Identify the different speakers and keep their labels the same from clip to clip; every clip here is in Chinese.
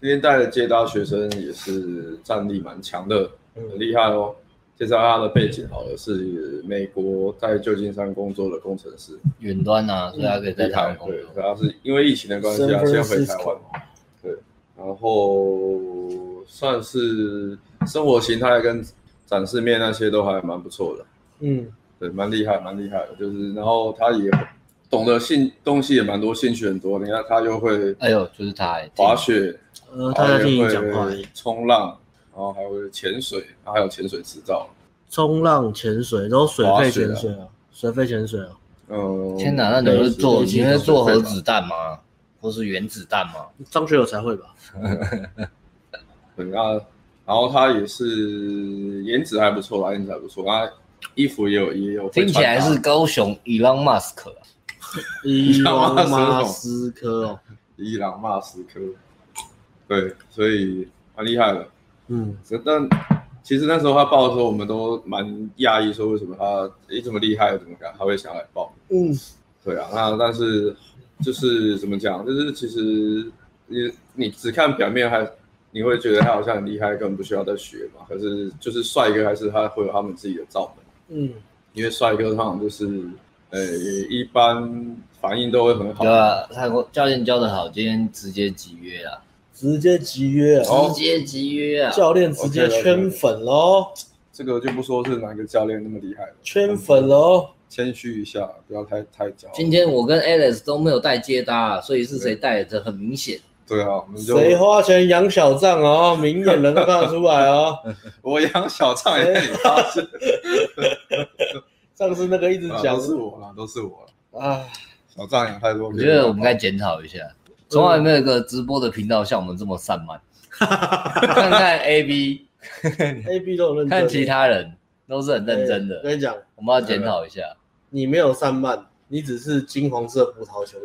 Speaker 1: 今天带的接搭学生也是战力蛮强的，
Speaker 2: 嗯
Speaker 1: 很厉害哦。介绍他的背景好了，是美国在旧金山工作的工程师，
Speaker 3: 远端啊，所以他可以在
Speaker 1: 厉
Speaker 3: 台
Speaker 1: 害
Speaker 3: 湾工
Speaker 1: 对，
Speaker 3: 作。
Speaker 1: 然后是因为疫情的关系啊，
Speaker 2: San
Speaker 1: 先回台
Speaker 2: Francisco
Speaker 1: 湾，对，然后算是生活形态跟展示面那些都还蛮不错的，
Speaker 2: 嗯，
Speaker 1: 对，蛮厉害，蛮厉害的，就是然后他也懂得兴东西也蛮多，兴趣很多，你看他又会
Speaker 3: 哎呦，就是他欸
Speaker 1: 滑雪，
Speaker 2: 呃，
Speaker 1: 然
Speaker 2: 他
Speaker 1: 后
Speaker 2: 在
Speaker 1: 也
Speaker 2: 听你
Speaker 1: 会
Speaker 2: 讲话而已。
Speaker 1: 冲浪，然后还会潜水，然后还有潜水执照，
Speaker 2: 冲浪、潜水，然后水
Speaker 1: 滑
Speaker 2: 肺
Speaker 1: 雪啊
Speaker 2: 潜水啊，水肺潜水啊，
Speaker 1: 嗯，
Speaker 3: 天哪，那你会做，
Speaker 2: 对
Speaker 3: 你会做核
Speaker 1: 吧
Speaker 3: 子弹吗？或是原子弹吗？
Speaker 2: 张学友才 会吧？
Speaker 1: 对，那然后他也是颜值还不错啦，颜值还不错，他衣服也有也有会
Speaker 3: 听起来
Speaker 1: 穿搭
Speaker 3: 是高雄 Elon Musk 啊
Speaker 2: 伊隆
Speaker 1: 干嘛
Speaker 2: 马斯克哦，
Speaker 1: 伊朗马斯克，对，所以蛮厉害的。
Speaker 2: 嗯，
Speaker 1: 只但其实那时候他报的时候，我们都蛮讶异，说为什么他诶这么厉害，怎么敢他会想来报？
Speaker 2: 嗯，
Speaker 1: 对啊，那但是就是怎么讲，就是其实你你只看表面还。你会觉得他好像很厉害，根本不需要再学嘛。可是就是帅哥，还是他会有他们自己的造门。
Speaker 2: 嗯，
Speaker 1: 因为帅哥通常就是，呃，一般反应都会很好。
Speaker 3: 对啊，泰国教练教的好，今天直接集约啊，
Speaker 2: 直接集约啊，
Speaker 1: 哦
Speaker 3: 直接集约啊，
Speaker 2: 教练直接圈粉喽，
Speaker 1: 这个就不说是哪个教练那么厉害了，
Speaker 2: 圈粉喽，
Speaker 1: 谦虚一下，不要太太骄傲。
Speaker 3: 今天我跟 Alex 都没有带接搭，啊所以是谁带的很明显。
Speaker 1: 对啊，我们就
Speaker 2: 谁花钱养小账哦，明眼人都看得出来哦。
Speaker 1: 我养小啊畅也被你发现，
Speaker 2: 上次那个一直
Speaker 1: 啊
Speaker 2: 讲
Speaker 1: 都是我啦，都是我啦。
Speaker 2: 啊，
Speaker 1: 小畅养太多，
Speaker 3: 我觉得我们该检讨一下，从来没有一个直播的频道像我们这么散漫。看看 AB，
Speaker 2: A B 都有认真，
Speaker 3: 看其他人都是很认真
Speaker 2: 哎
Speaker 3: 的，
Speaker 2: 跟你讲，
Speaker 3: 我们要检讨一下。
Speaker 2: 你没有散漫，你只是金黄色葡萄球。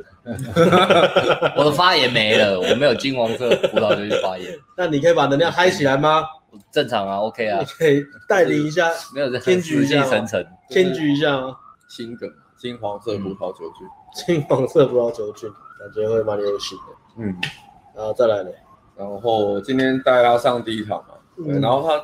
Speaker 3: 我的发言没了，我没有金黄色葡萄就去发言，
Speaker 2: 那你可以把能量嗨起来吗？
Speaker 3: 正常啊，OK 啊
Speaker 2: 你，可以带领一下，
Speaker 3: 没有在
Speaker 2: 先举
Speaker 3: 死
Speaker 2: 一
Speaker 3: 气
Speaker 2: 下
Speaker 3: 沉沉。
Speaker 1: 就是
Speaker 2: 兼具一下吗？
Speaker 1: 心梗，啊金黄色葡萄酒菌。
Speaker 2: 金黄色葡萄球菌，感觉会蛮流行的。
Speaker 1: 嗯，
Speaker 2: 然后再来嘞，
Speaker 1: 然后今天带他上第一堂嘛，对，
Speaker 2: 嗯
Speaker 1: 然后他，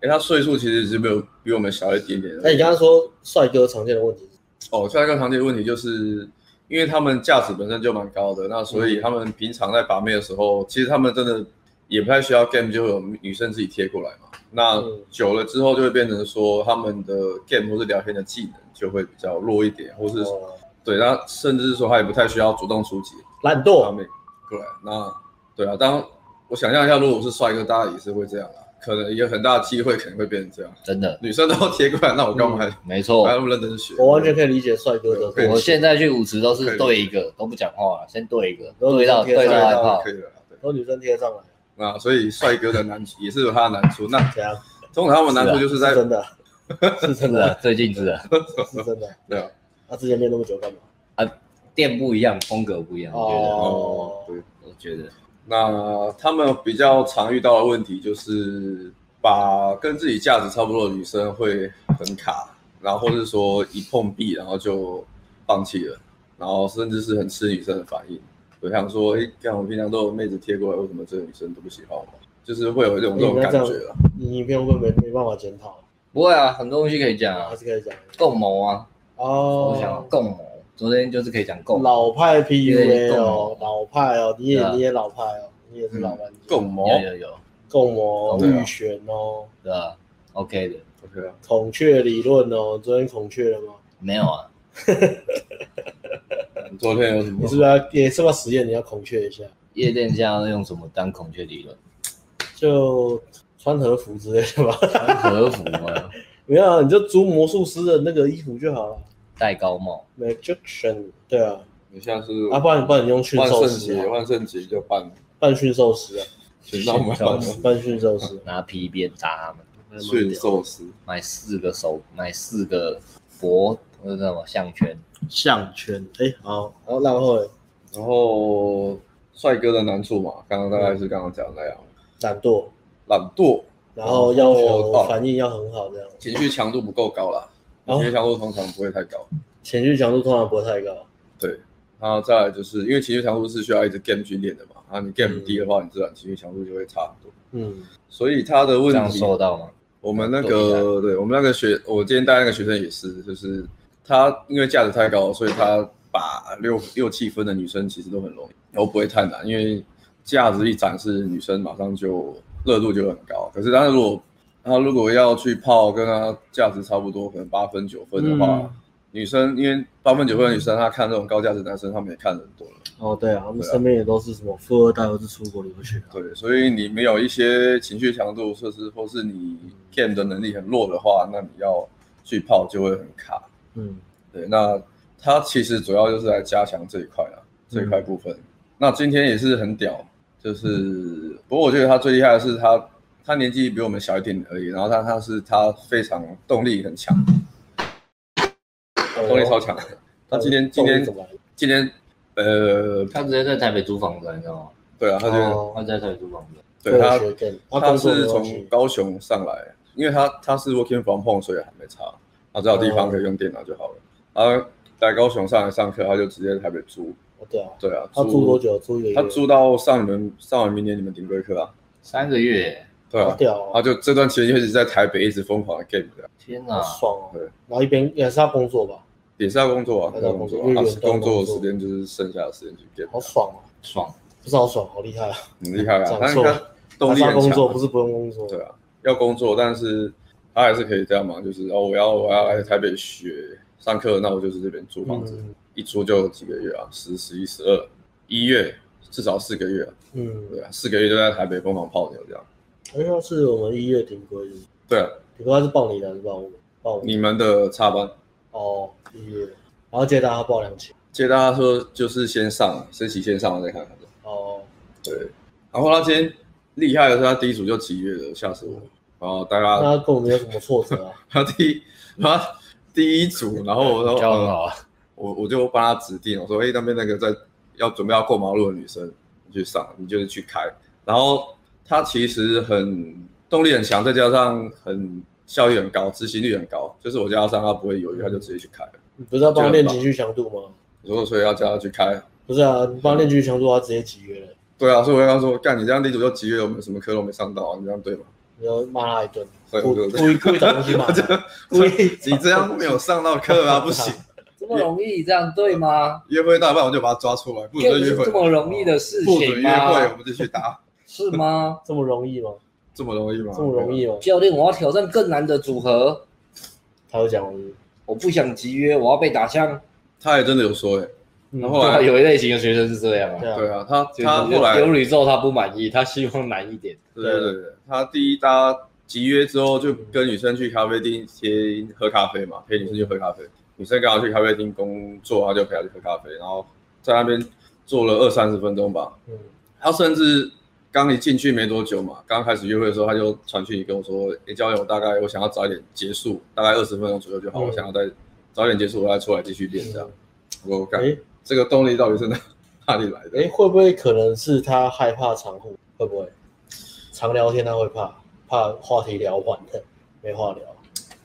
Speaker 1: 诶他岁数其实是没有比我们小一点点的。
Speaker 2: 哎那你刚刚说帅哥常见的问题是，
Speaker 1: 哦，下一个常见的问题就是，因为他们价值本身就蛮高的，那所
Speaker 2: 嗯
Speaker 1: 以他们平常在把妹的时候，其实他们真的也不太需要 game，就会有女生自己贴过来嘛。那
Speaker 2: 嗯
Speaker 1: 久了之后，就会变成说他们的 game 或是聊天的技能就会比较弱一点，或是、
Speaker 2: 哦
Speaker 1: 对，那甚至是说他也不太需要主动出击
Speaker 2: 懒
Speaker 1: 把
Speaker 2: 惰，
Speaker 1: 妹过来。那对啊，当我想象一下，如果我是帅哥，大家也是会这样啊，可能有很大的机会可能会变成这样，
Speaker 3: 真的，
Speaker 1: 女生都贴过来，那我干嘛还、
Speaker 3: 没错
Speaker 1: 还。那么认真学？
Speaker 2: 嗯哦我完全可以理解帅哥的
Speaker 1: 对
Speaker 2: 痛
Speaker 3: 我
Speaker 2: 苦。
Speaker 3: 现在去舞池都是对一个，都不讲话了，先对一个，
Speaker 2: 然后
Speaker 3: 对到
Speaker 2: 你就贴
Speaker 3: 对到
Speaker 2: 上
Speaker 3: 害
Speaker 2: 来
Speaker 3: 怕
Speaker 1: 可。以了啦，啊对。
Speaker 2: 有女生贴上来，
Speaker 1: 啊，所以帅哥的难处也是有他的难处。那
Speaker 2: 怎样？
Speaker 1: 通常他们难处就是在
Speaker 2: 是真啊的，是真
Speaker 3: 是啊
Speaker 2: 的，，
Speaker 3: 最近是啊，
Speaker 2: 是真的。
Speaker 1: 对啊，
Speaker 2: 那之前练那么久干嘛？
Speaker 3: 店不一样，风格不一样，我觉得，
Speaker 2: 哦，
Speaker 1: 对。
Speaker 3: 我觉得
Speaker 1: 那他们比较常遇到的问题就是，把跟自己价值差不多的女生会很卡，然后或是说一碰壁，然后就放弃了，然后甚至是很吃女生的反应。我想说，哎、看我平常都有妹子贴过来，为什么这个女生都不喜欢我？就是会有一种这种
Speaker 2: 诶那
Speaker 1: 感
Speaker 2: 这样
Speaker 1: 觉啊。
Speaker 2: 你影片会不会没没办法检讨？
Speaker 3: 不会啊，很多东西可以讲啊
Speaker 2: 还，是可以讲。
Speaker 3: 共谋啊，我想
Speaker 2: 哦，
Speaker 3: 共谋，昨天就是可以讲共谋，
Speaker 2: 老派 PUA
Speaker 3: 对
Speaker 2: 哦，老派哦，你也
Speaker 3: 对啊
Speaker 2: 你也老派哦，你也是老派。
Speaker 1: 共谋
Speaker 3: 有有有，
Speaker 2: 共谋
Speaker 1: 对啊
Speaker 2: 预选哦，
Speaker 3: 对吧？OK 的，
Speaker 1: ，OK 啊，
Speaker 2: 孔雀理论哦，昨天孔雀了吗？
Speaker 3: 没有啊，
Speaker 1: 你昨天有什么
Speaker 2: 你是？不是要也是不是要实验？你要孔雀一下，
Speaker 3: 夜店现在用什么当孔雀理论？
Speaker 2: 就穿和服之类的吧。
Speaker 3: 穿和服吗？
Speaker 2: 没有啊，你就租魔术师的那个衣服就好了。
Speaker 3: 戴高帽，
Speaker 2: Magician，对啊，
Speaker 1: 你像是
Speaker 2: 啊，不然不然你用驯
Speaker 1: 万
Speaker 2: 兽
Speaker 1: 圣
Speaker 2: 师
Speaker 1: 节，
Speaker 2: 啊，
Speaker 1: 万圣节就办
Speaker 2: 半驯兽师啊，
Speaker 1: 全让我们办
Speaker 3: 驯
Speaker 2: 半驯兽师，啊
Speaker 3: 拿皮鞭砸他们，
Speaker 1: 驯兽师，
Speaker 3: 买四个手，买四个佛，那叫什么项圈？
Speaker 2: 项圈，哎、好，好，然后嘞
Speaker 1: 然后帅哥的难处嘛，刚刚大概是刚刚讲的那样，
Speaker 2: 懒惰，
Speaker 1: 懒惰，
Speaker 2: 然后要求
Speaker 1: 哦
Speaker 2: 反应要很好，这样
Speaker 1: 情绪强度不够高啦，
Speaker 2: 哦
Speaker 1: 情绪强度通常不会太高，
Speaker 2: 情绪强度通常不会太高，
Speaker 1: 对，然后再来就是因为情绪强度是需要一直 game 去练的嘛，啊，你 game 低的话，你自然情绪强度就会差很多。
Speaker 2: 嗯，
Speaker 1: 所以他的
Speaker 3: 这
Speaker 1: 问
Speaker 3: 样
Speaker 1: 题，
Speaker 3: 收到吗？
Speaker 1: 我们那
Speaker 3: 都
Speaker 1: 个对我们那个学，我今天带那个学生也是，就是他因为价值太高，所以他把六六七分的女生其实都很容易，然后不会太难，因为价值一展示，女生马上就热度就很高。可是他如果他如果要去泡跟他价值差不多，可能八分九分的话，
Speaker 2: 嗯
Speaker 1: 女生因为八分九分的女生，她看这种高价值男生，他们也看得很多了。
Speaker 2: 哦对啊，我们身边也都是什么富二代或是出国留学的，
Speaker 1: 对，所以你没有一些情绪强度设施，或是你
Speaker 2: 嗯
Speaker 1: game 的能力很弱的话，那你要去泡就会很卡。
Speaker 2: 嗯
Speaker 1: 对，那它其实主要就是来加强这一块啊，这
Speaker 2: 嗯
Speaker 1: 一块部分。那今天也是很屌，就是不过我觉得他最厉害的是他，他年纪比我们小一点而已，然后但他是他非常动力很强，
Speaker 2: 嗯
Speaker 1: 动力超强的。他今天今天
Speaker 2: 哦动力怎么来的
Speaker 1: 今天呃，
Speaker 3: 他直接在台北租房子，你知道吗？
Speaker 1: 对啊，他就、
Speaker 2: 哦
Speaker 3: 他在台北租房子，
Speaker 1: 对他
Speaker 2: 学 game，
Speaker 1: 他是从高雄上来，因为他他是 working from home，所以还没差，他找地方可以用电脑就好了。他来高雄上来上课，他就直接台北租，
Speaker 2: 哦对啊，
Speaker 1: 对啊，
Speaker 2: 他住多？久？住一个月，
Speaker 1: 他租到上你们上完明年你们顶规课啊，
Speaker 3: 三个月，
Speaker 1: 对
Speaker 2: 好
Speaker 1: 啊，
Speaker 2: 屌哦，
Speaker 1: 他就这段期间就一直在台北一直疯狂的 game 的，
Speaker 3: 天
Speaker 2: 好
Speaker 3: 哪！
Speaker 2: 爽哦
Speaker 1: 对。
Speaker 2: 然后一边也是他工作吧，
Speaker 1: 也是要工作啊，
Speaker 2: 还
Speaker 1: 还在
Speaker 2: 在工
Speaker 1: 工
Speaker 2: 作
Speaker 1: 作
Speaker 2: 因为
Speaker 1: 啊，
Speaker 2: 远
Speaker 1: 他
Speaker 2: 端
Speaker 1: 工作
Speaker 2: 工
Speaker 1: 的
Speaker 2: 作
Speaker 1: 时间就是剩下的时间去 game，
Speaker 2: 好爽哦，
Speaker 3: 爽，
Speaker 2: 不是好爽，好厉害啊！
Speaker 1: 很厉害啊，
Speaker 2: 掌
Speaker 1: 但是
Speaker 2: 舵
Speaker 1: 他动
Speaker 2: 还是
Speaker 1: 力
Speaker 2: 他
Speaker 1: 很
Speaker 2: 工作
Speaker 1: 强
Speaker 2: 不，是不用工作，
Speaker 1: 对啊，要工作，但是他还是可以这样嘛，就是哦，我要我要来台北学上课，那我就是这边租房子。
Speaker 2: 嗯
Speaker 1: 一租就几个月啊，十、十一、十二，一月至少四个月、啊，
Speaker 2: 嗯，
Speaker 1: 对啊，四个月就在台北疯狂泡妞这样。
Speaker 2: 好像是我们一月停归日，
Speaker 1: 对啊，
Speaker 2: 停归是报你的还是报我们？报我们
Speaker 1: 你们的插班
Speaker 2: 哦，一月，然后接大家报两千
Speaker 1: 接大家说就是先上啊升旗先上再看看的。
Speaker 2: 哦，
Speaker 1: 对，然后他今天厉害的是他第一组就七月了，吓死我！然后大家
Speaker 2: 那跟我们有什么挫 折啊？
Speaker 1: 他第一他第一组，然后我 说
Speaker 3: 教很
Speaker 1: 呃
Speaker 3: 好啊，
Speaker 1: 我我就帮他指定，我说，哎、那边那个在要准备要过马路的女生，你去上，你就是去开。然后他其实很动力很强，再加上很效率很高，执行力很高，就是我叫他上，他不会犹豫，他就直接去开了。
Speaker 2: 你不是要帮他练情绪强度吗？
Speaker 1: 如果所以要叫他去开，
Speaker 2: 不是啊，你帮他练情绪强度，他直接集约了，
Speaker 1: 对啊，所以我跟他说，干你这样地主就急了，我们什么课都没上到、啊，你这样对吗？
Speaker 2: 你要骂他一顿，
Speaker 1: 对
Speaker 2: 故
Speaker 1: 对对
Speaker 2: 故意故意找东西 骂他，故意
Speaker 1: 你这样没有上到课啊，不 行，
Speaker 3: 这么容易这样对吗？
Speaker 1: 约会到一半我就把他抓出来，不
Speaker 3: 根
Speaker 1: 准
Speaker 3: 本
Speaker 1: 约
Speaker 3: 是
Speaker 1: 会
Speaker 3: 这，么容易的事
Speaker 1: 不准
Speaker 3: 情
Speaker 1: 约
Speaker 2: 啊
Speaker 1: 会，哦我
Speaker 3: 吗？
Speaker 1: 们就去打，
Speaker 3: 是吗？
Speaker 2: 这么容易吗？
Speaker 1: 这么容易吗？啊
Speaker 2: 这么容易吗？
Speaker 3: 教练，我要挑战更难的组合，
Speaker 2: 他会讲我们，
Speaker 3: 我不想集约，我要被打枪。
Speaker 1: 他也真的有说、欸，
Speaker 2: 嗯
Speaker 1: 然后后来
Speaker 3: 有一类型的学生是这样啊，
Speaker 2: 对啊
Speaker 1: 对啊，他
Speaker 3: 就是
Speaker 1: 他后来
Speaker 3: 有理之后他不满意，他希望难一点。
Speaker 1: 对对对，他第一搭集约之后，就跟女生去咖啡厅先喝咖啡嘛，陪女生去喝咖啡。女生刚好去咖啡厅工作，他就陪她去喝咖啡，然后在那边坐了二三十分钟吧。
Speaker 2: 嗯，
Speaker 1: 他甚至刚一进去没多久嘛，刚开始约会的时候，他就传讯息跟我说：“诶、教练，我大概我想要早一点结束，大概二十分钟左右就好，
Speaker 2: 嗯
Speaker 1: 我想要再早点结束，我再出来继续练这样。我我感
Speaker 2: 哎
Speaker 1: 这个动力到底是哪 哪里来的？
Speaker 2: 哎，会不会可能是他害怕长户？会不会常聊天他会怕，怕话题聊完了没话聊？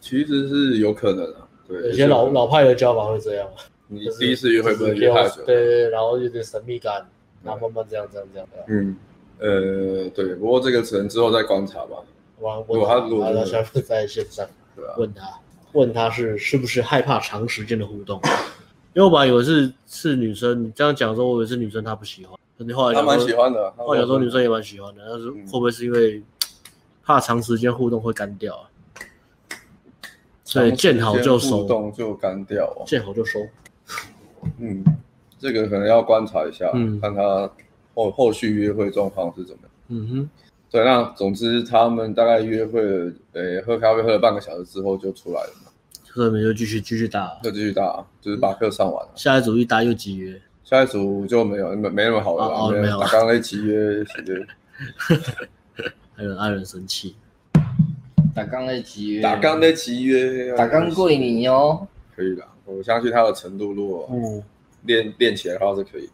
Speaker 1: 其实是有可能啊，对，
Speaker 2: 有些
Speaker 1: 是
Speaker 2: 老老派的交法会这样啊，
Speaker 1: 你
Speaker 2: 就是
Speaker 1: 第一次约会不能
Speaker 2: 就是
Speaker 1: 约太久
Speaker 2: 溜，对对对，然后有点神秘感，然后慢慢这样这样这样，对啊
Speaker 1: 嗯，呃，对，不过这个只能之后再观察吧，
Speaker 2: 我
Speaker 1: 如果他如果
Speaker 2: 然
Speaker 1: 真的
Speaker 2: 后下次在线上
Speaker 1: 对啊吧、
Speaker 2: 问他，问他是是不是害怕长时间的互动，因为我本来以为是是女生，你这样讲的时候，我以为是女生她不喜欢，可是后来
Speaker 1: 他
Speaker 2: 想说
Speaker 1: 蛮喜，欢的，他嗯
Speaker 2: 后来想说女生也蛮喜欢的，但是会不会是因为怕长时间互动会干掉啊？所以见好就
Speaker 1: 互
Speaker 2: 收，
Speaker 1: 动就干掉、哦，
Speaker 2: 见好就收，
Speaker 1: 嗯，这个可能要观察一下，
Speaker 2: 嗯
Speaker 1: 看他后后续约会状况是怎么样。
Speaker 2: 嗯哼，
Speaker 1: 对，那总之他们大概约会了，呃，喝咖啡喝了半个小时之后就出来了嘛，
Speaker 2: 所以我们就继续继续打啊，
Speaker 1: 就继续打，就是把课上完了。
Speaker 2: 下一组一打又集约。
Speaker 1: 下一组就没有没没那么好了啦，
Speaker 2: 哦哦没有
Speaker 1: 打刚刚那期 约，对
Speaker 2: 还有爱人生气，
Speaker 3: 打刚那集约，
Speaker 1: 打刚那期约，
Speaker 3: 打刚跪你哦，
Speaker 1: 可以的，我相信他的程度，如果
Speaker 2: 嗯，
Speaker 1: 练练起来的话是可以。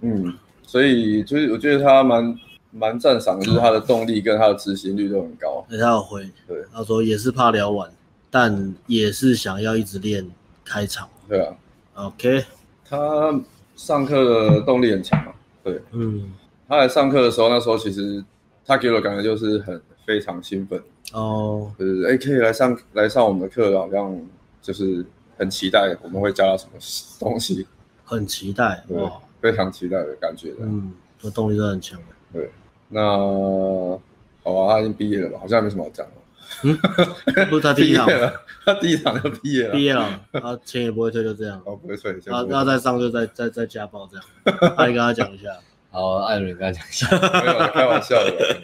Speaker 1: 嗯，所以就是我觉得他蛮蛮赞赏的，就是他的动力跟他的执行率都很高。
Speaker 2: 他有回，
Speaker 1: 对
Speaker 2: 他说也是怕聊完，但也是想要一直练开场。
Speaker 1: 对啊，
Speaker 2: OK，
Speaker 1: 他上课的动力很强啊。对
Speaker 2: 嗯，
Speaker 1: 他来上课的时候，那时候其实他给我的感觉就是很非常兴奋，
Speaker 2: 哦，
Speaker 1: 就是哎、诶可以来上来上我们的课，好像就是很期待我们会教他什么东西，
Speaker 2: 很期待
Speaker 1: 对
Speaker 2: 哇，
Speaker 1: 非常期待的感觉的。
Speaker 2: 嗯，这动力真的 很强。
Speaker 1: 那好啊，他已经毕业了吧？好像没什么好讲的。
Speaker 2: 不是他第一场
Speaker 1: 毕业了，他第一场就毕业了
Speaker 2: 毕。业啊了，他钱也不会退，就这样。
Speaker 1: 哦，不会睡，先
Speaker 2: 他
Speaker 1: 不会
Speaker 2: 他再上就再再再家暴 这样。那你跟他讲一下，
Speaker 3: 好，艾伦跟他讲一下，
Speaker 1: 没有开玩笑的，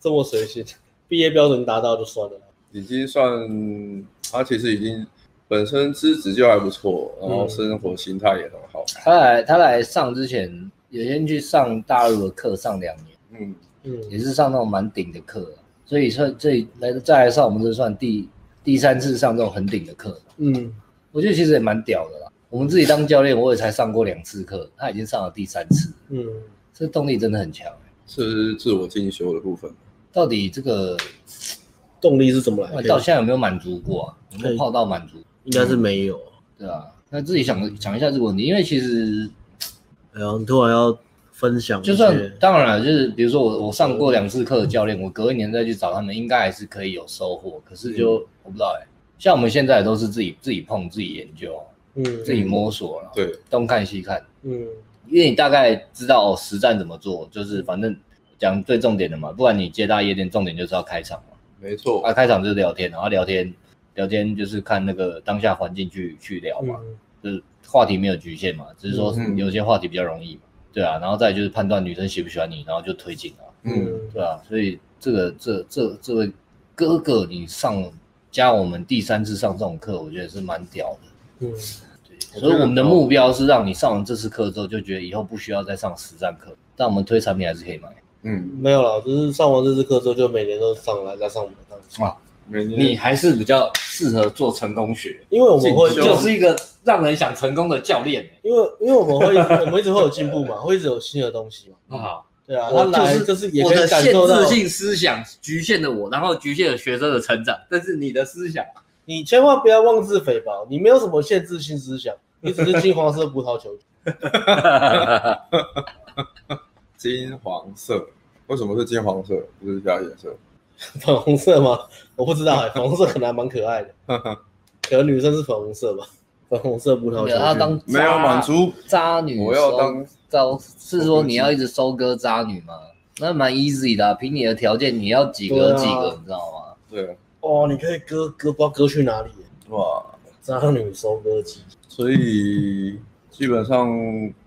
Speaker 2: 这么随性，毕业标准达到就算了。
Speaker 1: 已经算他其实已经本身资质就还不错，然后生活心态也很好。
Speaker 3: 他来他来上之前，也先去上大陆的课，上两年，
Speaker 1: 嗯，
Speaker 2: 嗯
Speaker 3: 也是上那种蛮顶的课、啊所以算这来再来上我们这算第第三次上这种很顶的课，
Speaker 2: 嗯，
Speaker 3: 我觉得其实也蛮屌的啦。我们自己当教练，我也才上过两次课，他已经上了第三次，
Speaker 2: 嗯，
Speaker 3: 这动力真的很强、欸
Speaker 1: 是自我进修的部分。
Speaker 3: 到底这个
Speaker 2: 动力是怎么来
Speaker 3: 到
Speaker 2: 的？
Speaker 3: 现在有没有满足过啊？有没有泡到满足？
Speaker 2: 应该是没有。
Speaker 3: 对啊，那自己想想一下这个问题，因为其实
Speaker 2: 哎呀，你突然要分享一
Speaker 3: 就算
Speaker 2: 些，
Speaker 3: 当然了，就是比如说我我上过两次课的教练，我隔一年再去找他们，应该还是可以有收获。可是
Speaker 2: 嗯
Speaker 3: 就、我不知道哎、像我们现在都是自己自己碰、自己研究、
Speaker 2: 嗯，
Speaker 3: 自己摸索了，
Speaker 1: 对，
Speaker 3: 东看西看，
Speaker 2: 嗯
Speaker 3: 因为你大概知道哦实战怎么做，就是反正讲最重点的嘛，不然你接大夜店，重点就是要开场嘛。
Speaker 1: 没错
Speaker 3: 啊，。开场就是聊天，然后聊天聊天就是看那个当下环境去去聊嘛。
Speaker 2: 嗯
Speaker 3: 就是话题没有局限嘛，只是说
Speaker 1: 嗯
Speaker 3: 有些话题比较容易嘛，对啊，然后再就是判断女生喜不喜欢你，然后就推进啊，
Speaker 1: 嗯，
Speaker 3: 对啊，所以这个这这这位哥哥你上加我们第三次上这种课，我觉得是蛮屌的，
Speaker 2: 嗯
Speaker 1: 我觉得
Speaker 3: 所以我们的目标是让你上完这次课之后，就觉得以后不需要再上实战课，但我们推产品还是可以买
Speaker 1: 嗯，
Speaker 2: 没有啦，就是上完这次课之后，就每年都上来再上我们的课，
Speaker 3: 啊，
Speaker 1: 每
Speaker 3: 你
Speaker 1: 年
Speaker 3: 还是比较适合做成功学，
Speaker 2: 因为我们会
Speaker 1: 进修
Speaker 3: 就是一个让人想成功的教练
Speaker 2: 因为因为我们 会我们一直会有进步嘛，会一直有新的东西嘛。
Speaker 3: 啊。
Speaker 2: 对啊，
Speaker 3: 我
Speaker 2: 他来
Speaker 3: 就是
Speaker 2: 就是也
Speaker 3: 我
Speaker 2: 可
Speaker 3: 的
Speaker 2: 以感
Speaker 3: 限
Speaker 2: 受到
Speaker 3: 制性思想局限了我，然后局限了学生的成长。但是你的思想，
Speaker 2: 你千万不要妄自菲薄，你没有什么限制性思想，你只是金黄色葡萄球。
Speaker 1: 金黄色，为什么是金黄色？不是其他颜色？
Speaker 2: 粉红色吗？我不知道、 欸，粉红色可能还蛮可爱的，
Speaker 3: 嗯
Speaker 2: 可能女生是粉红色吧，粉红色葡萄
Speaker 3: 没有他
Speaker 2: 球。
Speaker 3: 啊当
Speaker 1: 没有满足，
Speaker 3: 渣女收，
Speaker 1: 我要当
Speaker 3: 招是说你要一直收割渣女吗？那蛮 easy 的啊、凭你的条件，你要几
Speaker 2: 对
Speaker 3: 个
Speaker 2: 啊
Speaker 3: 几个，你知道吗？
Speaker 1: 对，啊
Speaker 2: 哦，你可以割割，不知道割去哪里、欸，
Speaker 1: 哇，
Speaker 2: 渣女收割机。
Speaker 1: 所以基本上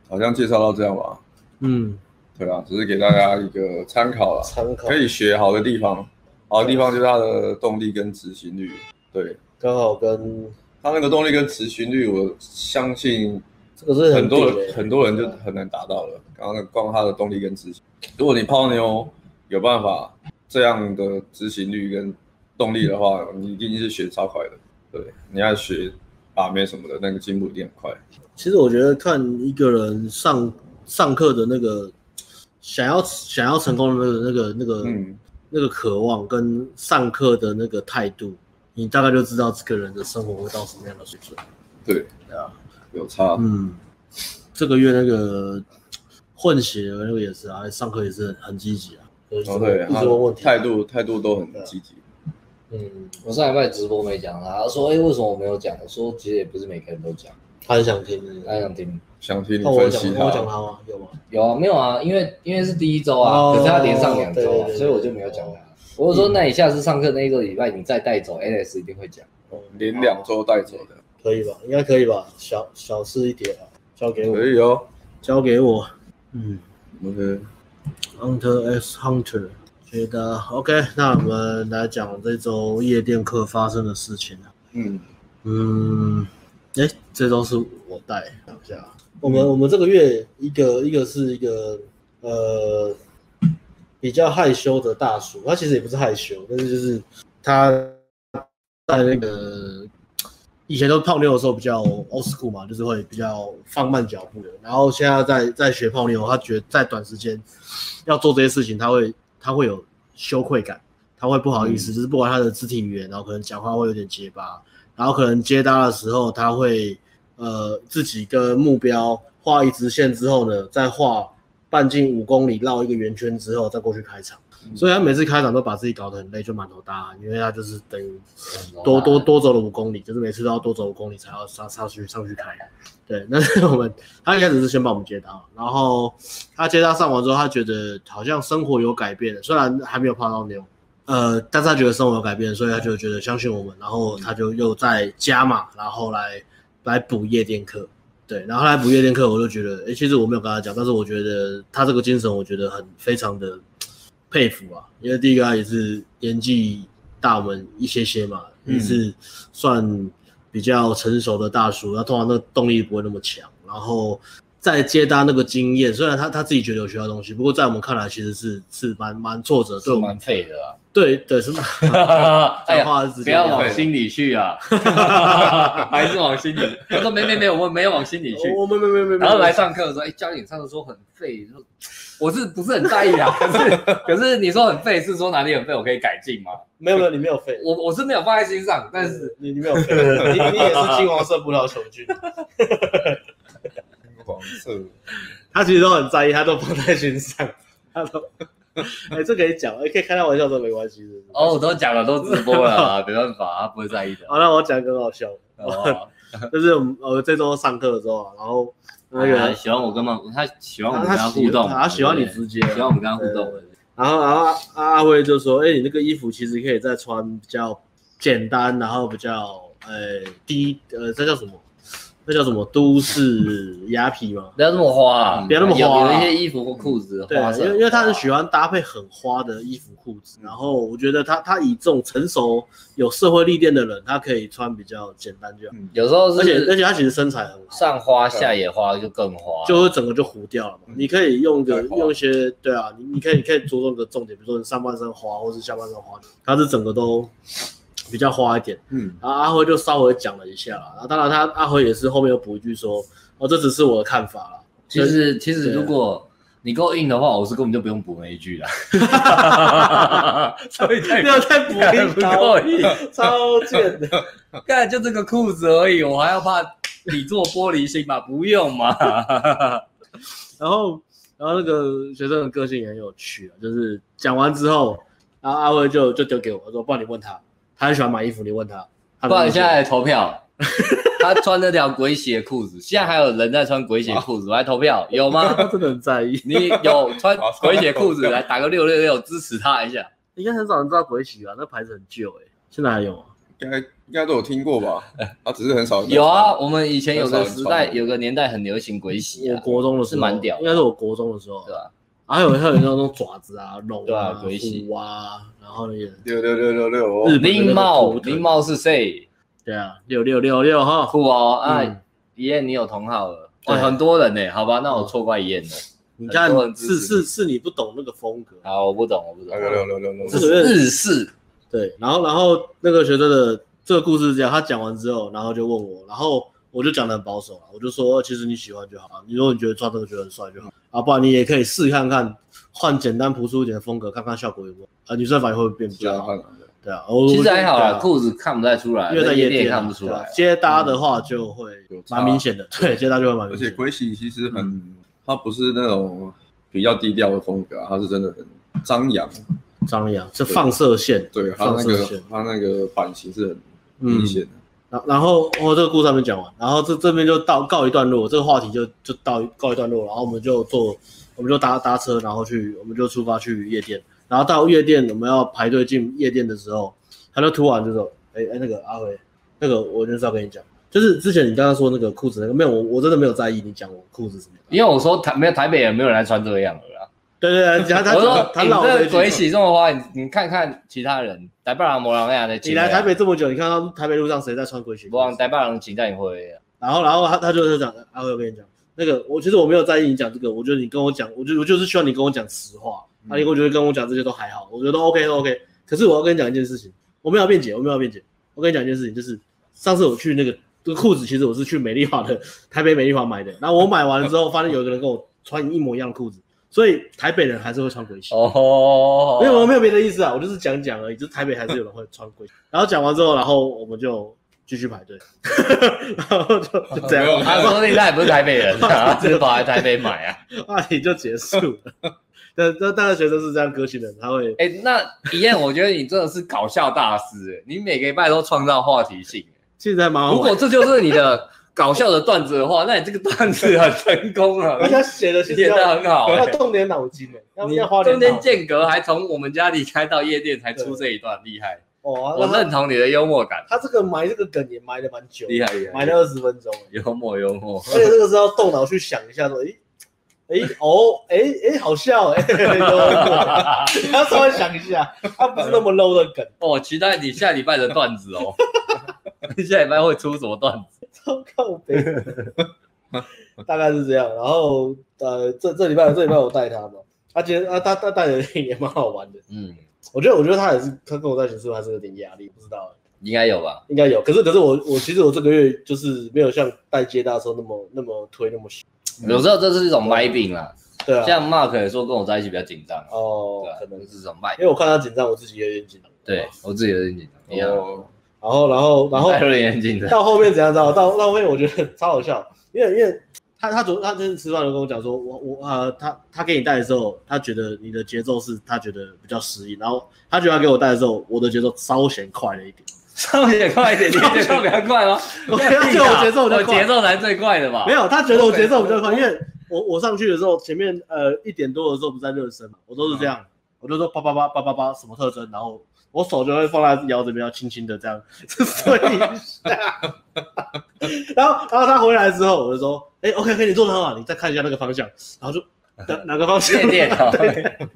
Speaker 1: 好像介绍到这样吧。
Speaker 2: 嗯，
Speaker 1: 对啊，只是给大家一个参考啦，
Speaker 2: 参考
Speaker 1: 可以学好的地方，好的地方就是它的动力跟执行率。对，
Speaker 2: 刚好跟
Speaker 1: 它那个动力跟执行率，我相信
Speaker 2: 这个是
Speaker 1: 很多
Speaker 2: 顶
Speaker 1: 人
Speaker 2: 欸
Speaker 1: 很多人就很难达到了。刚刚那个光它的动力跟执行，如果你泡妞有办法这样的执行率跟动力的话，你一定是学超快的。对，你要学把妹什么的，那个进步一定很快。
Speaker 2: 其实我觉得看一个人上上课的那个想要想要成功的那个那个那个、
Speaker 1: 嗯，
Speaker 2: 那个渴望跟上课的那个态度，你大概就知道这个人的生活会到什么样的水准。
Speaker 1: 对，
Speaker 2: 对啊，
Speaker 1: 有差。
Speaker 2: 嗯，这个月那个混血的那个也是啊，上课也是很很积极啊，就是
Speaker 1: 哦，对，
Speaker 2: 一直问问题，啊
Speaker 1: 态，度态度都很积极。
Speaker 2: 嗯，
Speaker 3: 我上礼拜直播没讲啊，他说哎、为什么我没有讲？我说其实也不是每个人都讲，
Speaker 2: 他很想听，哎
Speaker 3: 他想听。
Speaker 1: 想听你
Speaker 2: 那我
Speaker 1: 分
Speaker 2: 讲
Speaker 1: 析
Speaker 2: 那我讲
Speaker 1: 它。
Speaker 2: 他吗？有吗？
Speaker 3: 有啊，没有啊，因为因为是第一周啊，
Speaker 2: 哦
Speaker 3: 可是他连上两周
Speaker 2: 对
Speaker 3: 啊，
Speaker 2: 对对
Speaker 3: 所以我就没有讲他。我是说，那你下次上课那一个礼拜，你再带走 Alex 一定会讲。
Speaker 2: 哦
Speaker 1: 连两周带走的，
Speaker 2: 可以吧？应该可以吧？小小事一点啊，交给我
Speaker 1: 可，以哦。
Speaker 2: 交给我，嗯。
Speaker 1: OK，
Speaker 2: Hunter x Hunter，觉得 OK，那我们来讲这周夜店课发生的事情啊
Speaker 1: 嗯，
Speaker 2: 嗯，哎，这周是我带，等一下，嗯我们我们这个月一个一个是一个呃比较害羞的大叔，他其实也不是害羞，但是就是他在那个以前都泡妞的时候比较 old school 嘛，就是会比较放慢脚步的。然后现在在在学泡妞，他觉得在短时间要做这些事情，他会他会有羞愧感，他会不好意思，就是不管他的肢体语言，然后可能讲话会有点结巴，然后可能接搭的时候他会呃自己跟目标画一直线之后呢，再画半径五公里绕一个圆圈之后再过去开场。所以他每次开场都把自己搞得很累，就满头大汗，因为他就是等于多多多走了五公里，就是每次都要多走五公里才要上上去上去开。对，但是我们他一开始是先帮我们接搭，然后他接搭上完之后，他觉得好像生活有改变了，虽然还没有泡到妞，呃，但是他觉得生活有改变，所以他就觉得相信我们，然后他就又在加码，然后来来补夜店课。对，然后来补夜店课，我就觉得，诶，其实我没有跟他讲，但是我觉得他这个精神，我觉得很非常的佩服啊，因为第一个他也是年纪大我们一些些嘛，
Speaker 3: 嗯
Speaker 2: 也是算比较成熟的大叔，他通常那个动力不会那么强，然后再接搭那个经验，虽然他他自己觉得有学到东西，不过在我们看来其实是是蛮蛮挫折，对
Speaker 3: 是
Speaker 2: 我们
Speaker 3: 蛮废的啊。
Speaker 2: 对对是蛮 讲
Speaker 3: 哎呀，
Speaker 2: 话是直
Speaker 3: 不
Speaker 2: 接
Speaker 3: 要
Speaker 2: 讲
Speaker 3: 往心里去 啊，还是往心里。他说没没没，我们没有往心里去。
Speaker 2: 我没没没没，
Speaker 3: 然后来上课的时候，哎，教练上课说很废，就我是不是很在 意啊？可是可是你说很废是说哪里很废，我可以改进吗？
Speaker 2: 没有没有你没有废，
Speaker 3: 我我是没有放在心上，但是
Speaker 2: 你你没有废，你你也是金黄色葡萄球菌，
Speaker 1: 黄色
Speaker 2: 他其实都很在意，他都放在心上，他都。哎、这可以讲，哎可以开他玩笑都没关系，是不是
Speaker 3: 哦，我都讲了，都直播了 啊，没办法，他不会在意的。
Speaker 2: 好，那我讲一个很好笑的，
Speaker 3: 哦，
Speaker 2: 就是我们我这周上课的时候啊，然后那个、
Speaker 3: 他喜欢我跟嘛，他喜欢我们跟
Speaker 2: 他喜
Speaker 3: 互动嘛，
Speaker 2: 他喜欢你
Speaker 3: 对不
Speaker 2: 直
Speaker 3: 对
Speaker 2: 接
Speaker 3: 喜欢我们跟他互动。
Speaker 2: 然后，然后阿阿阿辉就说：“哎、你那个衣服其实可以再穿比较简单，然后比较呃低呃，这叫什么？那叫什么？都市雅痞嘛。
Speaker 3: 不要这么花、啊
Speaker 1: 嗯
Speaker 2: 不要那么花啊
Speaker 3: 有有一些衣服或裤子
Speaker 2: 对
Speaker 3: 花，色，
Speaker 2: 因为因为他很喜欢搭配很花的衣服、裤子。然后我觉得他他以这种成熟、有社会历练的人，他可以穿比较简单就好。
Speaker 3: 有时候
Speaker 2: 而且呃而
Speaker 3: 嗯是
Speaker 2: 且他其实身材很好，
Speaker 3: 上花下也花，就更花。
Speaker 2: 就会整个就糊掉了嘛。
Speaker 1: 嗯
Speaker 2: 你可以用个
Speaker 1: 对花
Speaker 2: 用一些对啊，你你可以你可以着重个重点，比如说你上半身花或是下半身花，它是整个都比较花一点。
Speaker 1: 嗯，
Speaker 2: 然后阿辉就稍微讲了一下啦，然后当然他阿辉也是后面又补一句说，哦，这只是我的看法 啦。
Speaker 3: 其实其实
Speaker 2: 对
Speaker 3: 如果你够硬的话，我是根本就不用补那一句的。所以太
Speaker 2: 不要再补
Speaker 3: 太不
Speaker 2: 一刀
Speaker 3: 够，硬，
Speaker 2: 超贱的。
Speaker 3: 干就这个裤子而已，我还要怕你做玻璃心吧？不用嘛。
Speaker 2: 然后然后那个学生的个性也很有趣啊，就是讲完之后，然后阿辉就就丢给我，我说不然你问他，他很喜欢买衣服，你问他。他
Speaker 3: 不
Speaker 2: 的
Speaker 3: 然
Speaker 2: 意见
Speaker 3: 现在来投票。 他穿那条鬼血裤子，现在还有人在穿鬼血裤子来投票，有吗？
Speaker 2: 他真的很在意。
Speaker 3: 你有穿鬼血裤子来打个六六六支持他一下。
Speaker 2: 应该很少人知道鬼洗吧？那牌子很旧哎、现在还有吗？
Speaker 1: 应该应该都有听过吧？啊，只是很少人在
Speaker 3: 有啊，
Speaker 1: 看，
Speaker 3: 我们以前有个
Speaker 1: 很
Speaker 3: 时代，
Speaker 1: 少人穿
Speaker 3: 有个年代很流行鬼洗
Speaker 2: 我
Speaker 3: 啊，
Speaker 2: 国中的时候
Speaker 3: 是蛮屌的
Speaker 2: 应该是我国中的时候，
Speaker 3: 对吧？
Speaker 2: 还有还有那种爪子啊、龙
Speaker 3: 对
Speaker 2: 啊
Speaker 3: 啊、鬼洗
Speaker 2: 虎啊，然后那个
Speaker 1: 六六六六六
Speaker 2: 日
Speaker 1: 哦，
Speaker 2: 本的那
Speaker 3: 林
Speaker 2: 个
Speaker 3: 茂，
Speaker 2: 图腾
Speaker 3: 林茂是谁？
Speaker 2: 对啊，六六六六哈，
Speaker 3: 酷哦啊
Speaker 2: 嗯！
Speaker 3: 一燕，你有同好了，
Speaker 2: 对嗯
Speaker 3: 哦，很多人呢。好吧，那我错怪一燕了。
Speaker 2: 你看
Speaker 3: 很多人支持
Speaker 2: 是是是你不懂那个风格，
Speaker 3: 好，我不懂，我不懂
Speaker 1: 六。六六六六
Speaker 3: 这
Speaker 2: 这
Speaker 1: 六，
Speaker 3: 是日式，
Speaker 2: 对，然后然后那个学生的这个故事是这样，他讲完之后，然后就问我，然后我就讲的很保守啊，我就说其实你喜欢就好啊，你如果你觉得穿这个觉得很帅就好啊，不然你也可以试看看，换简单朴素一点的风格，看看效果有没有啊，女生反应会不会变比
Speaker 1: 这
Speaker 2: 较
Speaker 1: 样
Speaker 2: 好
Speaker 1: 看，。
Speaker 2: 对啊，我
Speaker 3: 其实还好
Speaker 2: 对
Speaker 3: 啦，
Speaker 2: 啊
Speaker 3: 裤子看不太出来，
Speaker 2: 因为在
Speaker 3: 在
Speaker 2: 夜
Speaker 3: 夜店也
Speaker 2: 啊
Speaker 3: 看不出
Speaker 2: 对啊
Speaker 3: 来。
Speaker 2: 接搭的话就会
Speaker 1: 有
Speaker 3: 啊
Speaker 1: 差
Speaker 2: 蛮明显的，对，接搭就会蛮
Speaker 1: 而
Speaker 2: 明
Speaker 1: 且
Speaker 2: 显的。
Speaker 1: 鬼洗其实很，它不是那种比较低调的风格啊，它是真的很张扬。
Speaker 2: 张扬这放射线，
Speaker 1: 对，它
Speaker 2: 放
Speaker 1: 那
Speaker 2: 射
Speaker 1: 个
Speaker 2: 线。
Speaker 1: 它那个版型是很明显的。
Speaker 2: 然然后哦，这个故事还没讲完，然后这这边就到告一段落，这个话题就就到告一段落，然后我们就坐，我们就搭搭车，然后去，我们就出发去夜店，然后到夜店我们要排队进夜店的时候，他就突然就说，哎哎那个阿辉，那个我就是要跟你讲，就是之前你刚刚说那个裤子那个没有，我我真的没有在意你讲我裤子什么的，
Speaker 3: 因为我说台没有台北也没有人来穿这样的啦。
Speaker 2: 对对对，他他
Speaker 3: 我说
Speaker 2: 他
Speaker 3: 你
Speaker 2: 老
Speaker 3: 这
Speaker 2: 了
Speaker 3: 个鬼洗这么花，你你看看其他人，台北人摩人呀的，
Speaker 2: 你来台北这么久，你看到台北路上谁在穿鬼鞋？
Speaker 3: 不让台北人请带你回。
Speaker 2: 然后，然后他他就是讲，阿辉，我跟你讲，那个我其实我没有在意你讲这个，我觉得你跟我讲，我就我就是希望你跟我讲实话。
Speaker 1: 嗯
Speaker 2: 啊，你我觉得跟我讲这些都还好，我觉得都 OK 都 OK。可是我要跟你讲一件事情，我没有辩解，我没有辩解。我跟你讲一件事情，就是上次我去那个这个裤子，其实我是去美丽华的台北美丽华买的。然后我买完了之后，发现有一个人跟我穿一模一样的裤子，所以台北人还是会穿鬼鞋。
Speaker 3: 哦，
Speaker 2: 没有，我没有别的意思啊，我就是讲讲而已，就是台北还是有人会穿规矩。然后讲完之后，然后我们就继续排队，然后就就这样，
Speaker 3: 他说不定他也不是台北 人啊，他只是跑来台北买啊。
Speaker 2: 话题就结束了。但但大家学生是这样个性的，他会
Speaker 3: 哎、那一燕，我觉得你真的是搞笑大师、哎你每个礼拜都创造话题性、哎
Speaker 2: 现在蛮好
Speaker 3: 如
Speaker 2: 玩
Speaker 3: 果这就是你的搞笑的段子的话，那你这个段子很成功 了，
Speaker 2: 而且他写的其实
Speaker 3: 写的
Speaker 2: 要
Speaker 3: 很好、
Speaker 2: 要
Speaker 3: 哎
Speaker 2: 动点脑筋的，欸要要花点
Speaker 3: 中
Speaker 2: 脑
Speaker 3: 间间隔还从我们家离开到夜店才出这一段，厉害！
Speaker 2: 哦，
Speaker 3: 我
Speaker 2: 那
Speaker 3: 认
Speaker 2: 他
Speaker 3: 同你的幽默感，
Speaker 2: 他这个埋这个梗也埋的蛮久的，
Speaker 3: 厉害厉害，
Speaker 2: 埋了二十分钟，
Speaker 3: 幽默幽默。
Speaker 2: 而且这个是要动脑去想一下，说，诶诶哦，诶诶， 好笑哎，要稍微想一下，他不是那么 low 的梗，
Speaker 3: 哦我期待你下礼拜的段子哦， 你下礼拜会出什么段子？
Speaker 2: 超靠北，大概是这样。然后呃，这这礼拜这礼拜我带他嘛，他今天啊他他带的也蛮好玩的，
Speaker 3: 嗯，
Speaker 2: 我觉得我觉得他也是，他跟我在一起是不是还是有点压力，不知道欸。
Speaker 3: 应该有吧？
Speaker 2: 应该有，可是可是我我其实我这个月就是没有像带接大的时候那么那么推那么凶，
Speaker 3: 有时候这是一种麦病啦，
Speaker 2: 对啊，
Speaker 3: 像 Mark 也说跟我在一起比较紧张，
Speaker 2: 哦
Speaker 3: 对啊，
Speaker 2: 可能
Speaker 3: 这
Speaker 2: 是
Speaker 3: 是一种麦
Speaker 2: 因。为我看他紧张，我自己也有点紧张。
Speaker 3: 对我自己有点紧张，一样。
Speaker 1: 哦，
Speaker 2: 然后然后然后
Speaker 3: 戴瑞眼镜的，
Speaker 2: 到后面怎样知道？到到后面我觉得超好笑，因为因为他他昨他就是吃饭的时候跟我讲说，我我呃他他给你带的时候，他觉得你的节奏是他觉得比较适应，然后他觉得他给我带的时候，我的节奏稍显快了一点，
Speaker 3: 上面也快一点，你节奏比较快吗？
Speaker 2: 我觉得我节奏比较
Speaker 3: 我
Speaker 2: 快
Speaker 3: 节奏才最快的吧？
Speaker 2: 没有，他觉得我节奏比较快，因为我我上去的时候，前面呃一点多的时候不是在热身嘛，我都是这样，
Speaker 3: 嗯
Speaker 2: 我就说叭叭叭叭叭叭什么特征，然后我手就会放在腰这边，要轻轻的这 样推一下。然后然后他回来之后，我就说，哎、o k OK，你做的很好，你再看一下那个方向，然后就哪哪个方向
Speaker 3: 谢，电哦，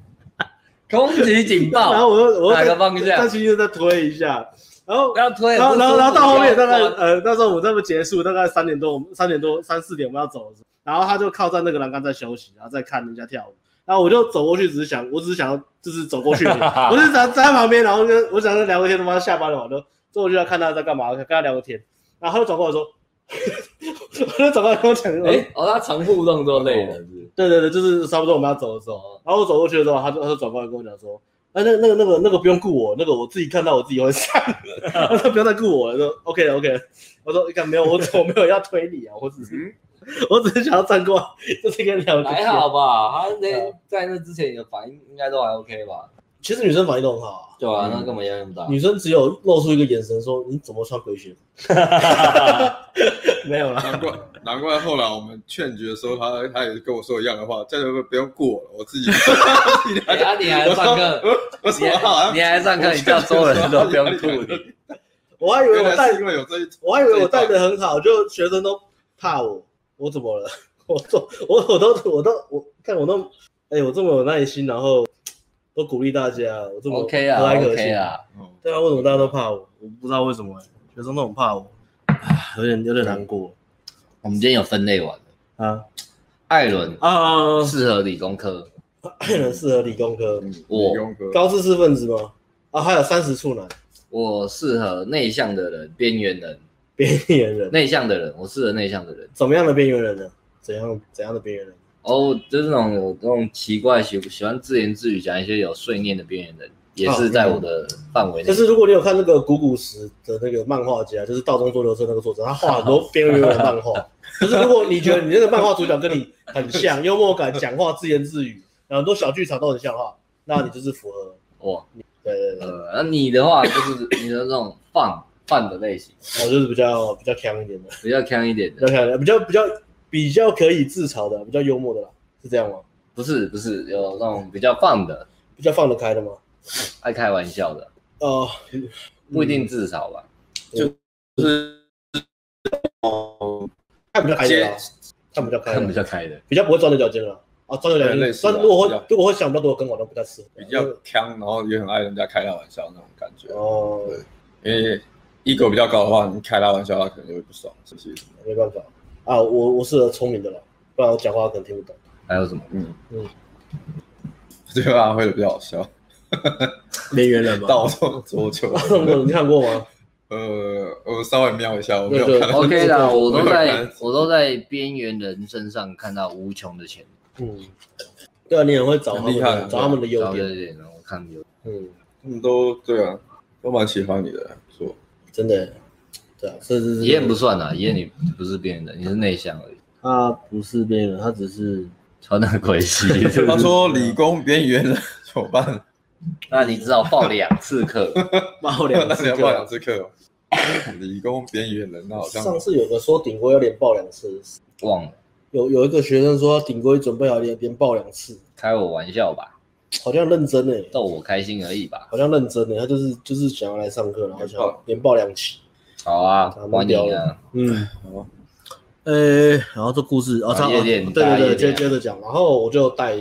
Speaker 3: 空袭警
Speaker 2: 然后
Speaker 3: 报，
Speaker 2: 我又我又
Speaker 3: 哪个
Speaker 2: 再
Speaker 3: 方向
Speaker 2: 再轻轻的再推一下，然后
Speaker 3: 不。要推。
Speaker 2: 然后，然后，然后到后面大概
Speaker 3: 不要推
Speaker 2: 呃，那时候我们这么结束，大概三点多，我们三点多三四点我们要走的时候，然后他就靠在那个栏杆在休息，然后再看人家跳舞。然后我就走过去，只是想，我只是想要就是走过去，我就想站在旁边，然后就我想跟他聊个天，他妈下班了，我就走过去要看他在干嘛，跟他聊个天。然后他就转过来说， 我就转过来跟我讲，哎、哦
Speaker 3: 哎，哦，他重复动作累了，是不是
Speaker 2: 对对对，就是差不多我们要走的时候，然后我走过去的时候，他就他就转过来跟我讲说，哎、那那个那个那个不用顾我，那个我自己看到我自己会上， 他说不要再顾我了，说 OK 了 OK 了，我说你看没有，我我没有要推你啊，我只是、 我只是想要站过来，就是跟你聊个
Speaker 3: 嗯还
Speaker 2: 天。
Speaker 3: 好吧？他
Speaker 2: 对
Speaker 3: 那在那之前你的反应应该都还 OK 吧？
Speaker 2: 其实女生反应都很好、
Speaker 3: 对啊，
Speaker 1: 嗯
Speaker 3: 那根本压力那么大
Speaker 2: 啊，。女生只有露出一个眼神说你怎么穿鬼 靴？ 没有啦，
Speaker 1: 难怪 难怪后来我们劝局的时候，他他也跟我说一样的话，这个不用过了，我自己。
Speaker 3: 哎啊，你还 上课，
Speaker 1: 我
Speaker 3: 你
Speaker 1: 说
Speaker 3: 还
Speaker 1: 啊
Speaker 3: 你，还上课，你叫所有人都不用顾 你。
Speaker 2: 我还以为
Speaker 1: 原
Speaker 2: 我
Speaker 1: 来
Speaker 2: 带
Speaker 1: 是因为有这一
Speaker 2: 我还以为我带的很好，就学生都怕我，我怎么了？我都我我都我都我看我都哎、我这么有耐心，然后都鼓励大家，我这么
Speaker 3: OK 啊
Speaker 2: 和蔼可
Speaker 3: ，OK
Speaker 2: 亲。
Speaker 3: 啊，
Speaker 1: 哦
Speaker 2: 对啊，为什么大家都怕我？我不知道为什么、欸学生都很怕我，唉有点有点难过
Speaker 3: 我们今天有分类完了，
Speaker 2: 啊
Speaker 3: 艾伦
Speaker 2: 啊啊！啊
Speaker 3: 适合理工科，
Speaker 2: 啊适合理工科，
Speaker 1: 嗯
Speaker 3: 我
Speaker 1: 理工科
Speaker 2: 高知识分子吗？啊，还有三十处男
Speaker 3: 我适合内向的人、边缘人、
Speaker 2: 边缘人，
Speaker 3: 内向的人，我适合内向的人。
Speaker 2: 怎么样的边缘人呢？怎样怎样的边缘人？
Speaker 3: 哦，就是那种有那种奇怪喜喜欢自言自语讲一些有碎念的边缘人，也是在我的范围
Speaker 2: 哦
Speaker 3: 内。
Speaker 2: 就是如果你有看那个古古时的那个漫画家，就是道中桌流车那个作者，他画很多边缘人的漫画。就是如果你觉得你那个漫画主角跟你很像，幽默感、讲话自言自语，然后很多小剧场都很像的话，那你就是符合。
Speaker 3: 哇，
Speaker 2: 对对对，
Speaker 3: 呃，那你的话就是 你的那种放放的类型，
Speaker 2: 我就是比较比较强一点的，
Speaker 3: 比较强一点
Speaker 2: 比较
Speaker 3: 的。
Speaker 2: 强一点，比较比较比较可以自嘲的，比较幽默的啦，是这样吗？
Speaker 3: 不是不是，有那种比较放的，
Speaker 2: 比较放得开的吗？
Speaker 3: 爱开玩笑的，
Speaker 2: 哦、
Speaker 3: 不一定自嘲吧。
Speaker 1: 就是哦，
Speaker 2: 看比较开的啦
Speaker 1: 接，
Speaker 2: 看比较开
Speaker 3: 看 比
Speaker 2: 的，
Speaker 3: 较开的，
Speaker 2: 比较不会钻牛角尖了。啊，钻牛角
Speaker 1: 对类
Speaker 2: 尖，
Speaker 1: 似啊
Speaker 2: 钻如
Speaker 1: 比
Speaker 2: 果会
Speaker 1: 较
Speaker 2: 如果会想比较多，跟我都不太适合。
Speaker 1: 比较强，然后也很爱人家开他玩笑那种感觉。
Speaker 2: 哦，
Speaker 1: 因为 ego 比较高的话，你开他玩笑，他可能就会不爽，是不是？
Speaker 2: 没办法啊，我我适合聪明的了，不然我讲话可能听不懂。
Speaker 3: 还有什么？
Speaker 1: 嗯
Speaker 2: 嗯
Speaker 1: 嗯，这个发挥的比较好笑。
Speaker 2: 边缘人
Speaker 1: 到处桌球，
Speaker 2: 大众哥，你看过吗？
Speaker 1: 呃，我稍微瞄一下，我没有
Speaker 2: 对对
Speaker 1: 看到。
Speaker 3: OK 啦，我都
Speaker 1: 没有
Speaker 3: 在
Speaker 1: 人
Speaker 3: 我都在边缘人身上看到无穷的潜力。
Speaker 2: 嗯，对啊，你很会找他们
Speaker 1: 很厉害
Speaker 2: 的，
Speaker 1: 啊
Speaker 2: 找他们的优
Speaker 3: 找
Speaker 2: 点。
Speaker 3: 优点，然后看优。
Speaker 2: 嗯，
Speaker 1: 他们都对啊，都蛮喜欢你的，说
Speaker 2: 真的，对啊，甚至是
Speaker 3: 爷爷不算啊，爷爷你不是边缘人，你是内向而已，
Speaker 2: 他不是边缘，他只是
Speaker 3: 穿那鬼 戏。
Speaker 1: 他说理工边缘人怎么办？
Speaker 3: 那你至少报两次 课，
Speaker 2: 爆两
Speaker 1: 那你
Speaker 2: 次
Speaker 1: 要报两
Speaker 2: 课。
Speaker 1: 次课吗？理工边缘人，那好像
Speaker 2: 上次有个说顶规要连报两次，
Speaker 3: 忘了
Speaker 2: 有有一个学生说顶规准备好连连报两次，
Speaker 3: 开我玩笑吧，
Speaker 2: 好像认真呢、欸
Speaker 3: 逗我开心而已吧。
Speaker 2: 好像认真呢、欸他就是就是想要来上课，然后想要连报两期。
Speaker 3: 好啊，
Speaker 2: 咱们
Speaker 3: 欢迎
Speaker 2: 聊
Speaker 3: 啊
Speaker 2: 了，嗯，
Speaker 1: 好
Speaker 2: 呃、然后这故事哦，
Speaker 3: 啊
Speaker 2: 他
Speaker 3: 夜店
Speaker 2: 对
Speaker 3: 大家
Speaker 2: 对
Speaker 3: 夜
Speaker 2: 对，接
Speaker 3: 店
Speaker 2: 接着讲，然后我就带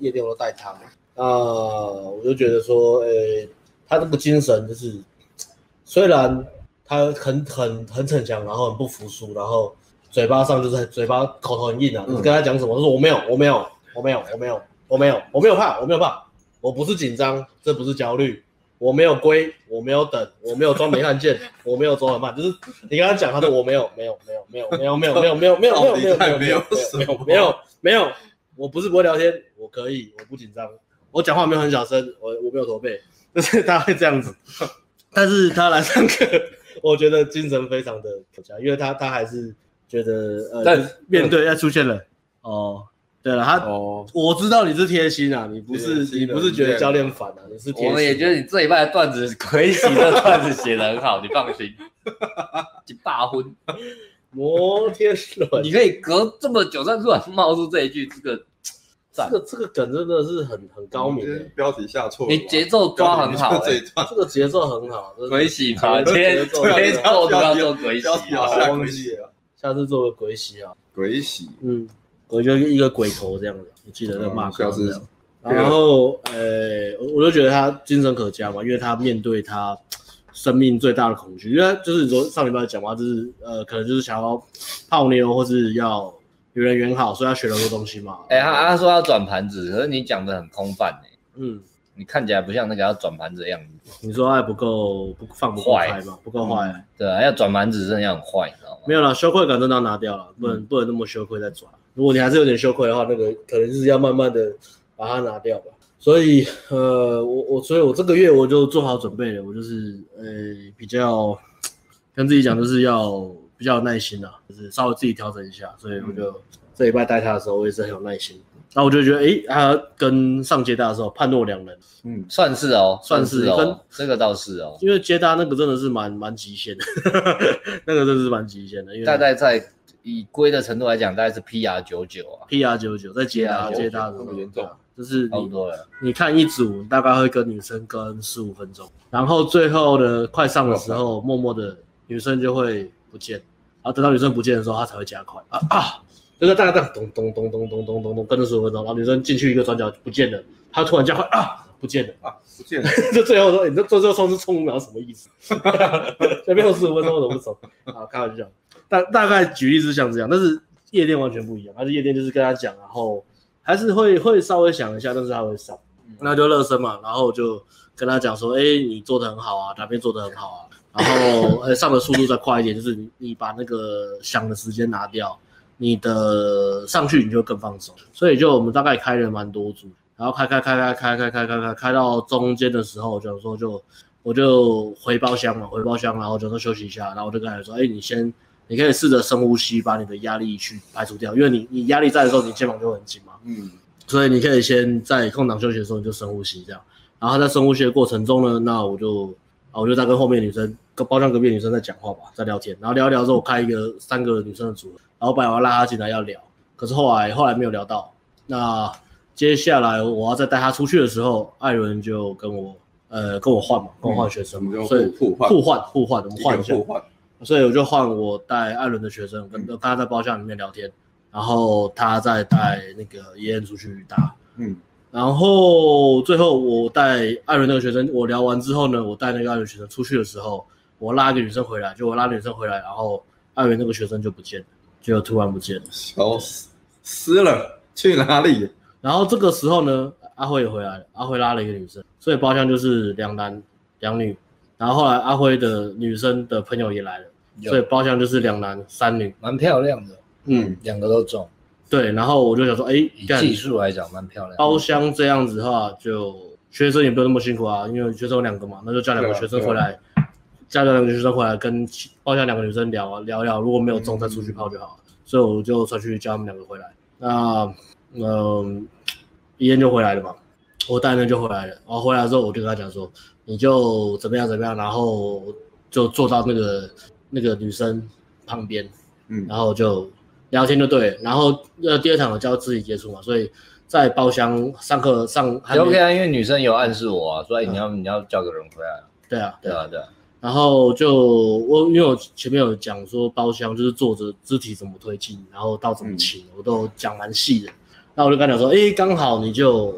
Speaker 2: 夜店，我都带他嘛，啊、我就觉得说，呃、他这个精神就是，虽然他很很很逞强，然后很不服输，然后嘴巴上就是很嘴巴口头很硬啊，就是跟他讲什么，他说我没有，我没有，我没有，我没有，我没有，我没有怕，我没有怕，我不是紧张，这不是焦虑。我没有归，我没有等，我没有装没看见，我没有走很慢，就是你跟他讲，他说我没有，没有，没有，没有，没有，没有，没有，没有，没有，没有，没有，没有，没有，没有， 没有，没有，我不是不会聊天，我可以，我不紧张，我讲话没有很小声，我我没有驼背， 就是他会这样子。 但是他来上课，我觉得精神非常的可嘉，因为他他还是觉得呃，
Speaker 1: 但
Speaker 2: 就是面对要出现了哦，对了，他
Speaker 1: 哦，
Speaker 2: 我知道你是贴心啊，你不
Speaker 1: 贴
Speaker 2: 是
Speaker 1: 心
Speaker 2: 你
Speaker 1: 的
Speaker 2: 不是觉
Speaker 1: 对
Speaker 2: 得教练烦啊，你是贴
Speaker 3: 我
Speaker 2: 心。
Speaker 3: 们也觉得你这一半的段子鬼洗的段子写的很好，你放 心，你大婚，
Speaker 2: 摩天轮
Speaker 3: 你，可以隔这么久，但突然冒出这一句，这个
Speaker 2: 这个这个梗真的是很很高明、
Speaker 1: 你今天
Speaker 2: 欸，
Speaker 1: 标题下错了吧，
Speaker 3: 你节奏抓很好
Speaker 1: 标
Speaker 3: 哎
Speaker 1: 题就这一段
Speaker 2: 这个节奏很好。真的
Speaker 3: 鬼洗嘛，今天
Speaker 2: 节奏
Speaker 3: 今天做都要做鬼洗
Speaker 1: 标题
Speaker 3: 啊
Speaker 1: 好，
Speaker 2: 我
Speaker 1: 下
Speaker 2: 忘
Speaker 1: 鬼
Speaker 2: 记
Speaker 1: 洗了，
Speaker 2: 下次做个鬼洗啊，
Speaker 1: 鬼洗
Speaker 2: 嗯，我就一个鬼头这样子，我记得在骂
Speaker 1: 嗯
Speaker 2: 哥这
Speaker 1: 下
Speaker 2: 样
Speaker 1: 次。
Speaker 2: 然后，呃，我我就觉得他精神可嘉嘛，因为他面对他生命最大的恐惧，因为他就是你说上礼拜讲话，就是呃，可能就是想要泡妞或是要与人缘好，所以他学了很多东西嘛。
Speaker 3: 哎、他他说要转盘子，可是你讲的很空泛哎、
Speaker 2: 嗯，
Speaker 3: 你看起来不像那个要转盘子的样子。
Speaker 2: 你说爱不够不放不够
Speaker 3: 坏
Speaker 2: 开嘛，不够坏。
Speaker 3: 对啊，要转盘子真的要很坏，你知道吗？
Speaker 2: 没有啦，羞愧感真的要拿掉了，
Speaker 3: 嗯
Speaker 2: 不能、不能那么羞愧再抓。如果你还是有点羞愧的话，那个可能就是要慢慢的把它拿掉吧。所以呃，我我所以，我这个月我就做好准备了，我就是呃比较跟自己讲，就是要比较有耐心啦，就是稍微自己调整一下。所以
Speaker 3: 嗯
Speaker 2: 我就、这礼拜带他的时候，我也是很有耐心。然后我就觉得，诶，他跟上接大的时候判若两人，
Speaker 1: 嗯，
Speaker 3: 算是哦，
Speaker 2: 算是
Speaker 3: 是
Speaker 2: 跟
Speaker 3: 哦，这个倒是哦。
Speaker 2: 因为接大那个真的是蛮蛮极限的， 那个真的是蛮极限的，因为
Speaker 3: 大概在以龟的程度来讲，大概是 PR 九九啊，
Speaker 2: PR 九九再接搭
Speaker 3: PR99
Speaker 2: 接搭的时
Speaker 1: 那
Speaker 2: 候
Speaker 1: 么严重，
Speaker 2: 就是
Speaker 3: 差不
Speaker 2: 你
Speaker 3: 多了。
Speaker 2: 你看一组大概会跟女生跟十五分钟，然后最后呢快上的时候，默默的女生就会不见，然后等到女生不见的时候，她才会加快啊啊，就是大概这样咚咚咚咚咚咚咚咚跟着十五分钟，然后女生进去一个转角不见了，她突然加快啊不见了。
Speaker 1: 啊，不见了，
Speaker 2: 就最后说，你这做这个冲是冲不了什么意思？前面有十五分钟我都不冲啊，开玩笑。大大概举例是像这样，但是夜店完全不一样。但是夜店就是跟他讲，然后还是会会稍微想一下，但是他会上，那就热身嘛，然后就跟他讲说，哎、你做的很好啊，哪边做的很好啊，然后呃、上的速度再快一点，就是你你把那个想的时间拿掉，你的上去你就更放松。所以就我们大概开了蛮多组，然后开开开开开开开开开开到中间的时候，就说就我就回包厢嘛，回包厢，然后就说休息一下，然后我就跟他说，哎，你先。你可以试着深呼吸，把你的压力去排除掉，因为你你压力在的时候，你肩膀就会很紧嘛。
Speaker 1: 嗯，
Speaker 2: 所以你可以先在空档休息的时候你就深呼吸这样，然后在深呼吸的过程中呢，那我就啊我就在跟后面女生跟包厢隔壁的女生在讲话吧，在聊天，然后聊一聊之后我开一个三个女生的组合，然后本来我要拉她进来要聊，可是后来后来没有聊到，那接下来我要再带她出去的时候，艾伦就跟我呃跟我换嘛，跟我换学生嘛，
Speaker 1: 嗯我们就
Speaker 2: 所以
Speaker 1: 互互换
Speaker 2: 互换互换，我们
Speaker 1: 一
Speaker 2: 换
Speaker 1: 个
Speaker 2: 一下
Speaker 1: 互，换，
Speaker 2: 所以我就换我带艾伦的学生跟跟他在包厢里面聊天，然后他再带那个耶恩出去打。
Speaker 1: 嗯，
Speaker 2: 然后最后我带艾伦那个学生，我聊完之后呢，我带那个艾伦学生出去的时候，我拉一个女生回来，就我拉女生回来，然后艾伦那个学生就不见了，就突然不见了。
Speaker 1: 消失失了，去哪里？
Speaker 2: 然后这个时候呢，阿辉也回来了，阿辉拉了一个女生，所以包厢就是两男两女。然后后来阿辉的女生的朋友也来了，
Speaker 3: 有
Speaker 2: 所以包厢就是两男三女。
Speaker 3: 蛮漂亮的，
Speaker 2: 嗯，
Speaker 3: 两个都中。
Speaker 2: 对。然后我就想说，哎
Speaker 3: 以，
Speaker 2: 干
Speaker 3: 技术来讲，蛮漂亮的。
Speaker 2: 包厢这样子的话，就学生也不用那么辛苦啊，因为学生有两个嘛，那就叫两个学生回来加两个女生回来跟其包下两个女生聊啊聊一聊，如果没有中再出去泡就好了。所以我就出去叫他们两个回来。那嗯，一燕就回来了嘛，我带人就回来了。然后回来之后，我就跟他讲说，你就怎么样怎么样，然后就坐到那个那个女生旁边，
Speaker 1: 嗯
Speaker 2: 然后就聊天就对了。然后呃，第二堂我教肢体接触嘛，所以在包厢上课上还
Speaker 3: 也
Speaker 2: 没
Speaker 3: OK 啊，因为女生有暗示我啊，所以你要你要叫个人回来啊，
Speaker 2: 嗯对啊
Speaker 3: 对啊对啊，
Speaker 2: 然后就我因为我前面有讲说包厢就是坐着肢体怎么推进，然后到怎么请，我都讲蛮细的。那我就跟他讲说，诶，刚好你就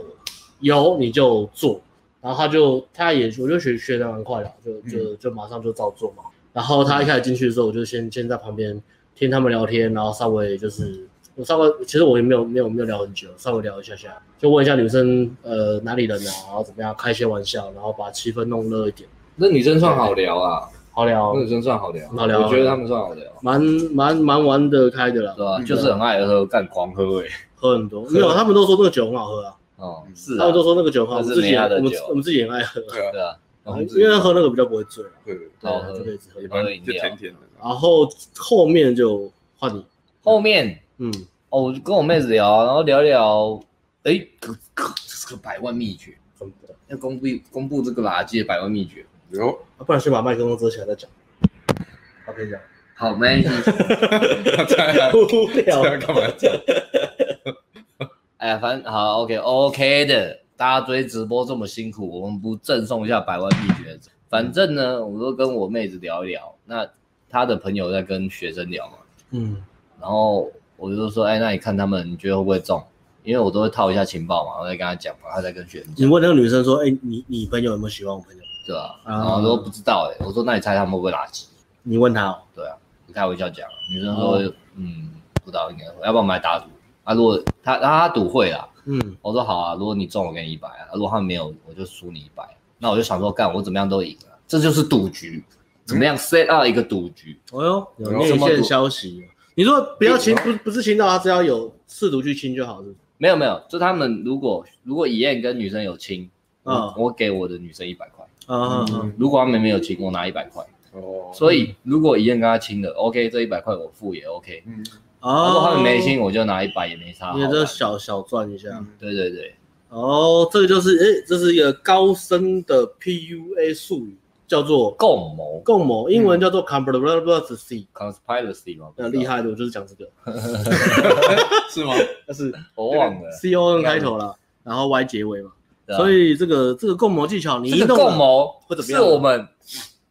Speaker 2: 有你就做，然后他就他也我就学学的蛮快的，就就就马上就照做嘛。然后他一开始进去的时候，我就先先在旁边听他们聊天，然后稍微就是我稍微其实我也没有没有没有聊很久，稍微聊一下下，就问一下女生呃哪里人啊，然后怎么样开一些玩笑，然后把气氛弄热一点，
Speaker 3: 那女生算好聊啊，
Speaker 2: 好聊。
Speaker 3: 那女生算好聊，
Speaker 2: 好聊啊嗯
Speaker 3: 我觉得他们算好聊，
Speaker 2: 蛮蛮蛮玩得开的啦
Speaker 3: 对，吧？就是很爱喝，干狂喝哎，
Speaker 2: 喝很多。没有，他们都说那个酒很好喝啊，
Speaker 3: 哦，是
Speaker 2: 他
Speaker 3: 啊
Speaker 2: 们，都说那个酒很好，我
Speaker 3: 那
Speaker 2: 们
Speaker 3: 是
Speaker 2: 自己也
Speaker 3: 梅亚的
Speaker 2: 我们
Speaker 3: 酒
Speaker 2: 我们自己也很爱喝啊，
Speaker 1: 对啊，
Speaker 3: 对啊，
Speaker 2: 因为喝那个比较不会醉啊。
Speaker 1: 对，
Speaker 2: 对
Speaker 3: 好
Speaker 2: 啊，
Speaker 3: 喝
Speaker 2: 就可以一直喝。
Speaker 1: 反
Speaker 3: 喝
Speaker 1: 正
Speaker 3: 饮
Speaker 1: 就甜
Speaker 3: 料。
Speaker 1: 甜的。
Speaker 2: 然后后面就换你，
Speaker 3: 后面
Speaker 2: 嗯，
Speaker 3: 哦，我就跟我妹子聊，然后聊聊，哎，可可这是个百万秘诀，
Speaker 2: 怎么的
Speaker 3: 要公布公布这个垃圾的百万秘诀。
Speaker 1: 哟，
Speaker 2: 啊不然先把麦克风遮起来再讲。好，可以讲。
Speaker 3: 好，没关系。
Speaker 1: 这
Speaker 2: 无聊
Speaker 1: 样干嘛讲？
Speaker 3: 哎呀，反正好，OK OK 的，大家追直播这么辛苦，我们不赠送一下百万秘诀？反正呢，我都跟我妹子聊一聊，那她的朋友在跟学生聊嘛，
Speaker 2: 嗯，
Speaker 3: 然后我就说，哎，那你看他们，你觉得会不会中？因为我都会套一下情报嘛，我在跟她讲嘛，她在跟学生
Speaker 2: 你
Speaker 3: 讲，
Speaker 2: 问那个女生说，哎，你你朋友有没有喜欢我朋友？
Speaker 3: 对吧、
Speaker 2: 啊
Speaker 3: 然后说不知道、哎，我说那你猜他们会不会垃圾？
Speaker 2: 你问她哦，
Speaker 3: 对啊，开玩笑讲，女生说，
Speaker 2: 哦
Speaker 3: 嗯，不知道应该会，要不然我们来打赌。啊，如果她她她赌会啦，
Speaker 2: 嗯，
Speaker 3: 我说好啊，如果你中我给你一百啊，如果他没有我就输你一百。啊那我就想说，干我怎么样都赢了，这就是赌局，怎么样 set up 一个赌局？
Speaker 2: 哦哟，有
Speaker 1: 有
Speaker 2: 内
Speaker 3: 什么
Speaker 2: 线
Speaker 3: 赌
Speaker 2: 消息。你说不要亲，
Speaker 1: 有
Speaker 2: 不不是亲到她，只要有试图去亲就好，是不是？
Speaker 3: 没有没有，就他们如果如果以燕跟女生有亲，
Speaker 2: 嗯
Speaker 3: 嗯，我给我的女生一百块；
Speaker 2: 啊啊啊！
Speaker 1: 嗯
Speaker 3: 如果他们没有亲，我拿一百块。
Speaker 1: 哦，
Speaker 3: 所以如果以燕跟他亲了，OK，这一百块我付也 OK。
Speaker 1: 嗯，
Speaker 3: 如
Speaker 2: 哦，
Speaker 3: 果他们没亲，我就拿一百也没差。
Speaker 2: 你
Speaker 3: 好
Speaker 2: 这
Speaker 3: 玩
Speaker 2: 小小赚一下。
Speaker 3: 对对对，
Speaker 2: 哦，这个就是诶，这是一个高深的 PUA 术语，叫做
Speaker 3: 共谋
Speaker 2: 共谋，英文叫做 conspiracy。
Speaker 3: conspiracy 嘛，
Speaker 2: 呃，厉，害的，我就是讲这个，
Speaker 1: 是吗？
Speaker 2: 但是
Speaker 3: 我忘了。
Speaker 2: C O N 开头啦，然后 Y 结尾嘛，
Speaker 3: 对啊
Speaker 2: 所以啊这个这个共谋技巧你一
Speaker 3: 这个
Speaker 2: 弄，
Speaker 3: 共谋
Speaker 2: 会怎么
Speaker 3: 是
Speaker 2: 样
Speaker 3: 我们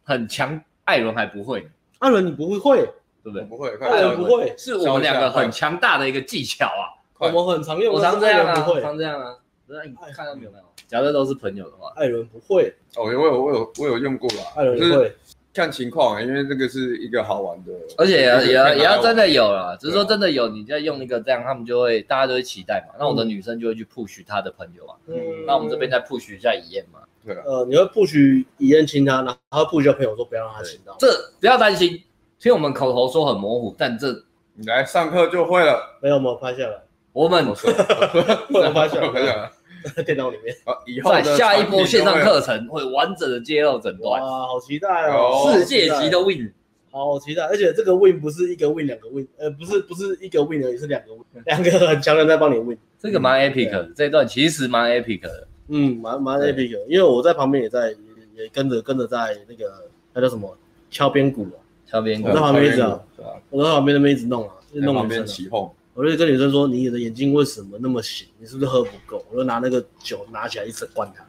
Speaker 3: 很强，艾伦还不会，
Speaker 2: 艾伦你不会，
Speaker 1: 我
Speaker 3: 对不对？
Speaker 1: 哎不会，快
Speaker 2: 艾
Speaker 1: 教
Speaker 2: 伦
Speaker 1: 一
Speaker 2: 不
Speaker 1: 个，
Speaker 2: 会，
Speaker 3: 是我们两个很强大的一个技巧啊！
Speaker 2: 我
Speaker 1: 快
Speaker 2: 们很常用，
Speaker 3: 我常这样啊，
Speaker 2: 但是艾伦不会，哎
Speaker 3: 常这样啊。那你看到没有？假设都是朋友的话，
Speaker 2: 艾伦不会，
Speaker 1: 哦，我有我有我有用过啦，
Speaker 2: 艾伦
Speaker 1: 就是
Speaker 2: 会，
Speaker 1: 看情况、啊因为这个是一个好玩的，
Speaker 3: 而且也要也要也要真
Speaker 1: 的
Speaker 3: 的有了，只是说
Speaker 2: 啊
Speaker 3: 真的有，你再用一个这样，他们就会大家都会期待嘛。那我的女生就会去 push 她的朋友啊，
Speaker 2: 嗯，
Speaker 3: 那我们这边再 push 一下一燕嘛。
Speaker 1: 对啊，
Speaker 2: 呃，你会不许以燕亲他，然后不许朋友说不要让他亲到，
Speaker 3: 这不要担心，虽然我们口头说很模糊，但这
Speaker 1: 你来上课就会了。
Speaker 2: 没有，我们拍下来，
Speaker 3: 我们
Speaker 2: 我有拍下
Speaker 1: 我
Speaker 2: 来，
Speaker 1: 想
Speaker 2: 在电脑里 面。
Speaker 1: 啊，以后
Speaker 3: 在
Speaker 1: 的
Speaker 3: 下一波线上
Speaker 1: 产品就会
Speaker 3: 课程会完整的揭露诊断，
Speaker 2: 哇，好期待哦！
Speaker 1: 哇
Speaker 3: 世界级的
Speaker 2: 好期待
Speaker 3: win。
Speaker 2: 好期待，而且这个 win 不是一个 win 两个 win，呃，不是不是一个 win 而已，是两个 win，两个很强的人在帮你 win。
Speaker 3: 这个蛮 epic 的，这一段其实蛮 epic 的。
Speaker 2: 嗯，蛮蛮
Speaker 3: 对
Speaker 2: epic，的因为我在旁边也在也也跟着跟着在那个那叫什么敲边鼓啊，
Speaker 3: 小编
Speaker 2: 我在旁边一直啊，
Speaker 1: 对啊，
Speaker 2: 我在旁边那边一直弄啊，一直
Speaker 1: 在
Speaker 2: 弄
Speaker 1: 旁
Speaker 2: 女生
Speaker 1: 边
Speaker 2: 啊。
Speaker 1: 起哄，
Speaker 2: 我就跟女生说：“你的眼睛为什么那么醒？你是不是喝不够？”我就拿那个酒拿起来一直灌她，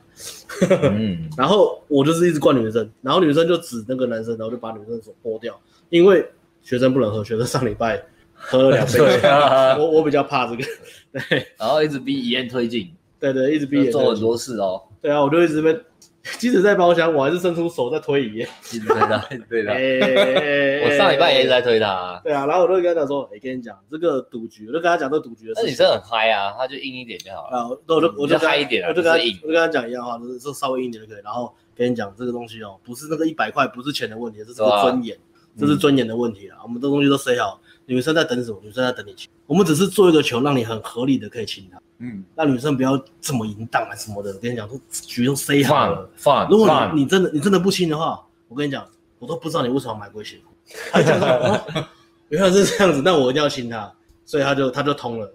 Speaker 3: 嗯，
Speaker 2: 然后我就是一直灌女生，然后女生就指那个男生，然后就把女生的手剥掉，因为学生不能喝，学生上礼拜喝了两杯酒
Speaker 3: 对，啊，
Speaker 2: 我我比较怕这个， 对
Speaker 3: 然后一直逼遗言推进，
Speaker 2: 对对，一直闭
Speaker 3: 就
Speaker 2: 眼
Speaker 3: 做很多事哦。
Speaker 2: 对啊，我就一直被，即使在包厢，我还是伸出手在推椅。
Speaker 3: 一直推他， 对的。
Speaker 2: 哎
Speaker 3: 我上礼拜也一直在。推他啊，
Speaker 2: 对啊，然后我就跟他讲说，哎、跟你讲这个赌局，我就跟他讲这个赌局的
Speaker 3: 那
Speaker 2: 事
Speaker 3: 女
Speaker 2: 情。
Speaker 3: 生很嗨啊，她就硬一点就好了。
Speaker 2: 啊，那我就我
Speaker 3: 你就
Speaker 2: 跟他
Speaker 3: 嗨一点啊
Speaker 2: 我就跟他
Speaker 3: 不是硬
Speaker 2: 我就跟他讲一样话，就是说稍微硬一点就可以。然后跟你讲这个东西哦，不是那个一百块，不是钱的问题，这是
Speaker 3: 对
Speaker 2: 个
Speaker 3: 啊
Speaker 2: 尊严，这
Speaker 1: 嗯
Speaker 2: 是尊严的问题啊。我们这东西都 say 好，女生在等什么？女生在等你亲，我们只是做一个球，让你很合理的可以亲她，
Speaker 1: 嗯，
Speaker 2: 让女生不要这么淫荡啊什么的。我跟你讲，这局都 say 好了
Speaker 3: 放。放
Speaker 2: 如果
Speaker 3: 放，
Speaker 2: 你你真的你真的不亲的话，我跟你讲，我都不知道你为什么买龟血裤。他就想说 哦原来是这样子，那我一定要亲他，所以他就他就通了。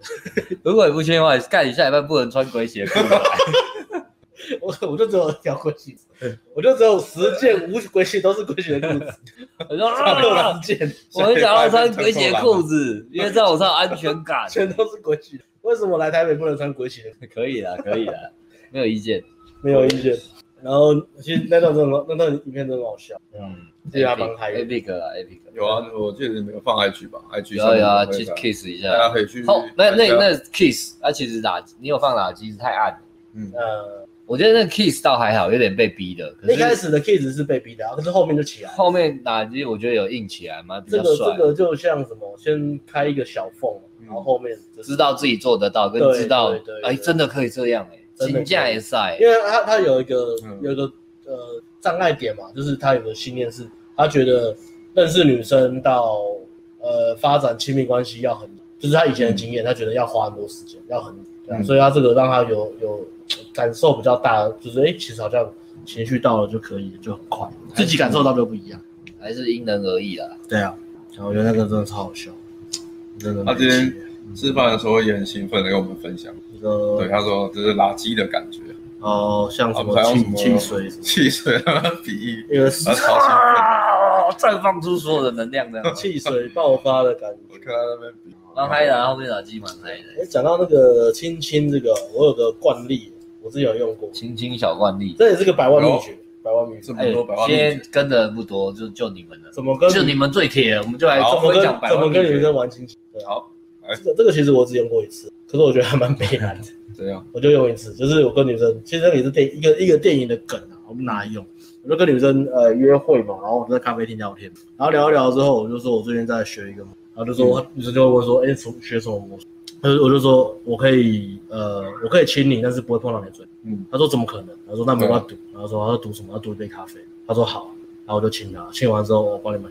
Speaker 3: 如果你不签的话，干你下礼拜不能穿鬼鞋裤啊 了。
Speaker 2: 我我就只有一条龟血，我就只有十件无龟血都是龟血的裤 子，
Speaker 3: 我说
Speaker 2: 六
Speaker 3: 啊
Speaker 2: 十，件
Speaker 3: 我很想要穿鬼鞋裤子，因为这样我才有安全感。
Speaker 2: 全都是龟血。为什么来台北不能穿龟血？
Speaker 3: 可以啦，可以啦，没有意见。
Speaker 2: 没有意见。然后其实那段真的那段影片真的很好笑，
Speaker 3: 嗯，
Speaker 2: 对啊蛮嗨的
Speaker 3: a p i c 啊 a p i c
Speaker 1: 有啊，我记得你没有放 IG 吧？IG
Speaker 3: 有啊有啊，
Speaker 1: 上
Speaker 3: 去
Speaker 1: 面会
Speaker 3: kiss 一
Speaker 1: 大家
Speaker 3: 下。
Speaker 1: 可以去看
Speaker 3: 哦
Speaker 1: 一下。，
Speaker 3: 那那那 kiss，它其实打你有放打机是太暗了。
Speaker 1: 嗯，
Speaker 2: 呃，
Speaker 3: 我觉得那个 kiss 倒还好，有点被逼的。可
Speaker 2: 一开
Speaker 3: 是
Speaker 2: 始的 kids 是被逼的啊，可是后面就起来了。
Speaker 3: 后面打机我觉得有硬起来嘛，比
Speaker 2: 这
Speaker 3: 较
Speaker 2: 个
Speaker 3: 帅
Speaker 2: 这，个就像什么，先开一个小缝，
Speaker 1: 嗯
Speaker 2: 然后后面就是
Speaker 3: 知，道自己做得到，跟
Speaker 2: 对
Speaker 3: 知道
Speaker 2: 对对对
Speaker 3: 哎真的可以这样
Speaker 2: 真
Speaker 3: 哎，
Speaker 2: 的可以
Speaker 3: 评价也晒
Speaker 2: 因为他他有一个
Speaker 1: 嗯
Speaker 2: 有一个呃障碍点嘛，就是他有个信念是，他觉得认识女生到呃发展亲密关系要很，就是他以前的经验，他觉得要花很多时间，要很，对啊
Speaker 1: 嗯
Speaker 2: 所以他这个让他有有感受比较大，就是哎、其实好像情绪到了就可以，就很快，自己感受到就不一样。
Speaker 3: 还是因人而异啦。
Speaker 2: 对啊，然后我觉得那个真的超好笑，真的
Speaker 1: 他
Speaker 2: 没
Speaker 1: 啊今天
Speaker 2: 趣。
Speaker 1: 吃饭的时候也很兴奋的跟我们分享，
Speaker 2: 一个
Speaker 1: 对，他说这是垃圾的感觉，
Speaker 2: 哦，像
Speaker 1: 啊，
Speaker 2: 什
Speaker 1: 不还
Speaker 2: 么
Speaker 1: 用什
Speaker 2: 汽
Speaker 1: 么啊
Speaker 2: 汽水什么，
Speaker 1: 汽水啊的比喻，
Speaker 2: 因为是
Speaker 1: 他超兴奋，
Speaker 3: 啊！绽放出所有的能量，这样
Speaker 2: 汽水爆发的感
Speaker 1: 我看
Speaker 2: 觉。
Speaker 1: 他那边比，
Speaker 3: 蛮嗨的、啊，后面打机蛮嗨的。
Speaker 2: 哎，讲到那个亲亲这个，我有个惯例，我自己有用过，
Speaker 3: 亲亲小惯例，
Speaker 2: 这也是个百万秘诀，百万秘
Speaker 1: 这
Speaker 2: 诀。
Speaker 1: 么
Speaker 3: 哎
Speaker 1: 多百，万
Speaker 3: 今天
Speaker 1: 例子，
Speaker 3: 跟的人不多，就就你们了，
Speaker 2: 怎么跟
Speaker 3: 就你们最铁，我们就来
Speaker 1: 好
Speaker 2: 怎么
Speaker 3: 分
Speaker 2: 跟
Speaker 3: 享百
Speaker 2: 怎么
Speaker 3: 万秘
Speaker 2: 跟女
Speaker 3: 诀。
Speaker 2: 生玩亲亲？对啊，
Speaker 1: 好，哎
Speaker 2: 这个这个其实我只用过一次，可是我觉得还蛮悲哀的，
Speaker 1: 这样，
Speaker 2: 我就用一次，就是我跟女生，其实那个也是电一个一个电影的梗啊，我们拿来用。我就跟女生呃约会嘛，然后我们在咖啡厅聊天，然后聊一聊之后，我就说我最近在学一个，然后就说、女生就会问说，哎、从学什么魔术？他就我就说我可以呃我可以亲你，但是不会碰到你的嘴。
Speaker 1: 嗯，
Speaker 2: 他说怎么可能？我说那没办法赌，然后说他要赌什么？要赌一杯咖啡。他说好，然后我就亲他，亲完之后我帮你买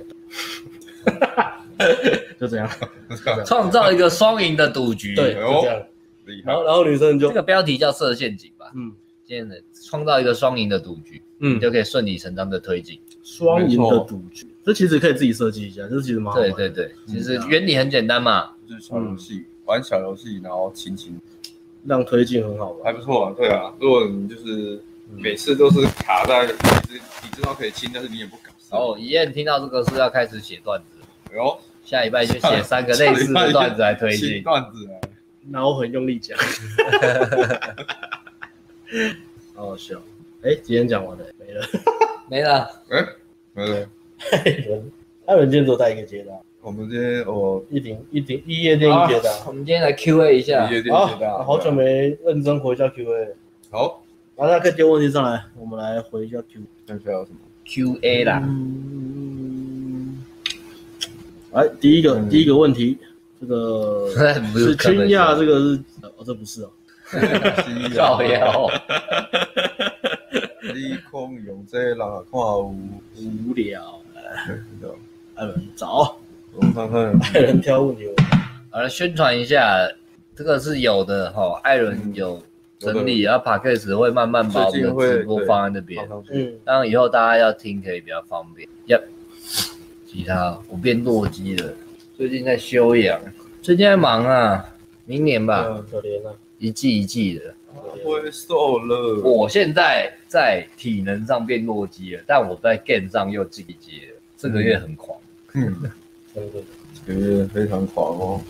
Speaker 2: 单，就这样，就这样
Speaker 3: 创造一个双赢的赌局，
Speaker 1: 哎
Speaker 2: 对，就
Speaker 1: 呦
Speaker 2: 这样。
Speaker 1: 厉害
Speaker 2: 然，后然后女生就
Speaker 3: 这个标题叫设陷阱吧。
Speaker 2: 嗯
Speaker 3: 今天的创造一个双赢的赌局，
Speaker 2: 嗯
Speaker 3: 你就可以顺理成章的推进。
Speaker 2: 双赢
Speaker 1: 没
Speaker 2: 的
Speaker 1: 错
Speaker 2: 赌局，这其实可以自己设计一下，这其实蛮好玩
Speaker 3: 对
Speaker 2: 的。
Speaker 3: 对对，其实
Speaker 2: 嗯
Speaker 3: 原理很简单嘛。
Speaker 1: 就是小游戏，玩小游戏，然后亲亲，
Speaker 2: 让推进很好
Speaker 1: 还
Speaker 2: 玩。嗯
Speaker 1: 不错啊，对啊，如果你就是每次都是卡在，你知你知道可以亲，但是你也不敢，
Speaker 3: 然后一燕听到这个是要开始写段子了，
Speaker 1: 哎呦，
Speaker 3: 下一拜就写三个类似的段子来推
Speaker 1: 亲
Speaker 3: 进。
Speaker 1: 段子啊，
Speaker 2: 然后很用力讲， 好好笑。哎，今天讲完了，没了。
Speaker 3: 没了，
Speaker 1: 哎，没有。
Speaker 2: 艾伦今天只有带一个接的，
Speaker 1: 我们今天我啊
Speaker 2: 一顶一顶一夜店一接的。
Speaker 3: 我们今天来 Q&A 一下。
Speaker 1: 夜店接的
Speaker 2: 好，好久没认真回一下 Q&A，了
Speaker 1: 好，
Speaker 2: 然后大家可以丢问题上来，我们来回一下 Q。
Speaker 1: 看一下有什么
Speaker 3: Q&A 啦，
Speaker 2: 嗯，来第一个、
Speaker 1: 嗯
Speaker 2: 第一个问题，这个
Speaker 3: 不是
Speaker 2: 是
Speaker 3: 开玩
Speaker 2: 君
Speaker 3: 笑
Speaker 2: 亚，这个是哦，这不是哦，
Speaker 1: 新意啊
Speaker 3: 造 谣，
Speaker 1: 你空用这人看有，
Speaker 2: 无聊。
Speaker 1: 对
Speaker 2: 艾伦找，
Speaker 1: 我看看，
Speaker 2: 艾伦挑问题，
Speaker 3: 好了，宣传一下，这个是有的哈，艾伦有整理，然后 p a c k a g e 会慢慢把我们的直播放在那边
Speaker 1: 放，上去，
Speaker 2: 嗯，
Speaker 3: 当然以后大家要听可以比较方便。Yep，吉他我变弱鸡了，最近在休养，最近在忙啊，明年吧，
Speaker 2: 嗯可怜啊，啊
Speaker 3: 一季一季的。
Speaker 1: 我会瘦了，
Speaker 3: 我现在在体能上变弱鸡了，但我在 game 上又进阶了，这个月很狂。
Speaker 1: 嗯，
Speaker 2: 真的。
Speaker 1: 这个月非常狂哦，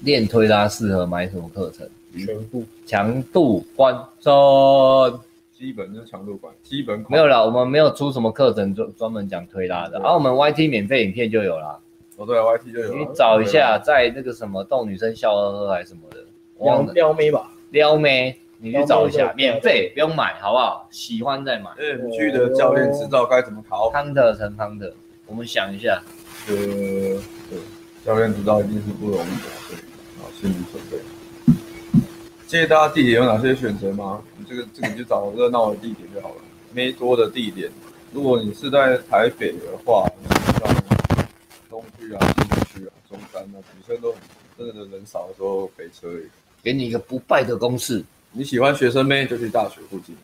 Speaker 3: 练推拉适合买什么课程？
Speaker 2: 全部
Speaker 3: 强度关中
Speaker 1: 基本就是强度管，基本款
Speaker 3: 没有啦，我们没有出什么课程专专门讲推拉的，啊
Speaker 1: 对
Speaker 3: 然后、我们 YT 免费影片就有啦，
Speaker 1: 哦，对，YT 就
Speaker 3: 你
Speaker 2: 啊
Speaker 1: 有
Speaker 3: 去
Speaker 1: 了，
Speaker 3: 找一下，在那个什么逗女生笑呵呵还是什么的，我
Speaker 2: 撩
Speaker 3: 忘了
Speaker 2: 撩妹吧，
Speaker 3: 撩妹，你去找一
Speaker 2: 撩妹就
Speaker 3: 下，
Speaker 2: 有
Speaker 3: 免费不用买，好不好？喜欢再买。
Speaker 1: 对。M G 的教练执照该怎么考？
Speaker 3: 康特乘康特，我们想一下，
Speaker 1: 呃，对，教练指导一定是不容易的，所以啊，心理准备。建议大家地点有哪些选择吗？你这个这个你就找热闹的地点就好了，没多的地点。如果你是在台北的话，你像东区啊、西区啊、中山啊，女生都很真的人少的时候北车而已。
Speaker 3: 给你一个不败的公式，
Speaker 1: 你喜欢学生妹就去大学附近，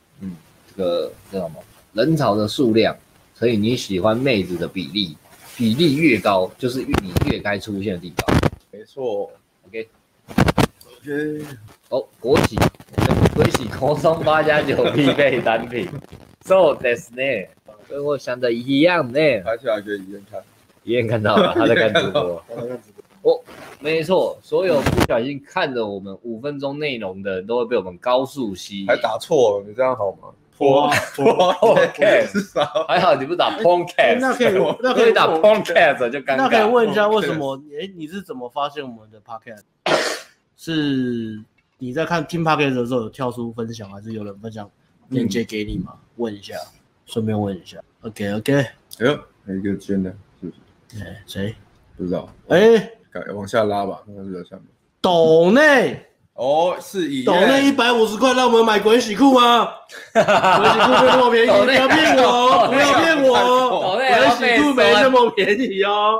Speaker 3: 这个知道吗？人潮的数量所以你喜欢妹子的比例比例越高，就是你越该出现的地方。
Speaker 1: 没错。
Speaker 3: OK，
Speaker 1: OK，
Speaker 3: 哦，国企，国企国松八加九必备单品。So that's it，跟我想的一样呢。
Speaker 1: 拍下来给医院看。
Speaker 3: 一眼看到了，他在看直播。
Speaker 2: 我来看直播
Speaker 3: 没错，所有不小心看着我们五分钟内容的人都会被我们高速吸引。
Speaker 1: 还打错了，你这样好吗？
Speaker 2: 我 啊 我啊
Speaker 1: OK 是啥？
Speaker 3: 还好你不打
Speaker 2: 哎
Speaker 3: podcast，
Speaker 2: 那可以
Speaker 1: 我
Speaker 2: 那
Speaker 3: 所
Speaker 2: 可
Speaker 3: 以
Speaker 2: 以
Speaker 3: 打 podcast 就尴
Speaker 2: 那可以
Speaker 3: 尬。
Speaker 2: 问一下为什么？哎、你是怎么发现我们的 podcast？是你在看听 podcast 的时候有跳出分享，还是有人分享链接给你吗？问一下，顺便问一下。OK OK，
Speaker 1: 哎呦，还有一个尖的，是不是？
Speaker 2: 哎、谁？
Speaker 1: 不知道，
Speaker 2: 哎、
Speaker 1: 改往下拉吧，看看是在下面。
Speaker 2: 抖内
Speaker 1: 哦，是以
Speaker 2: 抖内一百五十块让我们买滚洗裤 吗？滚洗裤没那么便宜，
Speaker 3: 抖
Speaker 2: 不
Speaker 3: 内
Speaker 2: 要骗我，哦不要骗我，哦
Speaker 3: 抖内
Speaker 2: 滚
Speaker 3: 啊还要
Speaker 2: 洗裤没
Speaker 3: 被
Speaker 2: 那
Speaker 3: 酸，
Speaker 2: 么便宜哦。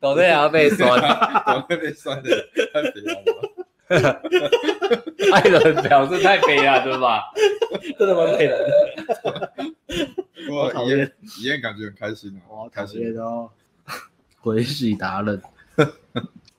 Speaker 3: 抖内还要被酸。
Speaker 1: 抖内被酸的，太肥了吧。
Speaker 3: 艾 伦表示太悲了，对吧？
Speaker 2: 真的蛮累的，
Speaker 1: 不
Speaker 2: 好
Speaker 1: 过
Speaker 2: 讨
Speaker 1: 以
Speaker 2: 厌
Speaker 1: 燕以燕感觉很开心
Speaker 2: 我
Speaker 1: 哦，
Speaker 2: 讨
Speaker 1: 开
Speaker 2: 厌
Speaker 1: 心。
Speaker 2: 哦。鬼洗达人，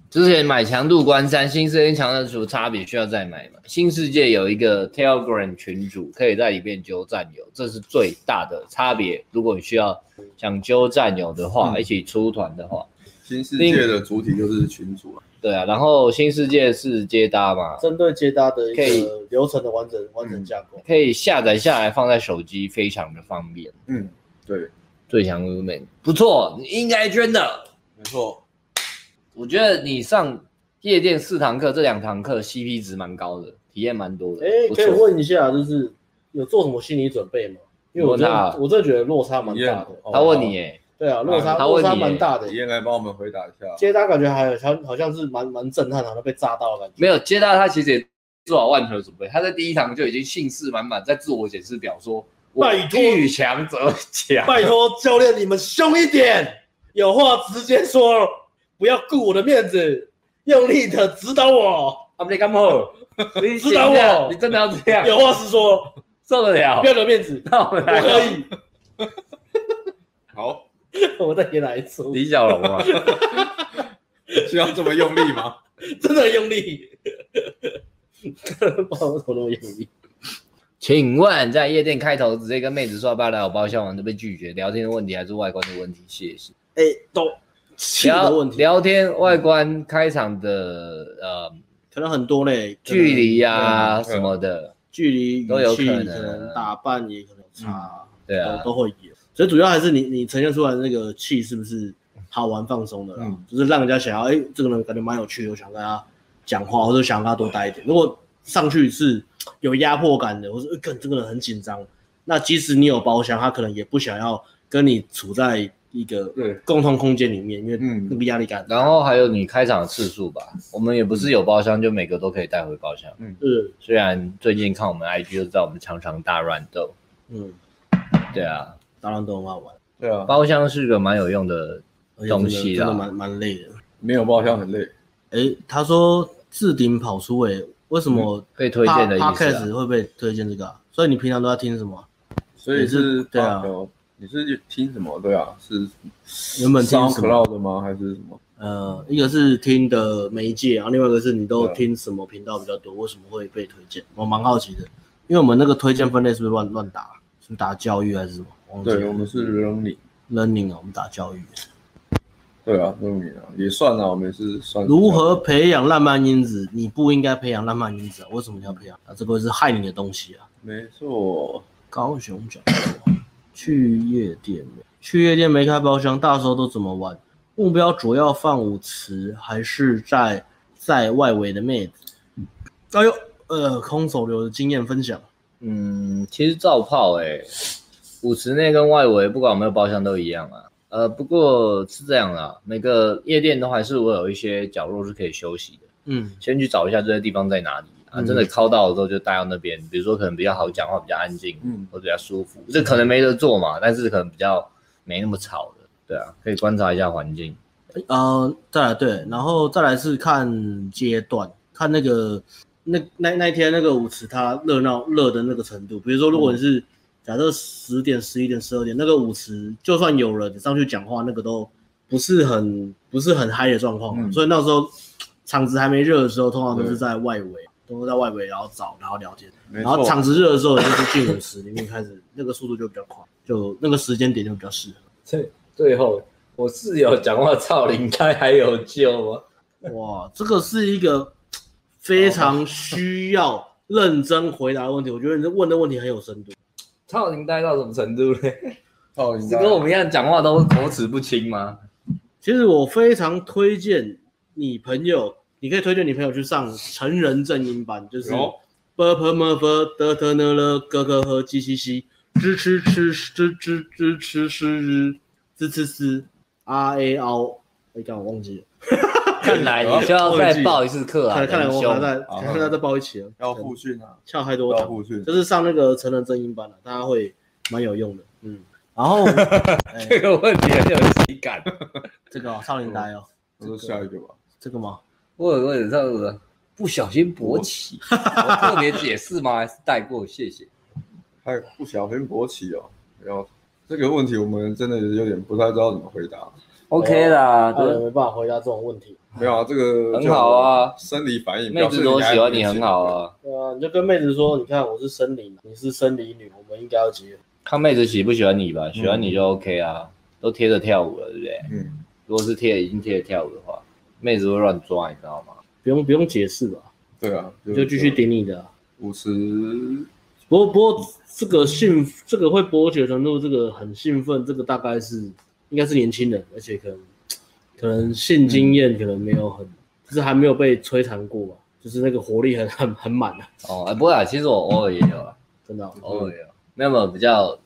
Speaker 3: 之前买强度关山，新世界跟强度差别需要再买吗？新世界有一个 Telegram 群组，可以在里面揪战友，这是最大的差别。如果你需要想揪战友的
Speaker 2: 嗯
Speaker 3: 话，一起出团的话，
Speaker 1: 新世界的主体就是群主啊，
Speaker 3: 对啊。然后新世界是接搭嘛，
Speaker 2: 针对接搭的一
Speaker 3: 可以
Speaker 2: 个流程的完整完整架构。
Speaker 3: 可以下载下来放在手机，非常的方便。
Speaker 1: 嗯，对，
Speaker 3: 最强 r o m 不错，你应该捐的。
Speaker 1: 没错，
Speaker 3: 我觉得你上夜店四堂课，这两堂课 CP 值蛮高的，体验蛮多的。
Speaker 2: 哎、
Speaker 3: 嗯不
Speaker 2: 可
Speaker 3: 错
Speaker 2: 以问一下，就是有做什么心理准备吗？因为我真
Speaker 3: 我问
Speaker 2: 的
Speaker 3: 他
Speaker 2: 我真的觉得落差蛮
Speaker 1: 以
Speaker 2: 大
Speaker 1: 燕
Speaker 2: 的。，
Speaker 1: 哦
Speaker 3: 他问你，耶、
Speaker 2: 对啊，落差
Speaker 3: 嗯他
Speaker 2: 落
Speaker 3: 问你
Speaker 2: 差蛮大的
Speaker 1: 以。燕来帮我们回答一下。
Speaker 2: 接搭感觉还有像好像是蛮蛮震撼的，好像被炸到的感觉。
Speaker 3: 没有接到他其实也做好万全的准备，他在第一堂就已经信誓满满在自我解释表说，我
Speaker 2: 拜托
Speaker 3: 遇强则强。啊
Speaker 2: 拜托教练，你们凶一点，有话直接说，不要顾我的面子，用力的指导我，
Speaker 3: 他们在干嘛？你
Speaker 2: 知道我
Speaker 3: 你真的要这样
Speaker 2: 有话实说，
Speaker 3: 受得了
Speaker 2: 不？要留面 子，
Speaker 3: 那我们
Speaker 2: 我
Speaker 3: 来
Speaker 2: 可以。
Speaker 1: 好，
Speaker 2: 我再给你来一次，
Speaker 3: 李小龙啊，
Speaker 1: 需要这么用力吗？
Speaker 2: 真的很用力， 不好我那么用力。
Speaker 3: 请问在夜店开头直接跟妹子说要不要来我包厢玩都被拒绝，聊天的问题还是外观的问题？谢谢。
Speaker 2: 哎、都气
Speaker 3: 聊
Speaker 2: 的问题
Speaker 3: 聊天外观开场的呃
Speaker 2: 可能很多嘞，可能
Speaker 3: 距离呀、
Speaker 1: 嗯
Speaker 3: 什么的，
Speaker 2: 距离、语
Speaker 3: 都有
Speaker 2: 气，
Speaker 3: 可
Speaker 2: 可
Speaker 3: 能
Speaker 2: 能打扮也可能差，
Speaker 3: 对啊
Speaker 2: 都，都会有。所以主要还是你你呈现出来的那个气是不是好玩放松的啦，
Speaker 1: 嗯
Speaker 2: 就是让人家想要，哎、这个人感觉蛮有趣的，我想跟他讲话，或者想跟他多待一点。如果上去是有压迫感的，我说，哎、干这个人很紧张，那即使你有包厢，他可能也不想要跟你处在一个
Speaker 1: 对
Speaker 2: 共同空间里面，因为
Speaker 1: 嗯
Speaker 2: 那个压力感很大。
Speaker 3: 然后还有你开场的次数吧，我们也不是有包厢就每个都可以带回包厢。
Speaker 2: 是，
Speaker 3: 虽然最近看我们 IG 就知道我们常常大乱斗，
Speaker 2: 嗯，
Speaker 3: 对啊，
Speaker 2: 当然都很好玩，
Speaker 1: 对啊，
Speaker 3: 包厢是个蛮有用的
Speaker 2: 而且真
Speaker 3: 东
Speaker 2: 的
Speaker 3: 西
Speaker 2: 真
Speaker 3: 啊
Speaker 2: 的
Speaker 3: 啦。
Speaker 2: 蛮蛮累的。
Speaker 1: 没有爆笑很累，
Speaker 2: 诶，他说置顶跑出诶、为什么
Speaker 3: 被推荐的意思啊
Speaker 2: p o d c 会被推荐这个、啊？所以你平常都在听什么啊？
Speaker 1: 所以
Speaker 2: 也
Speaker 1: 是
Speaker 2: 是对啊
Speaker 1: 棒球你是听什么？对啊，是
Speaker 2: 原本听什么？
Speaker 1: SoundCloud 吗？还是什么？
Speaker 2: 呃，一个是听的媒介，然后另外一个是你都听什么频道比较多？为什么会被推荐？我蛮好奇的，因为我们那个推荐分类是不是乱乱打？是不是打教育还是什么？忘记了
Speaker 1: 对，我们是 Learning，
Speaker 2: learning 啊，我们打教育。
Speaker 1: 对啊，Learning 啊，也算啊，我们也是算
Speaker 2: 如何培养浪漫因子？你不应该培养浪漫因子、啊，为什么你要培养？啊，这个是害你的东西啊！
Speaker 1: 没错，
Speaker 2: 高雄讲座，去夜店没？去夜店没开包厢，大时候都怎么玩？目标主要放舞池，还是在在外围的妹子？哎呦，呃，空手流的经验分享，
Speaker 3: 嗯，其实照泡哎、舞池内跟外围不管有没有包厢都一样啊。呃，不过是这样啦，每个夜店都还是会有一些角落是可以休息的，
Speaker 2: 嗯，
Speaker 3: 先去找一下这些地方在哪里啊。
Speaker 2: 嗯
Speaker 3: 真的靠到的时候就带到那边，比如说可能比较好讲话，比较安静，
Speaker 1: 嗯
Speaker 3: 或者比较舒服。这可能没得做嘛，但是可能比较没那么吵的，对啊，可以观察一下环境。
Speaker 2: 呃，再来对，然后再来是看阶段，看那个那那那一天那个舞池它热闹热的那个程度。比如说，如果你是假设十点、十一点、十二点那个舞池，就算有人上去讲话，那个都不是很不是很嗨的状况嘛、
Speaker 1: 嗯
Speaker 2: 所以那时候场子还没热的时候，通常都是
Speaker 1: 对
Speaker 2: 在外围，都是在外围，然后找，然后聊天。
Speaker 1: 没
Speaker 2: 然后
Speaker 1: 错，
Speaker 2: 场子热的时候，就是进舞池里面开始，那个速度就比较快，就那个时间点就比较适
Speaker 4: 最最后，我室友讲话操你应该还有救吗？
Speaker 2: 合。哇，这个是一个非常需要认真回答的问题，我觉得你问的问题很有深度。
Speaker 4: 操林呆到什么程度呢？
Speaker 1: 哦，你
Speaker 4: 是
Speaker 1: 知道
Speaker 4: 跟我们一样讲话都口齿不清吗？
Speaker 2: 其实我非常推荐你朋友，你可以推荐你朋友去上成人正音班，就是
Speaker 1: 有
Speaker 2: b p m f d t n l 咯咯呵鸡西西吱吃吃吱吱吱吃吃吱吱吱 r a o，哎，刚我忘记了。
Speaker 3: 看来你就要再报一次课啊，
Speaker 2: 看来看来
Speaker 3: 很
Speaker 2: 我
Speaker 3: 凶
Speaker 2: 还在，
Speaker 1: 好
Speaker 2: 看来在报一起了，
Speaker 1: 啊要复训啊，
Speaker 2: 翘太多
Speaker 1: 要
Speaker 2: 堂，
Speaker 1: 复训，
Speaker 2: 就是上那个成人正音班了，大家会蛮有用的，嗯。然后哎
Speaker 4: 这个问题很有喜感。
Speaker 2: 这个哦少年呆哦，
Speaker 1: 我说下一个吧。
Speaker 2: 这个吗？
Speaker 4: 我有问这样子，不小心勃 起，我特别解释吗？还是带过？谢谢。
Speaker 1: 还不小心勃起哦，然后这个问题我们真的有点不太知道怎么回答。
Speaker 4: OK
Speaker 3: 哦
Speaker 4: 啦，
Speaker 2: 大人
Speaker 3: 呃
Speaker 4: 对，
Speaker 2: 没办法哎回答这种问题。
Speaker 1: 没有啊，这个
Speaker 4: 很好啊
Speaker 1: 就生理反应，
Speaker 3: 妹子都喜欢你很好
Speaker 1: 表示
Speaker 3: 啊。
Speaker 2: 对啊，你就跟妹子说，你看我是生理男，你是生理女，我们应该要结合。
Speaker 3: 看妹子喜不喜欢你吧，喜欢你就 OK 啊，都贴着跳舞了，对不对？
Speaker 1: 你还年轻。嗯，
Speaker 3: 如果是贴已经贴着跳舞的话，妹子会乱抓，你知道吗？
Speaker 2: 不用不用解释吧，
Speaker 1: 对啊，
Speaker 2: 你就继续。顶你的啊、
Speaker 1: 舞池
Speaker 2: 不过不过这个兴这个会勃起的程度，这个很兴奋，这个大概是应该是年轻人，而且可能可能性经验可能没有很，就是还没有被摧残过吧，就是那个活力很很很满啊，
Speaker 3: 哦，哎，不会啊，其实我偶尔也有啊，
Speaker 2: 真的、哦、
Speaker 3: 偶尔也有，没有没有比较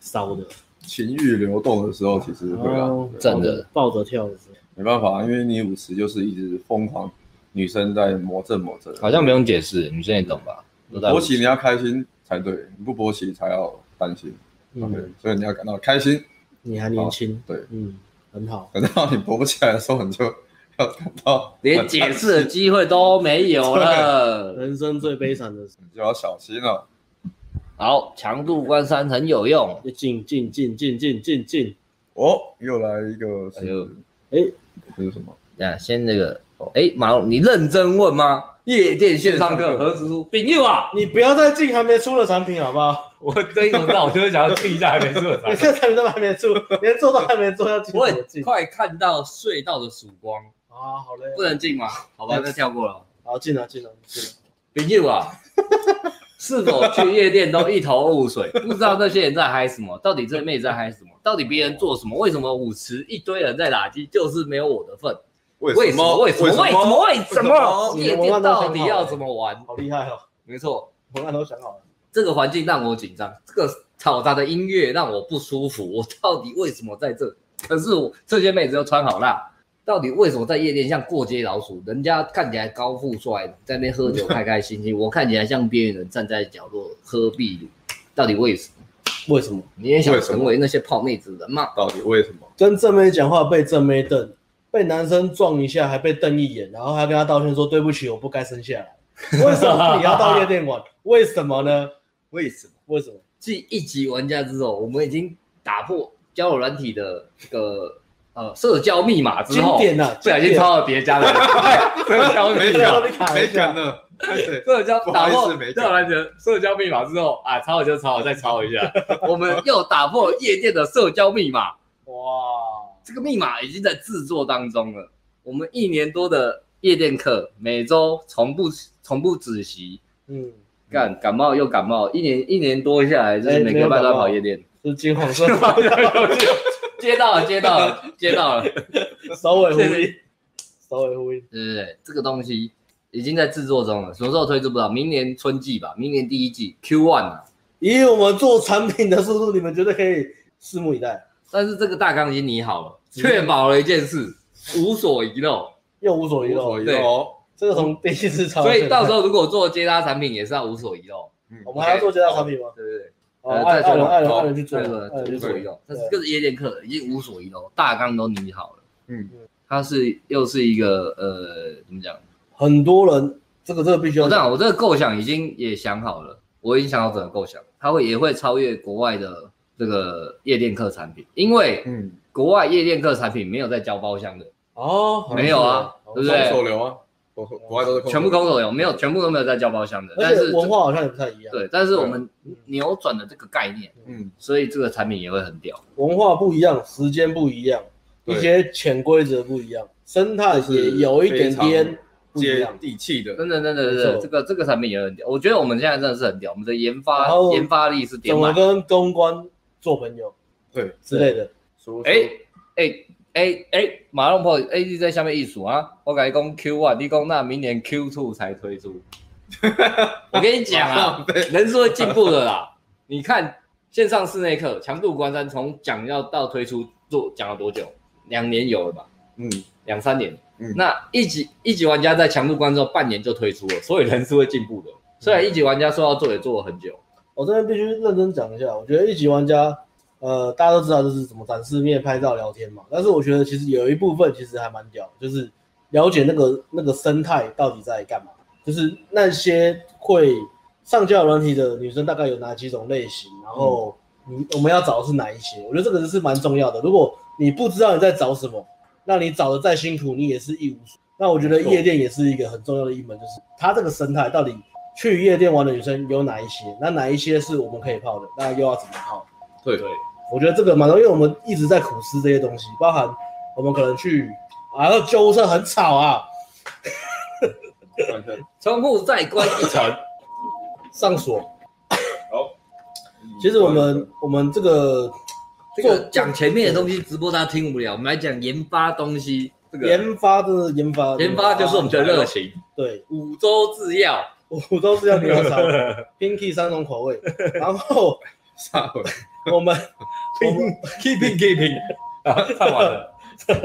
Speaker 2: 骚的，
Speaker 1: 情欲流动的时候，其实会啊，
Speaker 2: 哦
Speaker 1: 对
Speaker 3: 真的
Speaker 2: 抱着跳的时候，
Speaker 1: 没办法啊，因为你舞池就是一直疯狂女生在魔怔魔怔。
Speaker 3: 好像不用解释，女生也懂吧？都在
Speaker 1: 勃起你要开心才对，你不勃起才要担心。OK，
Speaker 2: 嗯，
Speaker 1: 所以你要感到开心，
Speaker 2: 你还年轻，
Speaker 1: 对，
Speaker 2: 嗯，很好。
Speaker 1: 等到你勃不起来的时候，你就要感到
Speaker 3: 连解释的机会都没有 了。
Speaker 2: 人生最悲惨的时
Speaker 1: 你就要小心了。
Speaker 3: 好，强度关山很有用。
Speaker 2: 候，进进进进进进进，
Speaker 1: 哦，又来一个
Speaker 3: 哎呦
Speaker 1: 是，
Speaker 2: 哎、
Speaker 1: 这是什么？
Speaker 3: 那先那个，哎，马龙，你认真问吗？夜店线上课何时出？丙佑啊，
Speaker 2: 你不要再进还没出的产品好不好？
Speaker 4: 我这一闻到，我就是想要听一下还没做的
Speaker 2: 你这产品都还没出，连做都还没做，要进
Speaker 3: 我
Speaker 2: 什
Speaker 3: 也
Speaker 2: 么进？
Speaker 3: 快看到隧道的曙光，
Speaker 2: 啊，好嘞，
Speaker 3: 不能进吗？好吧，那跳过了。
Speaker 2: 好进来进来进来。
Speaker 3: 丙佑啊，是否去夜店都一头雾水，不知道那些人在嗨什么，到底这妹在嗨什么，到底别人做什么，为什么舞池一堆人在打击，就是没有我的份？
Speaker 1: 为什么？
Speaker 3: 为什么？为什么？为什么？
Speaker 2: 为什么
Speaker 3: 夜店到底要怎么玩？
Speaker 2: 好厉害哦！
Speaker 3: 没错，
Speaker 2: 我案都想好了，
Speaker 3: 这个环境让我紧张，这个嘈杂的音乐让我不舒服， 我到底为什么在这？可是我这些妹子都穿好辣，到底为什么在夜店像过街老鼠？人家看起来高富帅，在那边喝酒开开心心，我看起来像边缘人站在角落喝壁，到底为什么？
Speaker 2: 为什么？
Speaker 3: 你也想
Speaker 1: 为什么
Speaker 3: 成为那些泡妹子的人吗？
Speaker 1: 到底为什么？
Speaker 2: 跟正妹讲话被正妹瞪，被男生撞一下还被瞪一眼，然后还跟他道歉说对不起，我不该生下来。为什么你要到夜店玩？为什么呢？
Speaker 1: 为什么？
Speaker 2: 为什么？
Speaker 3: 继一级玩家之后，我们已经打破交友软体的这个呃社交密码之
Speaker 2: 经
Speaker 3: 后，
Speaker 2: 典啊，
Speaker 3: 不小心
Speaker 2: 经典
Speaker 3: 抄了别家的社交密
Speaker 1: 没
Speaker 3: 码。
Speaker 1: 敢
Speaker 2: 你卡一
Speaker 1: 没
Speaker 2: 下
Speaker 3: 哎
Speaker 1: 敢呢。
Speaker 3: 社交
Speaker 1: 不好
Speaker 3: 打
Speaker 1: 意思
Speaker 3: 破
Speaker 1: 没讲
Speaker 3: 交来的社交密码之后啊，抄了就抄了，再抄 一下。我们又打破夜店的社交密码，
Speaker 2: 哇！
Speaker 3: 这个密码已经在制作当中了。我们一年多的夜店课，每周从不从不止息，
Speaker 2: 嗯，
Speaker 3: 干感冒又感冒，一年一年多下来，就是
Speaker 2: 哎
Speaker 3: 每个
Speaker 2: 没有
Speaker 3: 礼拜都要
Speaker 2: 感冒
Speaker 3: 跑夜店。
Speaker 1: 哎
Speaker 2: 这是 金黄色
Speaker 3: 接到了，接到了， 接到了，
Speaker 2: 首尾
Speaker 3: 对
Speaker 2: 呼
Speaker 3: 对
Speaker 2: 应，首尾呼应。
Speaker 3: 对对，这个东西已经在制作中了，什么时候推出不知道，明年春季吧，明年第一季 Q one 啊。
Speaker 2: 以我们做产品的速度，你们绝对可以拭目以待。
Speaker 3: 但是这个大纲已经拟好了，确保了一件事，无所遗漏。
Speaker 2: 又无所遗
Speaker 1: 无
Speaker 2: 漏
Speaker 1: 所，遗哦
Speaker 3: 对
Speaker 1: 漏。
Speaker 2: 这个从第一次抄到
Speaker 3: 所
Speaker 2: 现在，
Speaker 3: 以到时候如果做接搭产品，也是要无所遗漏，
Speaker 2: 我们还要做其他产品吗？
Speaker 3: 对不对？
Speaker 2: 哦，
Speaker 3: 呃
Speaker 2: 爱
Speaker 3: 再
Speaker 2: 爱
Speaker 3: 做
Speaker 2: 人爱人
Speaker 1: 好
Speaker 2: 爱人去做，
Speaker 3: 这
Speaker 2: 了，
Speaker 3: 个
Speaker 2: 爱人
Speaker 3: 无
Speaker 2: 去做
Speaker 3: 所
Speaker 2: 了
Speaker 3: 遗。漏，但是这个夜店课已经无所遗漏，大纲都拟好了。
Speaker 1: 嗯，
Speaker 3: 它是又是一个呃，怎么讲？
Speaker 2: 很多人这个这个必须要
Speaker 3: 我这样，我这个构想已经也想好了，我已经想好整个构想，它会也会超越国外的这个夜店客产品，因为
Speaker 1: 嗯，
Speaker 3: 国外夜店客产品没有在交包厢的，
Speaker 2: 哦，
Speaker 3: 没有啊
Speaker 2: 好像是哦
Speaker 3: 对不对嗯
Speaker 1: 空手流啊，国国外都是空手流
Speaker 3: 全部空手游，没有全部都没有在交包厢的。但
Speaker 2: 而
Speaker 3: 是
Speaker 2: 且文化好像也不太一样，，嗯
Speaker 3: 对，但是我们扭转了这个概念，
Speaker 1: 嗯，
Speaker 3: 所以这个产品也会很屌。
Speaker 2: 文化不一样，时间不一样，
Speaker 1: 对
Speaker 2: 一些潜规则不一样，生态
Speaker 1: 就是
Speaker 2: 也有一点点不一
Speaker 1: 接
Speaker 2: 样。
Speaker 1: 地气的，
Speaker 3: 真的，真的，真
Speaker 2: 没
Speaker 3: 的，
Speaker 2: 错
Speaker 3: 这个这个产品也很屌。我觉得我们现在真的是很屌，我们的研发
Speaker 2: 然后
Speaker 3: 研发力是
Speaker 2: 怎
Speaker 3: 点
Speaker 2: 么
Speaker 3: 满。
Speaker 2: 跟公关做朋友
Speaker 1: 对，
Speaker 2: 之类的？
Speaker 1: 说
Speaker 3: 哎哎哎哎，马龙破 A D 在下面一数啊，我改讲 Q one，你讲那明年 Q two 才推 出。我跟你讲啊，人是会进步的啦。你看线上室内课强度关山从讲要到推出做讲了多久？两年有了吧？
Speaker 1: 嗯，
Speaker 3: 两三年。
Speaker 1: 嗯
Speaker 3: 那一级一级玩家在强度关之后半年就推出了，所以人是会进步的。虽然一级玩家说要做也做了很久，
Speaker 2: 我这边必须认真讲一下，我觉得一级玩家，呃，大家都知道就是怎么展示面、拍照、聊天嘛。但是我觉得其实有一部分其实还蛮屌，就是了解那个那个生态到底在干嘛。就是那些会上交友软体的女生大概有哪几种类型，然后你我们要找的是哪一些？我觉得这个是蛮重要的。如果你不知道你在找什么，那你找的再辛苦，你也是一无所。那我觉得夜店也是一个很重要的一门，就是它这个生态到底去夜店玩的女生有哪一些？那哪一些是我们可以泡的？那又要怎么泡？
Speaker 1: 对
Speaker 3: 对，
Speaker 2: 我觉得这个蛮重要，因为我们一直在苦思这些东西，包含我们可能去啊，那救护车很吵啊，
Speaker 1: 看看
Speaker 3: 窗户再关一层，
Speaker 2: 上锁。
Speaker 1: 好，
Speaker 2: 其实我们我们这个
Speaker 3: 这个讲前面的东西，直播大家听不了，我们来讲研发东西。这个
Speaker 2: 研发真的研发，
Speaker 3: 研发就是我们的热情，
Speaker 2: 对，
Speaker 3: 五洲制药。
Speaker 2: 我我都是要牛奶 Pinky 三种口味，然后
Speaker 1: 上回
Speaker 2: 我们我们
Speaker 4: keeping keeping，啊，唱完了，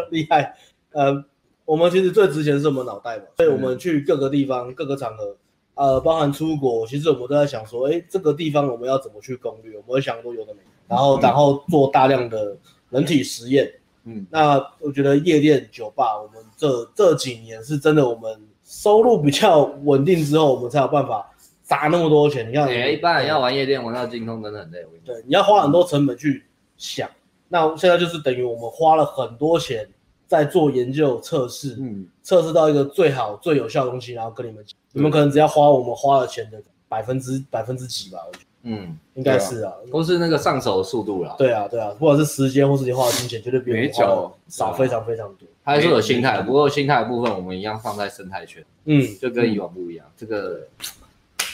Speaker 2: 厉害，呃，我们其实最值钱是我们脑袋
Speaker 3: 嗯
Speaker 2: 嘛，所以我们去各个地方、各个场合，呃，包含出国，其实我们都在想说，哎，这个地方我们要怎么去攻略，我们会想很多有的没，然
Speaker 3: 嗯
Speaker 2: 后然后做大量的人体实验，
Speaker 1: 嗯，
Speaker 2: 那我觉得夜店酒吧，我们这这几年是真的，我们收入比较稳定之后，我们才有办法砸那么多钱。你看，
Speaker 3: 哎、一般人要玩夜店玩到精通真的很累，我跟你讲。
Speaker 2: 对，你要花很多成本去想。那现在就是等于我们花了很多钱在做研究测试，
Speaker 1: 嗯，
Speaker 2: 测试到一个最好最有效的东西，然后跟你们讲，你们可能只要花我们花了钱的百分之百分之几吧，我觉得
Speaker 3: 嗯，
Speaker 2: 应该是啊。
Speaker 3: 都是那个上手的速度啦。
Speaker 2: 对啊，对啊，不管是时间或是你花的金钱，绝对比我
Speaker 1: 没
Speaker 2: 们
Speaker 1: 错
Speaker 2: 花的少非常非常多。
Speaker 3: 它还是有心态，不过心态的部分我们一样放在生态圈，
Speaker 2: 嗯，
Speaker 3: 就跟以往不一样。这个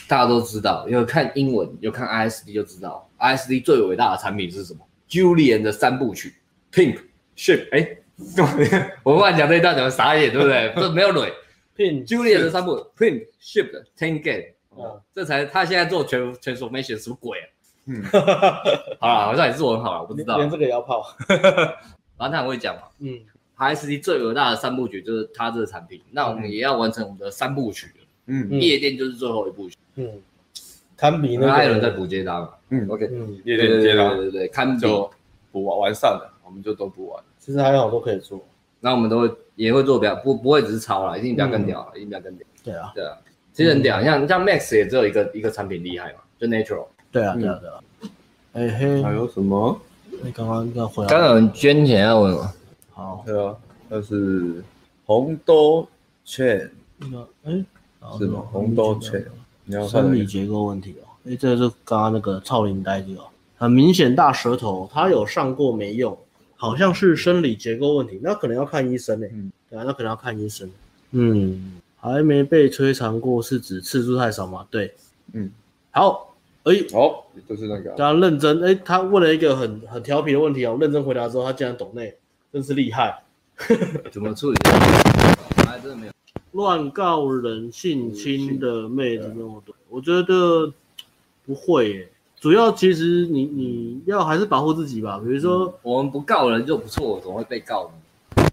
Speaker 3: 大家都知道，有看英文，有看 ISD 就知道，ISD 最伟大的产品是什么？Julian 的三部曲，Pink Ship，哎、 我乱讲这一段，你们傻眼对不对？ 这没有蕊。
Speaker 2: 聘
Speaker 3: Julia 的三部 Print Shift Ten Game，、
Speaker 2: 嗯
Speaker 3: 这才他现在做全 transformation 什么鬼、啊？
Speaker 1: 嗯，
Speaker 3: 好了，好像也是我很好了，我不知
Speaker 2: 连
Speaker 3: 道。
Speaker 2: 连这个也要泡，
Speaker 3: 反正他很会讲嘛。
Speaker 2: 嗯，
Speaker 3: ISD 最伟大的三部曲就是他这个产品，那我们也要完成我们的三部曲了。
Speaker 1: 嗯，
Speaker 2: 嗯
Speaker 3: 夜店就是最后一部曲，
Speaker 2: 嗯，堪比那
Speaker 3: 那
Speaker 2: 个
Speaker 3: 艾伦在补接单嘛。
Speaker 1: 嗯
Speaker 3: ，OK，
Speaker 2: 嗯，
Speaker 1: 夜
Speaker 3: 对
Speaker 1: 店
Speaker 3: 对
Speaker 1: 接
Speaker 3: 对
Speaker 1: 单
Speaker 3: 对对对，堪比。
Speaker 1: 就不玩完善了，我们就都不玩。
Speaker 2: 其实还有好多可以做。
Speaker 3: 那我们都会也会做表，不不会只是抄了，一定比较
Speaker 1: 嗯
Speaker 3: 更屌了，一定比较更屌。
Speaker 2: 对啊，
Speaker 3: 对啊，其实很屌，像像 Max 也只有一个一个产品厉害嘛，就 Natural。
Speaker 2: 对啊，
Speaker 1: 嗯
Speaker 2: 对啊，对啊。哎嘿，
Speaker 1: 还有什么？
Speaker 2: 你刚刚要回
Speaker 3: 刚
Speaker 2: 来，
Speaker 3: 刚有人捐钱要问我，
Speaker 2: 好，
Speaker 1: 对啊，那是红豆券，
Speaker 2: 那个哎，好
Speaker 1: 是吗红豆圈你要看
Speaker 2: 生
Speaker 1: 哪
Speaker 2: 理
Speaker 1: 个
Speaker 2: 结构问题哦。哎，这个是刚刚那个超龄呆这个哦，很明显大舌头，他有上过没用，好像是生理结构问题，那可能要看医生呢、
Speaker 1: 嗯
Speaker 2: 对啊，那可能要看医生。嗯，还没被摧残过是指次数太少吗？对，
Speaker 1: 嗯，
Speaker 2: 好，哎，
Speaker 1: 哦，就是那个啊、
Speaker 2: 他认真，哎，他问了一个很很调皮的问题哦，我认真回答之后，他竟然懂内，真是厉害。
Speaker 3: 怎么处理这个问题？还真的没有。
Speaker 2: 乱告人性侵的妹子那么多，我觉得不会耶。主要其实你你要还是保护自己吧，比如说
Speaker 3: 我们不告人就不错，怎么会被告呢？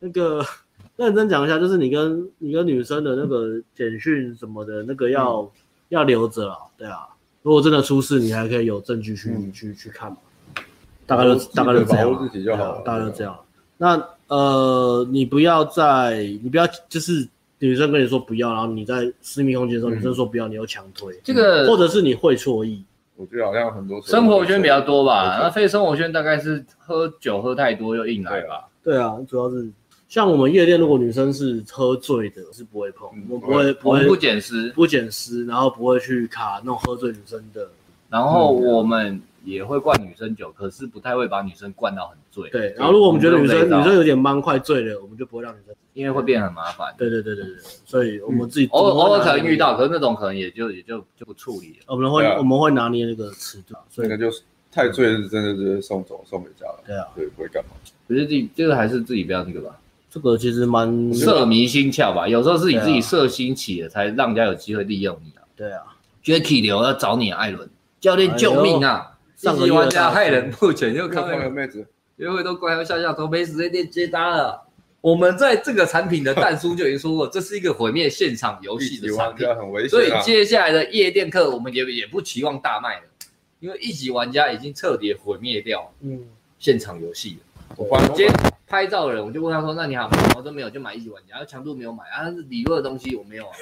Speaker 2: 那个 认真讲一下，就是你跟你跟女生的那个简讯什么的，那个要、
Speaker 1: 嗯
Speaker 2: 要留着啦，对啊。如果真的出事，你还可以有证据去、
Speaker 1: 嗯
Speaker 2: 去去看嘛。大概就
Speaker 1: 保护自己
Speaker 2: 大概就这样
Speaker 1: 保
Speaker 2: 啊，
Speaker 1: 护自己就好了
Speaker 2: 对啊大概就这样啊。那呃，你不要在，你不要就是女生跟你说不要，然后你在私密空间的时候，
Speaker 1: 嗯
Speaker 2: 女生说不要，你又强推，
Speaker 3: 这个
Speaker 2: 或者是你会错意，
Speaker 1: 我觉得好像很多时候
Speaker 3: 生活圈比较多吧，
Speaker 1: 对
Speaker 3: 那非生活圈大概是喝酒喝太多又硬来吧。
Speaker 2: 对啊，主要是像我们夜店，如果女生是喝醉的，是不会碰，
Speaker 1: 嗯
Speaker 2: 我们不会不
Speaker 3: 我们
Speaker 2: 会
Speaker 3: 不捡尸，
Speaker 2: 不捡尸，然后不会去卡那种喝醉女生的，
Speaker 3: 然后
Speaker 1: 嗯
Speaker 3: 我们也会灌女生酒，可是不太会把女生灌到很醉。
Speaker 2: 对。然后如果我们觉得女
Speaker 3: 我
Speaker 2: 生
Speaker 3: 们会
Speaker 2: 女
Speaker 3: 累
Speaker 2: 生
Speaker 3: 到
Speaker 2: 有点蛮快醉了，我们就不会让女生。
Speaker 3: 因为会变很麻烦。
Speaker 2: 对对对对对，所以我们自己
Speaker 3: 偶
Speaker 2: 我
Speaker 3: 尔
Speaker 2: 们会
Speaker 3: 偶尔可
Speaker 2: 拿
Speaker 3: 能
Speaker 2: 捏
Speaker 3: 遇到，可是那种可能也就也就就不处理了。
Speaker 2: 我们会
Speaker 1: 对啊
Speaker 2: 我们会拿捏那个尺度，所
Speaker 1: 那
Speaker 2: 以
Speaker 1: 个就是太醉是真的直接送走送回家了，
Speaker 2: 对啊，
Speaker 1: 对，不会干嘛。
Speaker 3: 可是自己这个还是自己不要那个吧，
Speaker 2: 这个其实蛮
Speaker 3: 色迷心窍吧。有时候是你自
Speaker 2: 嗯对啊
Speaker 3: 己色心起了，才让人家有机会利用你啊。
Speaker 2: 对啊，哎
Speaker 3: Jacky 刘要找你啊，艾伦教练救命啊！
Speaker 2: 上个
Speaker 3: 一
Speaker 2: 月
Speaker 3: 级玩家
Speaker 2: 大
Speaker 3: 害人不浅，又
Speaker 1: 看
Speaker 3: 看
Speaker 1: 那个
Speaker 3: 到
Speaker 1: 妹子，
Speaker 3: 约会都乖乖笑笑头，没时间练接单了。我们在这个产品的蛋叔就已经说过，这是一个毁灭现场游
Speaker 1: 一
Speaker 3: 戏的
Speaker 1: 级
Speaker 3: 产
Speaker 1: 玩
Speaker 3: 品，
Speaker 1: 家很危
Speaker 3: 所以
Speaker 1: 险啊。
Speaker 3: 接下来的夜店课我们也也不期望大卖了，因为一级玩家已经彻底毁灭掉
Speaker 2: 嗯，
Speaker 3: 现场游戏了。
Speaker 1: 我发
Speaker 3: 今天拍照的人，我就问他说：“那你好，我都没有，就买一级玩家，强度没有买啊，但是理论的东西我没有 啊，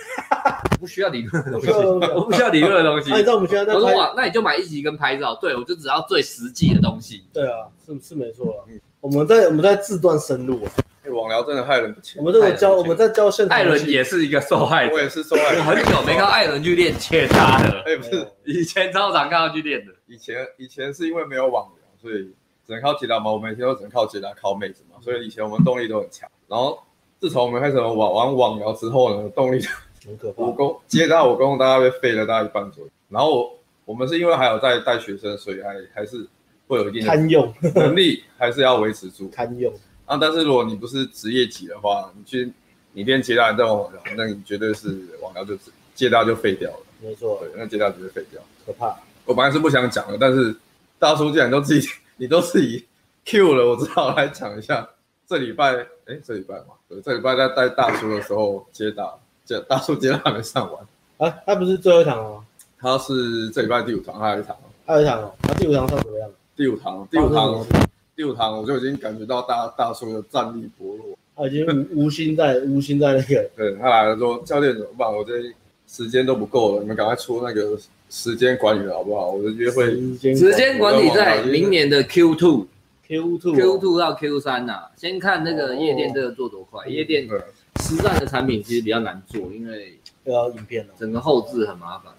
Speaker 3: 我不需要理论的东西， 我不需要理论的东 西。
Speaker 2: 按照我们现在在
Speaker 3: 我说
Speaker 2: 拍，
Speaker 3: 哇，那你就买一级跟拍照，对我就只要最实际的东 西。
Speaker 2: 对啊，是是没错
Speaker 3: 嗯
Speaker 2: 了。我们在我们在自断深入啊，
Speaker 1: 哎网聊真的害人不浅
Speaker 2: 我，们这个
Speaker 3: 艾伦
Speaker 2: 教
Speaker 3: 不
Speaker 2: 我
Speaker 3: 行
Speaker 2: 们在教现场
Speaker 3: 艾
Speaker 2: 游戏，
Speaker 3: 伦也是一个受害者
Speaker 1: 我，也是受害
Speaker 3: 我
Speaker 1: 人。
Speaker 3: 很久没看到艾伦去练切他 了，
Speaker 1: 哎，不是，
Speaker 3: 以前超常看到去 练的。
Speaker 1: 以前以前是因为没有网聊，所以只能靠解答嘛。我们每天都只能靠解答靠妹子嘛，所以以前我们动力都很强。然后自从我们开始玩玩网聊之后呢，动力
Speaker 2: 很可 怕
Speaker 1: 武。功接到武功大概被废了大概一半左右。然后我我们是因为还有在带学生，所以还还是会有一定的
Speaker 2: 堪用，
Speaker 1: 能力，还是要维持住。
Speaker 2: 堪用，
Speaker 1: 啊，但是如果你不是职业级的话，你去你练接搭，你再玩网聊，那你绝对是网聊就接搭就废掉了。
Speaker 2: 没错
Speaker 1: 对，，那接搭绝对废掉。
Speaker 2: 可怕。
Speaker 1: 我本来是不想讲的，但是大叔既然都自己 你都自己 Q 了，我只好来讲一下。这礼拜，哎，这礼拜嘛，对，这礼拜在带大叔的时候接打，接大叔接打还没上完，
Speaker 2: 啊，他不是最后一堂哦，
Speaker 1: 他是这礼拜第五堂，还有一堂，
Speaker 2: 还有一堂哦，他第五堂上怎么样？
Speaker 1: 第五堂，第五哦
Speaker 2: 发生
Speaker 1: 堂
Speaker 2: 什，么事
Speaker 1: 第五堂，我就已经感觉到大大叔的战力薄弱。
Speaker 2: 他已经无无心在无心在那个，
Speaker 1: 对他来了说，教练怎么办？我这时间都不够了，你们赶快出那个时间管理的好不好？我的约会
Speaker 2: 时间
Speaker 3: 时间管理在明年的 Q two、
Speaker 2: Q two 哦
Speaker 3: Q two 到 Q 三呐、先看那个夜店这个做多快。夜店
Speaker 1: 对
Speaker 3: 实战的产品其实比较难做，因为
Speaker 2: 又要影片了，
Speaker 3: 整个后置很麻烦。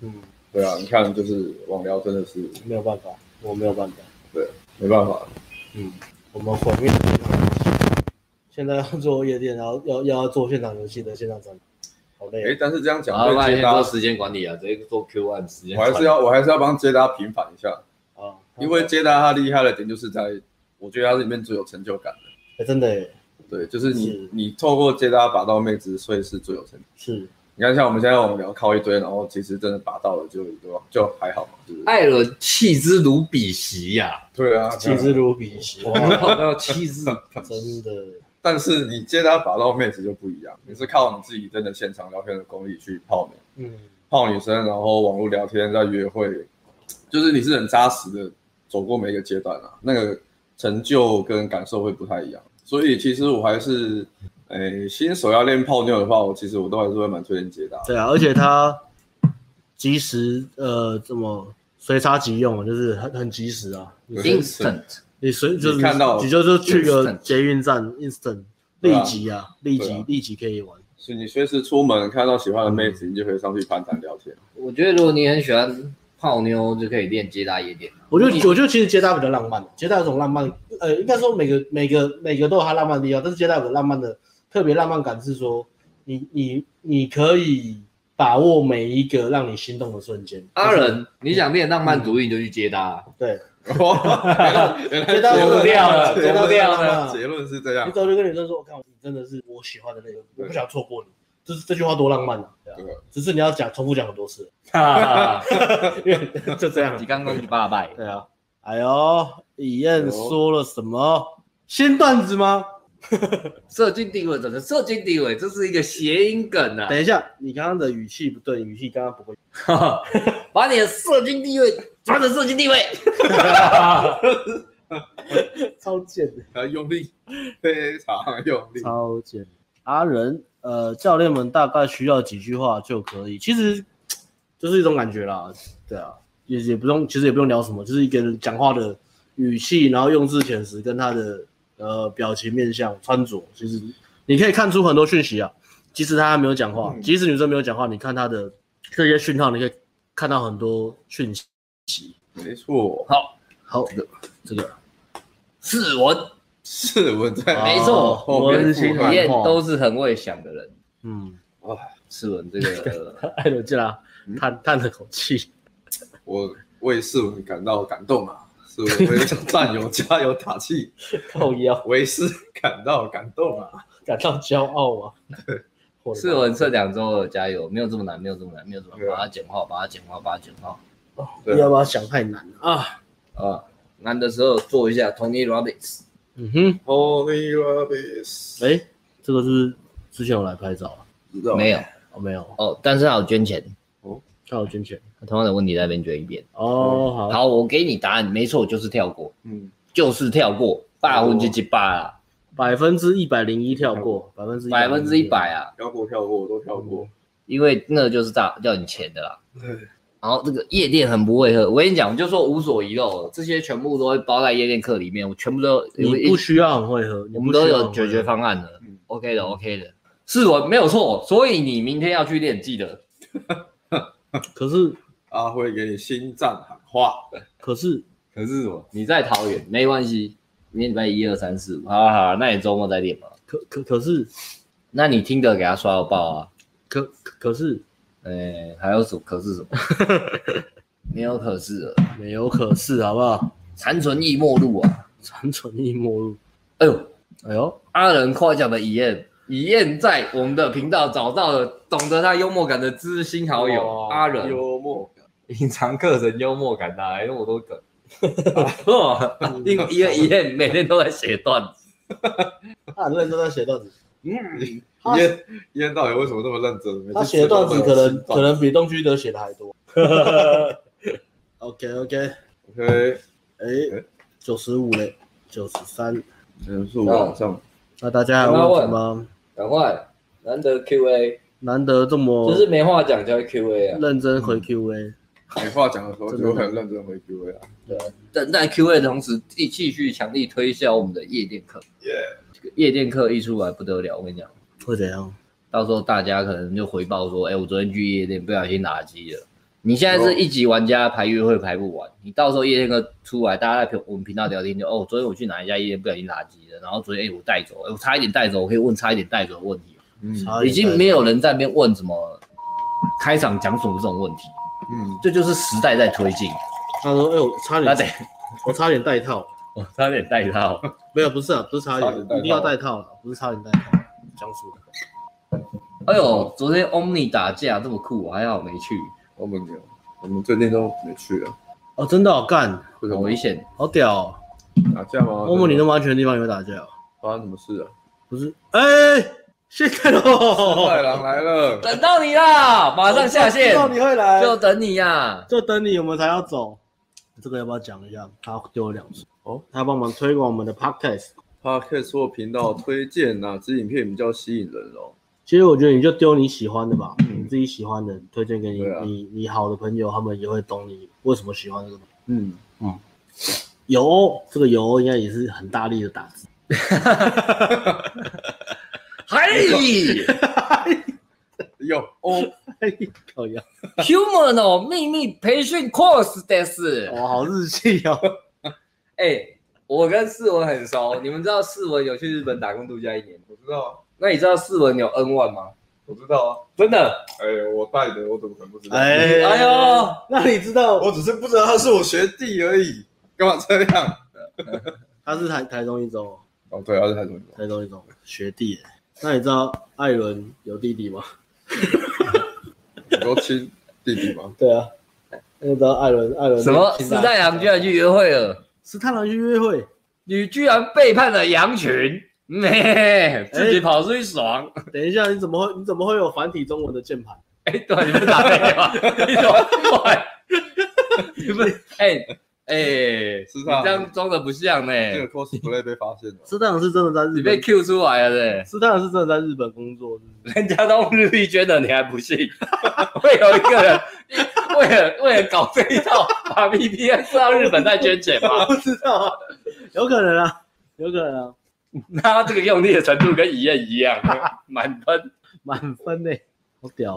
Speaker 2: 嗯，
Speaker 1: 对啊，你看就是网聊真的是
Speaker 2: 没有办法，我没有办法，
Speaker 1: 没办法，
Speaker 2: 嗯，我们毁灭了现场游戏现在要做夜店，然后要要要做现场游戏的现场展，好累
Speaker 1: 哎
Speaker 2: 哦，，
Speaker 1: 但是这样讲
Speaker 3: 然后发
Speaker 1: 对
Speaker 3: 现
Speaker 1: 接搭
Speaker 3: 做，时间管理啊，直接做 Q one 时间
Speaker 1: 我还
Speaker 3: 管
Speaker 1: 是
Speaker 3: 理。
Speaker 1: 要我还是要帮接搭平反一下，
Speaker 2: 啊，
Speaker 1: 因
Speaker 3: 嗯
Speaker 1: 为接搭他厉害的点就是在，我觉得他是里面最有成就感的。
Speaker 2: 哎真的耶
Speaker 1: 对，就是你
Speaker 2: 是
Speaker 1: 你透过接搭把到妹子，所以是最有成就感。
Speaker 2: 是
Speaker 1: 你看像我们现在网聊靠一堆，然后其实真的拔到了就就就还好嘛，就是
Speaker 3: 艾伦弃之如敝屣 呀，
Speaker 1: 对啊，
Speaker 2: 弃之如敝屣，哇
Speaker 3: 碰到弃之，
Speaker 2: 真的
Speaker 1: 但是你接搭把到妹子就不一样，你是靠你自己真的现场聊天的功力去泡女、
Speaker 2: 嗯。
Speaker 1: 泡女生，然后网络聊天再约会，就是你是很扎实的走过每一个阶段啊，那个成就跟感受会不太一样。所以其实我还是，诶、新手要练泡妞的话，我其实我都还是会蛮推荐接搭的。
Speaker 2: 对啊，而且它及时，呃，怎么随插即用，就是很很及时啊。
Speaker 1: 对
Speaker 3: instant
Speaker 2: 你随就是
Speaker 1: 你看到
Speaker 2: 你就是去个
Speaker 3: instant
Speaker 2: 捷运站，instant
Speaker 1: 对
Speaker 2: 立
Speaker 1: 啊
Speaker 2: 即啊，立
Speaker 1: 对
Speaker 2: 即
Speaker 1: 啊
Speaker 2: 立即可以玩。
Speaker 1: 所以你随时出门看到喜欢的妹子，你就可以上去攀谈聊天。
Speaker 3: 我觉得如果你很喜欢泡妞，就可以练接搭夜 店。
Speaker 2: 我觉得我觉得其实接搭比较浪漫，接搭有种浪漫，呃，应该说每个每个每个都有它浪漫的地方，但是接搭有个浪漫的特别浪漫感是说，你你你可以把握每一个让你心动的瞬间。
Speaker 3: 阿伦，你想练浪漫主义，你就去接搭 啊。
Speaker 2: 对，
Speaker 1: 哦，原来
Speaker 2: 接 搭
Speaker 1: 结论
Speaker 3: 不掉了
Speaker 1: 结论
Speaker 3: 不掉了
Speaker 1: 结论是这样
Speaker 2: 你。走就跟女生说，我看我你真的是我喜欢的那个，我不想错过你，这是这句话多浪漫啊！对啊
Speaker 1: 对
Speaker 2: 只是你要讲重复讲很多次，因为 就这样
Speaker 3: 你。刚刚去八拜，
Speaker 2: 对啊，哎呦，以燕说了什么新段子吗？
Speaker 3: 社经地位，整个社经地位，这是一个谐音梗啊
Speaker 2: 等！一下，你刚刚的语气不对，语气刚刚不会。
Speaker 3: 把你的社经地位转成社经地位。
Speaker 2: 超贱的，
Speaker 1: 很用力，非常用力。
Speaker 2: 超贱。阿仁，呃，教练们大概需要几句话就可以，其实就是一种感觉啦，对啊，也也不用，其实也不用聊什么，就是一个人讲话的语气，然后用字遣词跟他的呃表情、面相、穿着，其实你可以看出很多讯息啊。即使他还没有讲话，即使女生没有讲话，你看他的这些讯号，你可以看到很多讯息。
Speaker 1: 没错，
Speaker 3: 好，
Speaker 2: 好的，这个
Speaker 3: 是文，
Speaker 1: 是我在
Speaker 3: 没错
Speaker 1: 后面
Speaker 2: 文青
Speaker 1: 附和
Speaker 2: 蛮
Speaker 3: 李燕
Speaker 2: 好
Speaker 3: 都是很会想的人。
Speaker 2: 嗯，
Speaker 3: 世文这个
Speaker 2: 艾伦进来叹叹了口气，
Speaker 1: 我为世文感到感动啊，世文为战友加油打 气，
Speaker 2: 靠腰，
Speaker 1: 为师感到感动啊。
Speaker 2: 感到骄傲 啊。我的
Speaker 3: 世文这两周了，加油！没有这么难，没有这么难，没有这么难，
Speaker 1: 对啊
Speaker 3: 把它简化，把它简化，把它简化。
Speaker 2: 不要把它想太难了啊。
Speaker 3: 啊，难的时候做一下 Tony Robbins。
Speaker 2: 嗯哼，
Speaker 1: Holy Rabbits，
Speaker 2: 哎，这个是之前有来拍照啊？
Speaker 3: 没有
Speaker 2: 哦，没有，
Speaker 3: 哦，但是他有捐钱，
Speaker 2: 他有捐钱。
Speaker 3: 同样的问题在那边捐一遍。
Speaker 2: 哦，好，
Speaker 3: 好，我给你答案，没错，就是跳过，
Speaker 1: 嗯，
Speaker 3: 就是跳过，霸魂就击霸啦，
Speaker 2: 百分之一百零一跳过，百分之
Speaker 3: 啊百分之一百。啊，
Speaker 1: 跳过跳过我都跳过，
Speaker 3: 因为那就是诈要你钱的啦。
Speaker 1: 嗯
Speaker 3: 然后这个夜店很不会喝，我跟你讲，我就说无所遗漏了，这些全部都会包在夜店课里面，我全部都有
Speaker 2: 你不需要很会喝，你
Speaker 3: 我
Speaker 2: 不
Speaker 3: 们
Speaker 2: 需要
Speaker 3: 都
Speaker 2: 很会喝
Speaker 3: 有解决。方案了
Speaker 1: 嗯
Speaker 3: ，OK 的，OK 的，是我没有错，所以你明天要去练，记得
Speaker 2: 可是，
Speaker 1: 阿辉给你心脏喊话，
Speaker 2: 可是，
Speaker 3: 可是我你在桃园没关系，明天礼拜一二三四五，好好好，那你周末再练吧。
Speaker 2: 可可可是，
Speaker 3: 那你听的给他刷到爆啊！
Speaker 2: 可可是
Speaker 3: 哎、还有什么可是什么？没有可是了，
Speaker 2: 没有可是，好不好？
Speaker 3: 残存亦末路啊！
Speaker 2: 残存亦末路。
Speaker 3: 哎呦，
Speaker 2: 哎呦，
Speaker 3: 阿仁夸奖的以燕，以燕在我们的频道找到了懂得他幽默感的知心好友
Speaker 2: 哇
Speaker 3: 阿仁，
Speaker 1: 哦幽默感，
Speaker 3: 隐藏课程幽默感啊哎哪来那么多梗？
Speaker 4: 哦
Speaker 3: 因为因为以燕每天都在写段子，
Speaker 2: 他很认真在写段子，他
Speaker 1: 烟烟到底为什么那么认真？每次
Speaker 2: 他写的段子
Speaker 1: 吃
Speaker 2: 可
Speaker 1: 饭都有
Speaker 2: 能
Speaker 1: 吃饭
Speaker 2: 可能比东区德写的还 多。OK OK，
Speaker 1: OK，
Speaker 2: 哎、九十五嘞，九十三。
Speaker 1: 人数往上，
Speaker 2: 那大家还有问题吗？
Speaker 4: 赶快，难得 Q&A，
Speaker 2: 难得这
Speaker 3: 哦
Speaker 2: 么
Speaker 4: 就是没话讲就会 Q&A 啊。
Speaker 2: 认真回 Q&A，
Speaker 1: 没哎话讲的时候就会很认真回 Q A 啊。
Speaker 3: 等待 Q&A 的同时，继继续强力推销我们的夜店课。
Speaker 1: Yeah
Speaker 3: 这个夜店课一出来不得了，我跟你讲，
Speaker 2: 会怎样？
Speaker 3: 到时候大家可能就回报说，哎、我昨天去夜店不小心打机了。你现在是一级玩家排约会排不完，你到时候夜店课出来，大家在频我们频道聊天就哦，昨天我去哪一家夜店不小心打机了，然后昨天哎、我带走，哎、我差一点带走，我可以问差一点带走的问题，
Speaker 1: 嗯
Speaker 2: 差一
Speaker 3: 已
Speaker 2: 点
Speaker 3: 经没有人在那边问什么开场讲什么这种问题，
Speaker 1: 嗯，
Speaker 3: 这就是时代在推进。
Speaker 2: 他说：“哎、我差
Speaker 3: 那得
Speaker 2: 点，我差点带套。
Speaker 3: 我差点带到。
Speaker 2: 没有，不是啊，不是差
Speaker 1: 差点
Speaker 2: 点，
Speaker 1: 带套
Speaker 2: 一定要带套了，不是差点带套。江苏
Speaker 3: 哎呦，昨天 Omni 打架这么酷，还好没去，
Speaker 1: 我们没有，我们最近都没去了，
Speaker 2: 哦，真的哦，干，
Speaker 1: 为什么
Speaker 3: 很危险。
Speaker 2: 好屌、哦！
Speaker 1: 打架吗？
Speaker 2: 欧姆，你那么安全的地方也会打架、哦？
Speaker 1: 发生什么事啊？
Speaker 2: 不是？哎、谢谢
Speaker 1: 太
Speaker 2: 喽！
Speaker 1: 郎来了，
Speaker 3: 等到你啦，马上下线
Speaker 2: 知，哦道你会来，
Speaker 3: 就
Speaker 2: 就
Speaker 3: 等你呀。
Speaker 2: 就等你我们才要走。这个要不要讲一下？他丢了两次
Speaker 1: 哦，
Speaker 2: 他帮忙推广我们的 podcast。
Speaker 1: Podcast 或频道推荐哪支影片比较吸引人哦？
Speaker 2: 其实我觉得你就丢你喜欢的吧，你自己喜欢的推荐给你，
Speaker 1: 对啊
Speaker 2: 你你好的朋友，他们也会懂你为什么喜欢这个东西。
Speaker 1: 嗯，
Speaker 2: 有哦，这个有哦应该也是很大力的打字。
Speaker 3: 嗨
Speaker 1: 有哦，
Speaker 2: 靠呀，
Speaker 3: ，Human 哦，秘密培训 course 的是。
Speaker 2: 哇，好日系哦！
Speaker 4: 哎、我跟世文很熟，你们知道世文有去日本打工度假一年？
Speaker 1: 我知道，
Speaker 4: 那你知道世文有 N one 吗？
Speaker 1: 我知道
Speaker 4: 真的
Speaker 1: 啊，？哎，我带的，我怎么可能不知道？
Speaker 2: 哎
Speaker 4: 哎呦，
Speaker 2: 那你知道
Speaker 1: 我只是不知道他是我学弟而已，干嘛这样？
Speaker 2: 他是台台中一中哦，
Speaker 1: 哦，对，他是台中人，
Speaker 2: 台中一中学弟耶。那你知道艾伦有弟弟吗？
Speaker 1: 你说亲弟弟 吗？
Speaker 2: 对啊，那你知道艾伦艾伦
Speaker 3: 什么？史太郎居然去约会了，
Speaker 2: 史太郎去约会？
Speaker 3: 你居然背叛了羊群，妹，自己跑出去爽。
Speaker 2: 等一下，你怎么会你怎么会有繁体中文的键盘？
Speaker 3: 哎，对，你们打配吗？你怎么？你们哎，哎、
Speaker 1: 是
Speaker 3: 你
Speaker 1: 吧
Speaker 3: 这样装的不像呢、
Speaker 1: 这个 cosplay 被发现了。
Speaker 2: 斯当然是真的在
Speaker 3: 你
Speaker 2: 日
Speaker 3: 被
Speaker 2: 本，
Speaker 3: Q 出来了嘞、
Speaker 2: 斯当然是真的在日本工作，是不是
Speaker 3: 人家都日历捐的，你还不信？会有一个人为了为了搞这一套，把 VPN 到日本再捐钱吗？
Speaker 2: 不知道啊，有可能啊，有可能啊，
Speaker 3: 那他这个用力的程度跟一夜一样，满分。
Speaker 2: 满分呢、好屌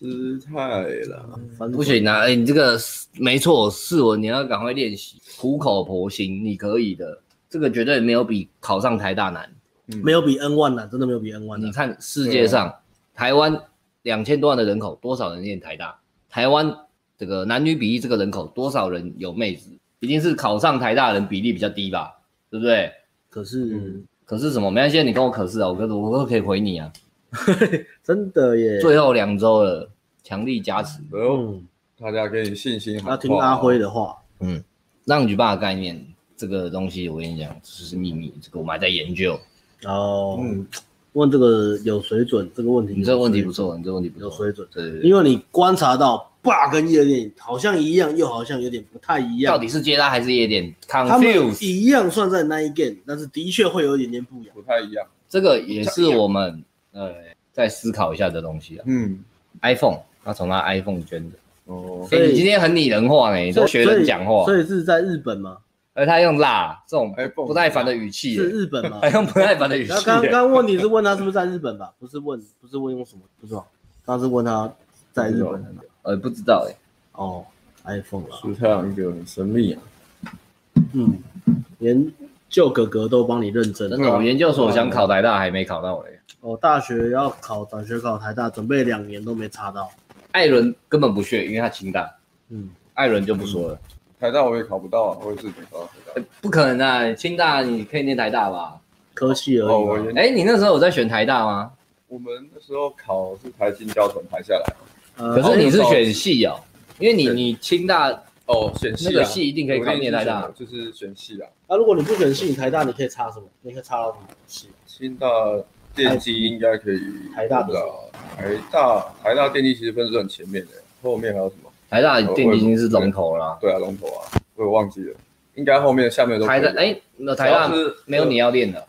Speaker 2: 哦、
Speaker 1: 失态了，
Speaker 2: 反正
Speaker 3: 不行啊！哎、你这个没错，世文你要赶快练习，苦口婆心，你可以的。这个绝对没有比考上台大难。
Speaker 2: 没有比 N one 难，真的没有比 N one 啊
Speaker 3: 你
Speaker 2: 难。
Speaker 3: 看世界上、台湾两千多万的人口，多少人念台大？台湾这个男女比例这个人口，多少人有妹子？一定是考上台大的人比例比较低吧，对不对？
Speaker 2: 可是、
Speaker 3: 可是什么？没关系，你跟我可是啊，我跟我都可以回你啊。
Speaker 2: 真的耶，
Speaker 3: 最后两周了，强力加持，
Speaker 1: 然后
Speaker 2: 嗯，
Speaker 1: 大家给你信心喊话
Speaker 2: 那听阿辉的话，
Speaker 3: 让举报的概念这个东西，我跟你讲，这是秘密，这个我们还在研究。
Speaker 2: 然后、
Speaker 1: 嗯，
Speaker 2: 问这个有水准这个问题，
Speaker 3: 你这个问题不错，你这个问题不
Speaker 2: 有
Speaker 3: 错，
Speaker 2: 水准，
Speaker 3: 对对对，
Speaker 2: 因为你观察到爸跟夜店好像一样，又好像有点不太一样。
Speaker 3: 到底是接搭还是夜店
Speaker 2: 他们
Speaker 3: ？Confuse。
Speaker 2: 一样算在那一 game，但是的确会有一点点不一样。
Speaker 1: 不太一样。
Speaker 3: 这个也是我们呃再思考一下的东西啊。
Speaker 1: 嗯，
Speaker 3: iPhone，他从他 iPhone 捐的。
Speaker 1: 哦，
Speaker 2: 所
Speaker 3: 所
Speaker 2: 以
Speaker 3: 以你今天很拟人化呢，你都学人讲
Speaker 2: 所
Speaker 3: 话，
Speaker 2: 以所以是在日本吗？
Speaker 3: 而他用辣这种
Speaker 1: iPhone
Speaker 3: 不耐烦的语气耶，
Speaker 2: 是日本吗
Speaker 3: 还？用不耐烦的语气
Speaker 2: 然后刚
Speaker 3: 耶。
Speaker 2: 刚问题是问他是不是在日本吧？不是问，不是问用什么，不知道。当时问他在日本的哪
Speaker 3: 呃，不知道哎，
Speaker 2: 哦，iPhone 啦，
Speaker 1: 是太阳一个很神秘啊。
Speaker 2: 嗯，连舅哥哥都帮你认证
Speaker 3: 真的，我研究所想考台大还没考到哎嘞。
Speaker 2: 我大学要考转学考台大，准备两年都没查到。
Speaker 3: 艾伦根本不屑，因为他清大，
Speaker 2: 嗯，
Speaker 3: 艾伦就不说了，
Speaker 1: 台大我也考不到啊，我也是没考到台大。
Speaker 3: 呃不可能啊，清大你可以念台大吧？
Speaker 2: 科系而
Speaker 1: 哦，我
Speaker 2: 已嘛。
Speaker 1: 研
Speaker 3: 哎，你那时候有在选台大吗？
Speaker 1: 我们那时候考是台新交城排下来。
Speaker 2: 呃
Speaker 3: 可是你是选系哦，因为你
Speaker 1: 对
Speaker 3: 你清大
Speaker 1: 哦，选系啊
Speaker 3: 那个系一定可以考
Speaker 1: 我
Speaker 3: 念
Speaker 1: 念
Speaker 3: 台大，
Speaker 1: 就是选系啊。
Speaker 2: 啊，如果你不选系，你台大你可以插什么？你可以插到什么系？
Speaker 1: 清大电机应该可以，
Speaker 2: 台大不是
Speaker 1: 台大台大电机其实分数很前面的，后面还有什么？
Speaker 3: 台大电机已经是龙头了啊。
Speaker 1: 对啊，龙头啊，我也忘记了，应该后面下面都可以
Speaker 3: 台
Speaker 1: 啊
Speaker 3: 大哎，那台大
Speaker 1: 主要是
Speaker 3: 没有你啊要练的，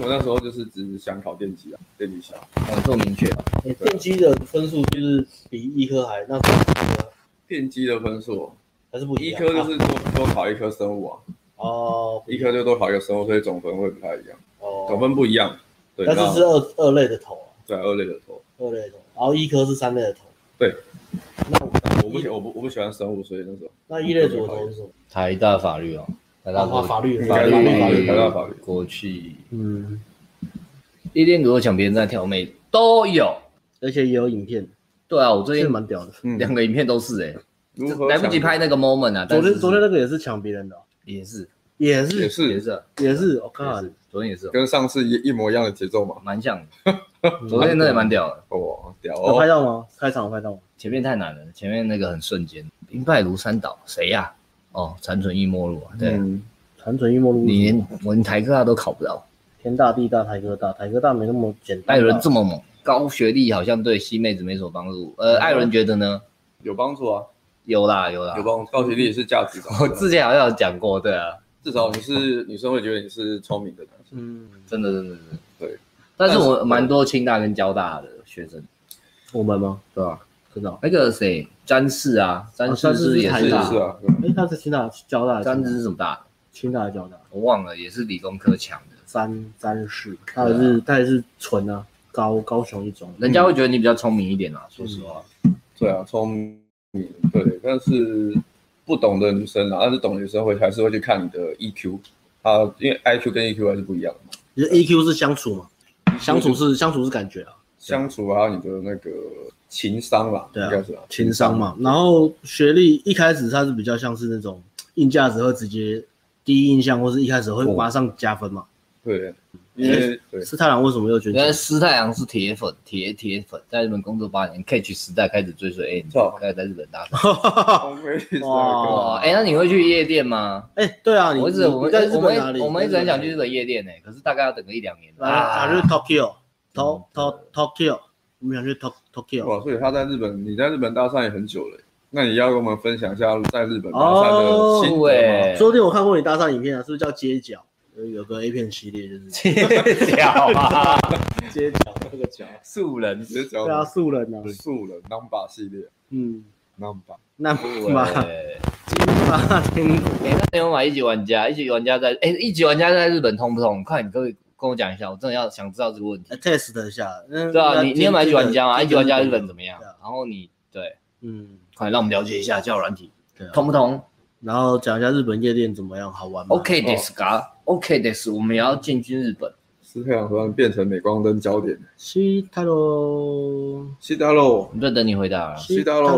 Speaker 1: 我那时候就是只是想考电机啊，电机系啊。
Speaker 3: 我做哦明确。
Speaker 2: 你电机的分数就是比医科还那时候比科
Speaker 1: 电机的分数，
Speaker 2: 还是不一
Speaker 1: 医
Speaker 2: 样。
Speaker 1: 科就
Speaker 2: 啊
Speaker 1: 是多多考一科生物啊，
Speaker 2: 哦
Speaker 1: 医科就多考一个生物，所以总分会不太一样，总
Speaker 2: 哦，
Speaker 1: 分不一样。对，
Speaker 2: 但
Speaker 1: 然
Speaker 2: 是
Speaker 1: 后
Speaker 2: 是二二类的头啊，
Speaker 1: 对二类的时候，
Speaker 2: 二类的头，然后医科是三类的头。
Speaker 1: 对，
Speaker 2: 那我
Speaker 1: 我不喜我不我不喜欢生物，所以那时候
Speaker 2: 那一类左头是什么？
Speaker 3: 台大法律哦，台大
Speaker 2: 啊，
Speaker 3: 国
Speaker 2: 法律
Speaker 3: 法
Speaker 1: 法
Speaker 3: 律
Speaker 1: 律法律台大法律
Speaker 3: 国际
Speaker 2: 嗯，
Speaker 3: 夜店如果抢别人在跳妹都有。
Speaker 2: 而且也有影片，
Speaker 3: 对啊，我最
Speaker 2: 是
Speaker 3: 近
Speaker 2: 蛮屌的。
Speaker 1: 嗯
Speaker 3: 两个影片都是哎、
Speaker 1: 如何
Speaker 3: 来不
Speaker 1: 抢
Speaker 3: 及拍那个 moment 啊。
Speaker 2: 昨
Speaker 3: 但
Speaker 2: 天
Speaker 3: 是
Speaker 2: 昨天那个也是抢别人的哦，
Speaker 3: 也是
Speaker 2: 也
Speaker 1: 也
Speaker 2: 是
Speaker 3: 也
Speaker 1: 是
Speaker 3: 是啊
Speaker 2: 也是，我
Speaker 3: 也
Speaker 2: 看
Speaker 3: 是，昨天也是哦，
Speaker 1: 跟上次一一模一样的节奏嘛？
Speaker 3: 蛮像的。昨天那也蛮屌的，
Speaker 1: 哦，屌
Speaker 2: 嗯有拍
Speaker 1: 哦！
Speaker 2: 到吗？开场有拍到吗？
Speaker 3: 前面太难了，前面那个很瞬间。兵败如山倒，谁呀、哦，残存亦没入啊。对，
Speaker 1: 嗯，
Speaker 2: 残存一末路，
Speaker 3: 你连我连台科大都考不到，
Speaker 2: 天大地大台科大，台科大没那么简单。啊
Speaker 3: 艾伦这么猛，高学历好像对西妹子没什么帮助。呃，艾伦觉得呢？
Speaker 1: 有帮助啊，
Speaker 3: 有啦有啦
Speaker 1: 有，帮助。啊高学历也是价值
Speaker 3: 我
Speaker 1: 吧，
Speaker 3: 之前好像有讲过，对啊，
Speaker 1: 至少你是女生会觉得你是聪明的男生。
Speaker 2: 嗯，
Speaker 3: 真的真的真的。
Speaker 1: 对，
Speaker 3: 但是我蛮多清大跟交大的学生，
Speaker 2: 我们吗？
Speaker 3: 对吧、
Speaker 2: 真的哦？
Speaker 3: 那个谁，詹士啊，詹士
Speaker 2: 哦詹士
Speaker 3: 是
Speaker 2: 是
Speaker 3: 也
Speaker 2: 台
Speaker 1: 是
Speaker 3: 是，
Speaker 1: 是
Speaker 2: 大
Speaker 1: 啊，
Speaker 2: 哎，他是清大交大的，
Speaker 3: 詹士是什么大的？
Speaker 2: 清大还是交大？
Speaker 3: 我忘了，也是理工科强的。
Speaker 2: 詹詹士，他也是他也是纯啊，高高雄一中，
Speaker 3: 人家会觉得你比较聪明一点
Speaker 2: 嗯
Speaker 3: 啦，说实话，
Speaker 1: 对啊，聪明对，但是不懂的女生啊，但是懂的女生会还是会去看你的 EQ 啊，因为 IQ 跟 EQ 还是不一样的嘛，
Speaker 2: 你的 EQ 是相处嘛？
Speaker 3: 嗯
Speaker 2: 相处是相处是感觉啊，
Speaker 1: 相处还有你的那个情商啦，
Speaker 2: 对啊
Speaker 1: 应该是啊，
Speaker 2: 情商嘛。然后学历一开始它是比较像是那种硬价值会直接第一印象，或是一开始会马上加分嘛。
Speaker 1: 对，因为对
Speaker 2: 斯太郎为什么又觉
Speaker 3: 原来
Speaker 2: 得？
Speaker 3: 师太郎是铁粉，铁铁粉，在日本工作八年，catch 时代开始追随 A，
Speaker 2: 啊
Speaker 1: 操
Speaker 3: 开始在日本打工。
Speaker 1: 我们也是
Speaker 3: 哦
Speaker 2: 哇，
Speaker 3: 哎，那你会去夜店吗？
Speaker 2: 哎，对啊，你
Speaker 3: 我一直
Speaker 2: 你
Speaker 3: 我们
Speaker 2: 你在日
Speaker 3: 我
Speaker 2: 本哪里？
Speaker 3: 们我们一直很想去日
Speaker 2: 本
Speaker 3: 本夜店呢，可是大概要等个一两年
Speaker 2: 哪 啊，就是 Tokyo，To To Tokyo，我们想去 To
Speaker 1: 那个
Speaker 2: Tokyo。
Speaker 1: 哦哇，所以他在日本，你在日本搭讪也很久了，那你要跟我们分享一下在日本搭讪的
Speaker 3: 哦
Speaker 1: 心得
Speaker 3: 对
Speaker 1: 吗？
Speaker 2: 说不定我看过你搭讪影片啊，是不是叫街角？有有个 A 片系列就是
Speaker 3: 屌啊，
Speaker 2: 街角这个角，
Speaker 3: 素人
Speaker 1: 直接
Speaker 2: 对啊，
Speaker 1: 讲
Speaker 2: 素人啊，
Speaker 1: 素人 number 系列
Speaker 2: 嗯，
Speaker 1: number，
Speaker 2: 那
Speaker 3: 素
Speaker 2: 嘛，
Speaker 3: 人。
Speaker 2: 金发天国
Speaker 3: 哎、那你有买一级玩家？一级玩家在哎、一级玩家在日本通不通？快，你可不可以跟我讲一下？我真的要想知道这个问题。
Speaker 2: 呃 test 一下，嗯，
Speaker 3: 对啊，你你有买一级玩家吗？一级玩家日本怎
Speaker 2: 么？
Speaker 3: 么样？
Speaker 2: 对啊
Speaker 3: 然后你对，
Speaker 2: 嗯，
Speaker 3: 快让我们了解一下交友软体
Speaker 2: 对啊
Speaker 3: 通不通
Speaker 2: 然后讲一下日本夜店怎么样，好玩吗
Speaker 3: ？OK this 嘎，OK this，我们也要进军日本。
Speaker 1: 斯太阳突然变成镁光灯焦点。
Speaker 2: 西太喽，
Speaker 1: 西大喽
Speaker 3: 我，们在等你回答啊。
Speaker 1: 西太喽，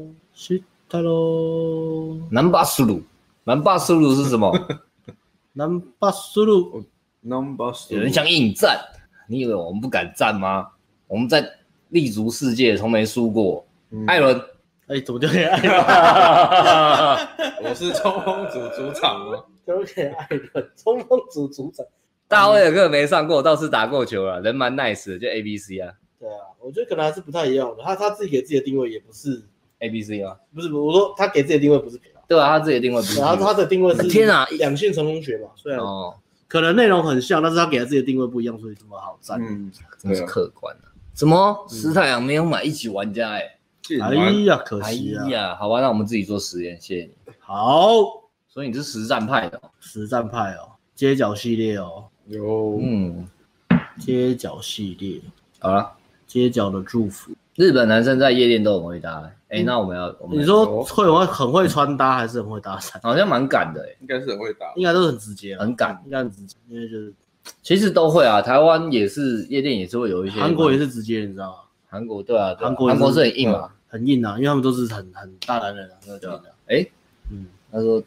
Speaker 2: 喽，西太喽，
Speaker 3: 南巴苏鲁，南巴苏鲁是什么？
Speaker 2: 南巴苏路
Speaker 1: number
Speaker 3: 有人想引战，你以为我们不敢战吗？我们在立足世界从没输过。
Speaker 1: 嗯
Speaker 3: 艾伦，
Speaker 2: 哎，怎么就可以爱人？
Speaker 1: 我是冲锋组哦组长吗？
Speaker 2: 怎么可以爱 人？冲锋组组长。
Speaker 3: 大卫尔克没上过，倒是打过球了，人蛮 nice 的，就 A B C 啊
Speaker 2: 对啊，我觉得可能还是不太一样的。他他自己给自己的定位也不是，
Speaker 3: ，A B C 啊，
Speaker 2: 不是我说他给自己的定位不是陪啊，
Speaker 3: 对啊，他自己的定位不是
Speaker 2: 然后他的定位是
Speaker 3: 天啊
Speaker 2: 两性成功学嘛，虽然
Speaker 3: 哦，
Speaker 2: 可能内容很像，但是他给他自己的定位不一样，所以这么好赞。
Speaker 1: 嗯，
Speaker 3: 真是客观啊。怎么石太阳没有买一级玩家、欸？
Speaker 1: 进
Speaker 2: 哎
Speaker 1: 来
Speaker 2: 呀，可
Speaker 3: 哎
Speaker 2: 惜啊！
Speaker 3: 呀，好吧，那我们自己做实验，谢谢你。
Speaker 2: 好，
Speaker 3: 所以你是实战派的哦、
Speaker 2: 实战派哦，街角系列哦，
Speaker 1: 有
Speaker 3: 嗯，
Speaker 2: 街角系列，
Speaker 3: 好了，
Speaker 2: 街角的祝福。
Speaker 3: 日本男生在夜店都很会搭、欸。哎、那我们要，我们
Speaker 2: 你说会很会很会穿搭，还是很会搭讪？
Speaker 3: 好像蛮敢的、欸，
Speaker 1: 应该是很会打，
Speaker 2: 应该都是很直接啊，
Speaker 3: 很敢。
Speaker 2: 应该很直接，因为就是
Speaker 3: 其实都会啊，台湾也是夜店也是会有一些，
Speaker 2: 韩国也是直接，你知道吗？
Speaker 3: 韩国对啊，对啊
Speaker 2: 韩国也
Speaker 3: 韩国是很硬啊。
Speaker 2: 嗯，很硬啊，因为他们都是很很大男人啊，那种的。
Speaker 3: 哎、
Speaker 2: 嗯，
Speaker 3: 他说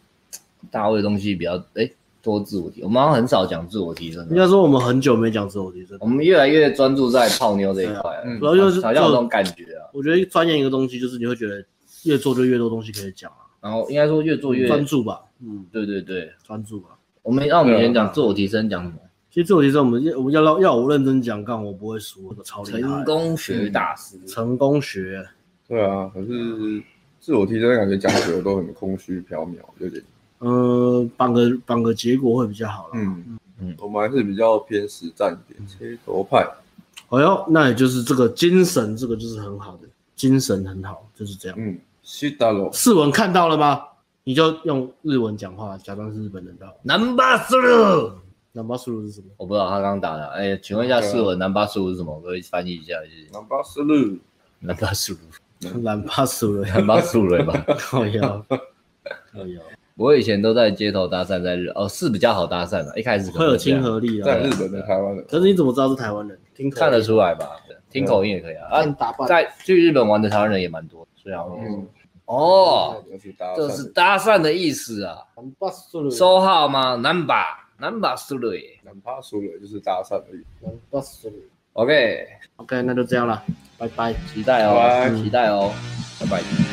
Speaker 3: 大卫的东西比较哎、多自我提，我们好像很少讲自我提升
Speaker 2: 应
Speaker 3: 的，
Speaker 2: 该说我们很久没讲自我提升
Speaker 3: 我，们越来越专注在泡妞这一块了，
Speaker 1: 嗯
Speaker 2: 主要啊就是
Speaker 3: 好像有种感觉啊。
Speaker 2: 我觉得钻研一个东西，就是你会觉得越做就越多东西可以讲啊，
Speaker 3: 然后应该说越做越
Speaker 2: 专注吧，嗯，
Speaker 3: 对对对，
Speaker 2: 专注吧。
Speaker 3: 我们那我们先讲自我提升，讲什么？
Speaker 2: 其实自我提升，我们要我们要要我认真讲，干我不会输，我超厉害。
Speaker 3: 成功学大师，
Speaker 2: 成功学，
Speaker 1: 对啊，可是自我提升感觉讲久了都很空虚缥缈，有点，
Speaker 2: 嗯，绑个绑个结果会比较好了。
Speaker 1: 嗯
Speaker 3: 嗯
Speaker 1: 我们还是比较偏实战一点，切头派，
Speaker 2: 哎呦，那也就是这个精神，这个就是很好的精神，很好，就是这样。
Speaker 1: 嗯，西大喽，
Speaker 2: 世文看到了吗？你就用日文讲话，假装是日本人的。
Speaker 3: 南巴斯鲁。
Speaker 2: 那巴苏鲁是什么？
Speaker 3: 我不知道他刚刚打的，哎，请问一下四文
Speaker 2: 啊
Speaker 3: 南巴斯鲁是什么？可以翻译一下，谢谢。
Speaker 1: 南巴斯路，
Speaker 3: 南巴 斯鲁，
Speaker 2: 蓝巴苏鲁，哎
Speaker 3: 南巴斯鲁吧。
Speaker 2: 靠腰，靠腰，
Speaker 3: 我以前都在街头搭讪，在日哦是比较好搭讪的，一开始可
Speaker 2: 会
Speaker 3: 能
Speaker 2: 有
Speaker 3: 这样
Speaker 2: 亲和力啊
Speaker 1: 在。日本的台湾人，
Speaker 2: 可是你怎么知道是台湾人？听口音
Speaker 3: 看得，出来吧？对听口音也可以啊。啊
Speaker 2: 看，打扮，
Speaker 3: 在去日本玩的台湾人也蛮多，所以好像
Speaker 1: 嗯，
Speaker 3: 哦，
Speaker 1: 就是搭
Speaker 3: 这
Speaker 1: 讪
Speaker 3: 是
Speaker 1: 的
Speaker 3: 搭讪的意思啊。
Speaker 2: 蓝巴苏鲁，
Speaker 3: 收号吗？Number number 是对。
Speaker 1: 南巴斯路就是搭讪而已，
Speaker 2: 蓝巴苏鲁。
Speaker 3: OK，
Speaker 2: OK，那就这样了，拜拜。
Speaker 3: 期待
Speaker 1: 拜
Speaker 3: 哦，
Speaker 1: 拜
Speaker 3: 期待哦，拜拜。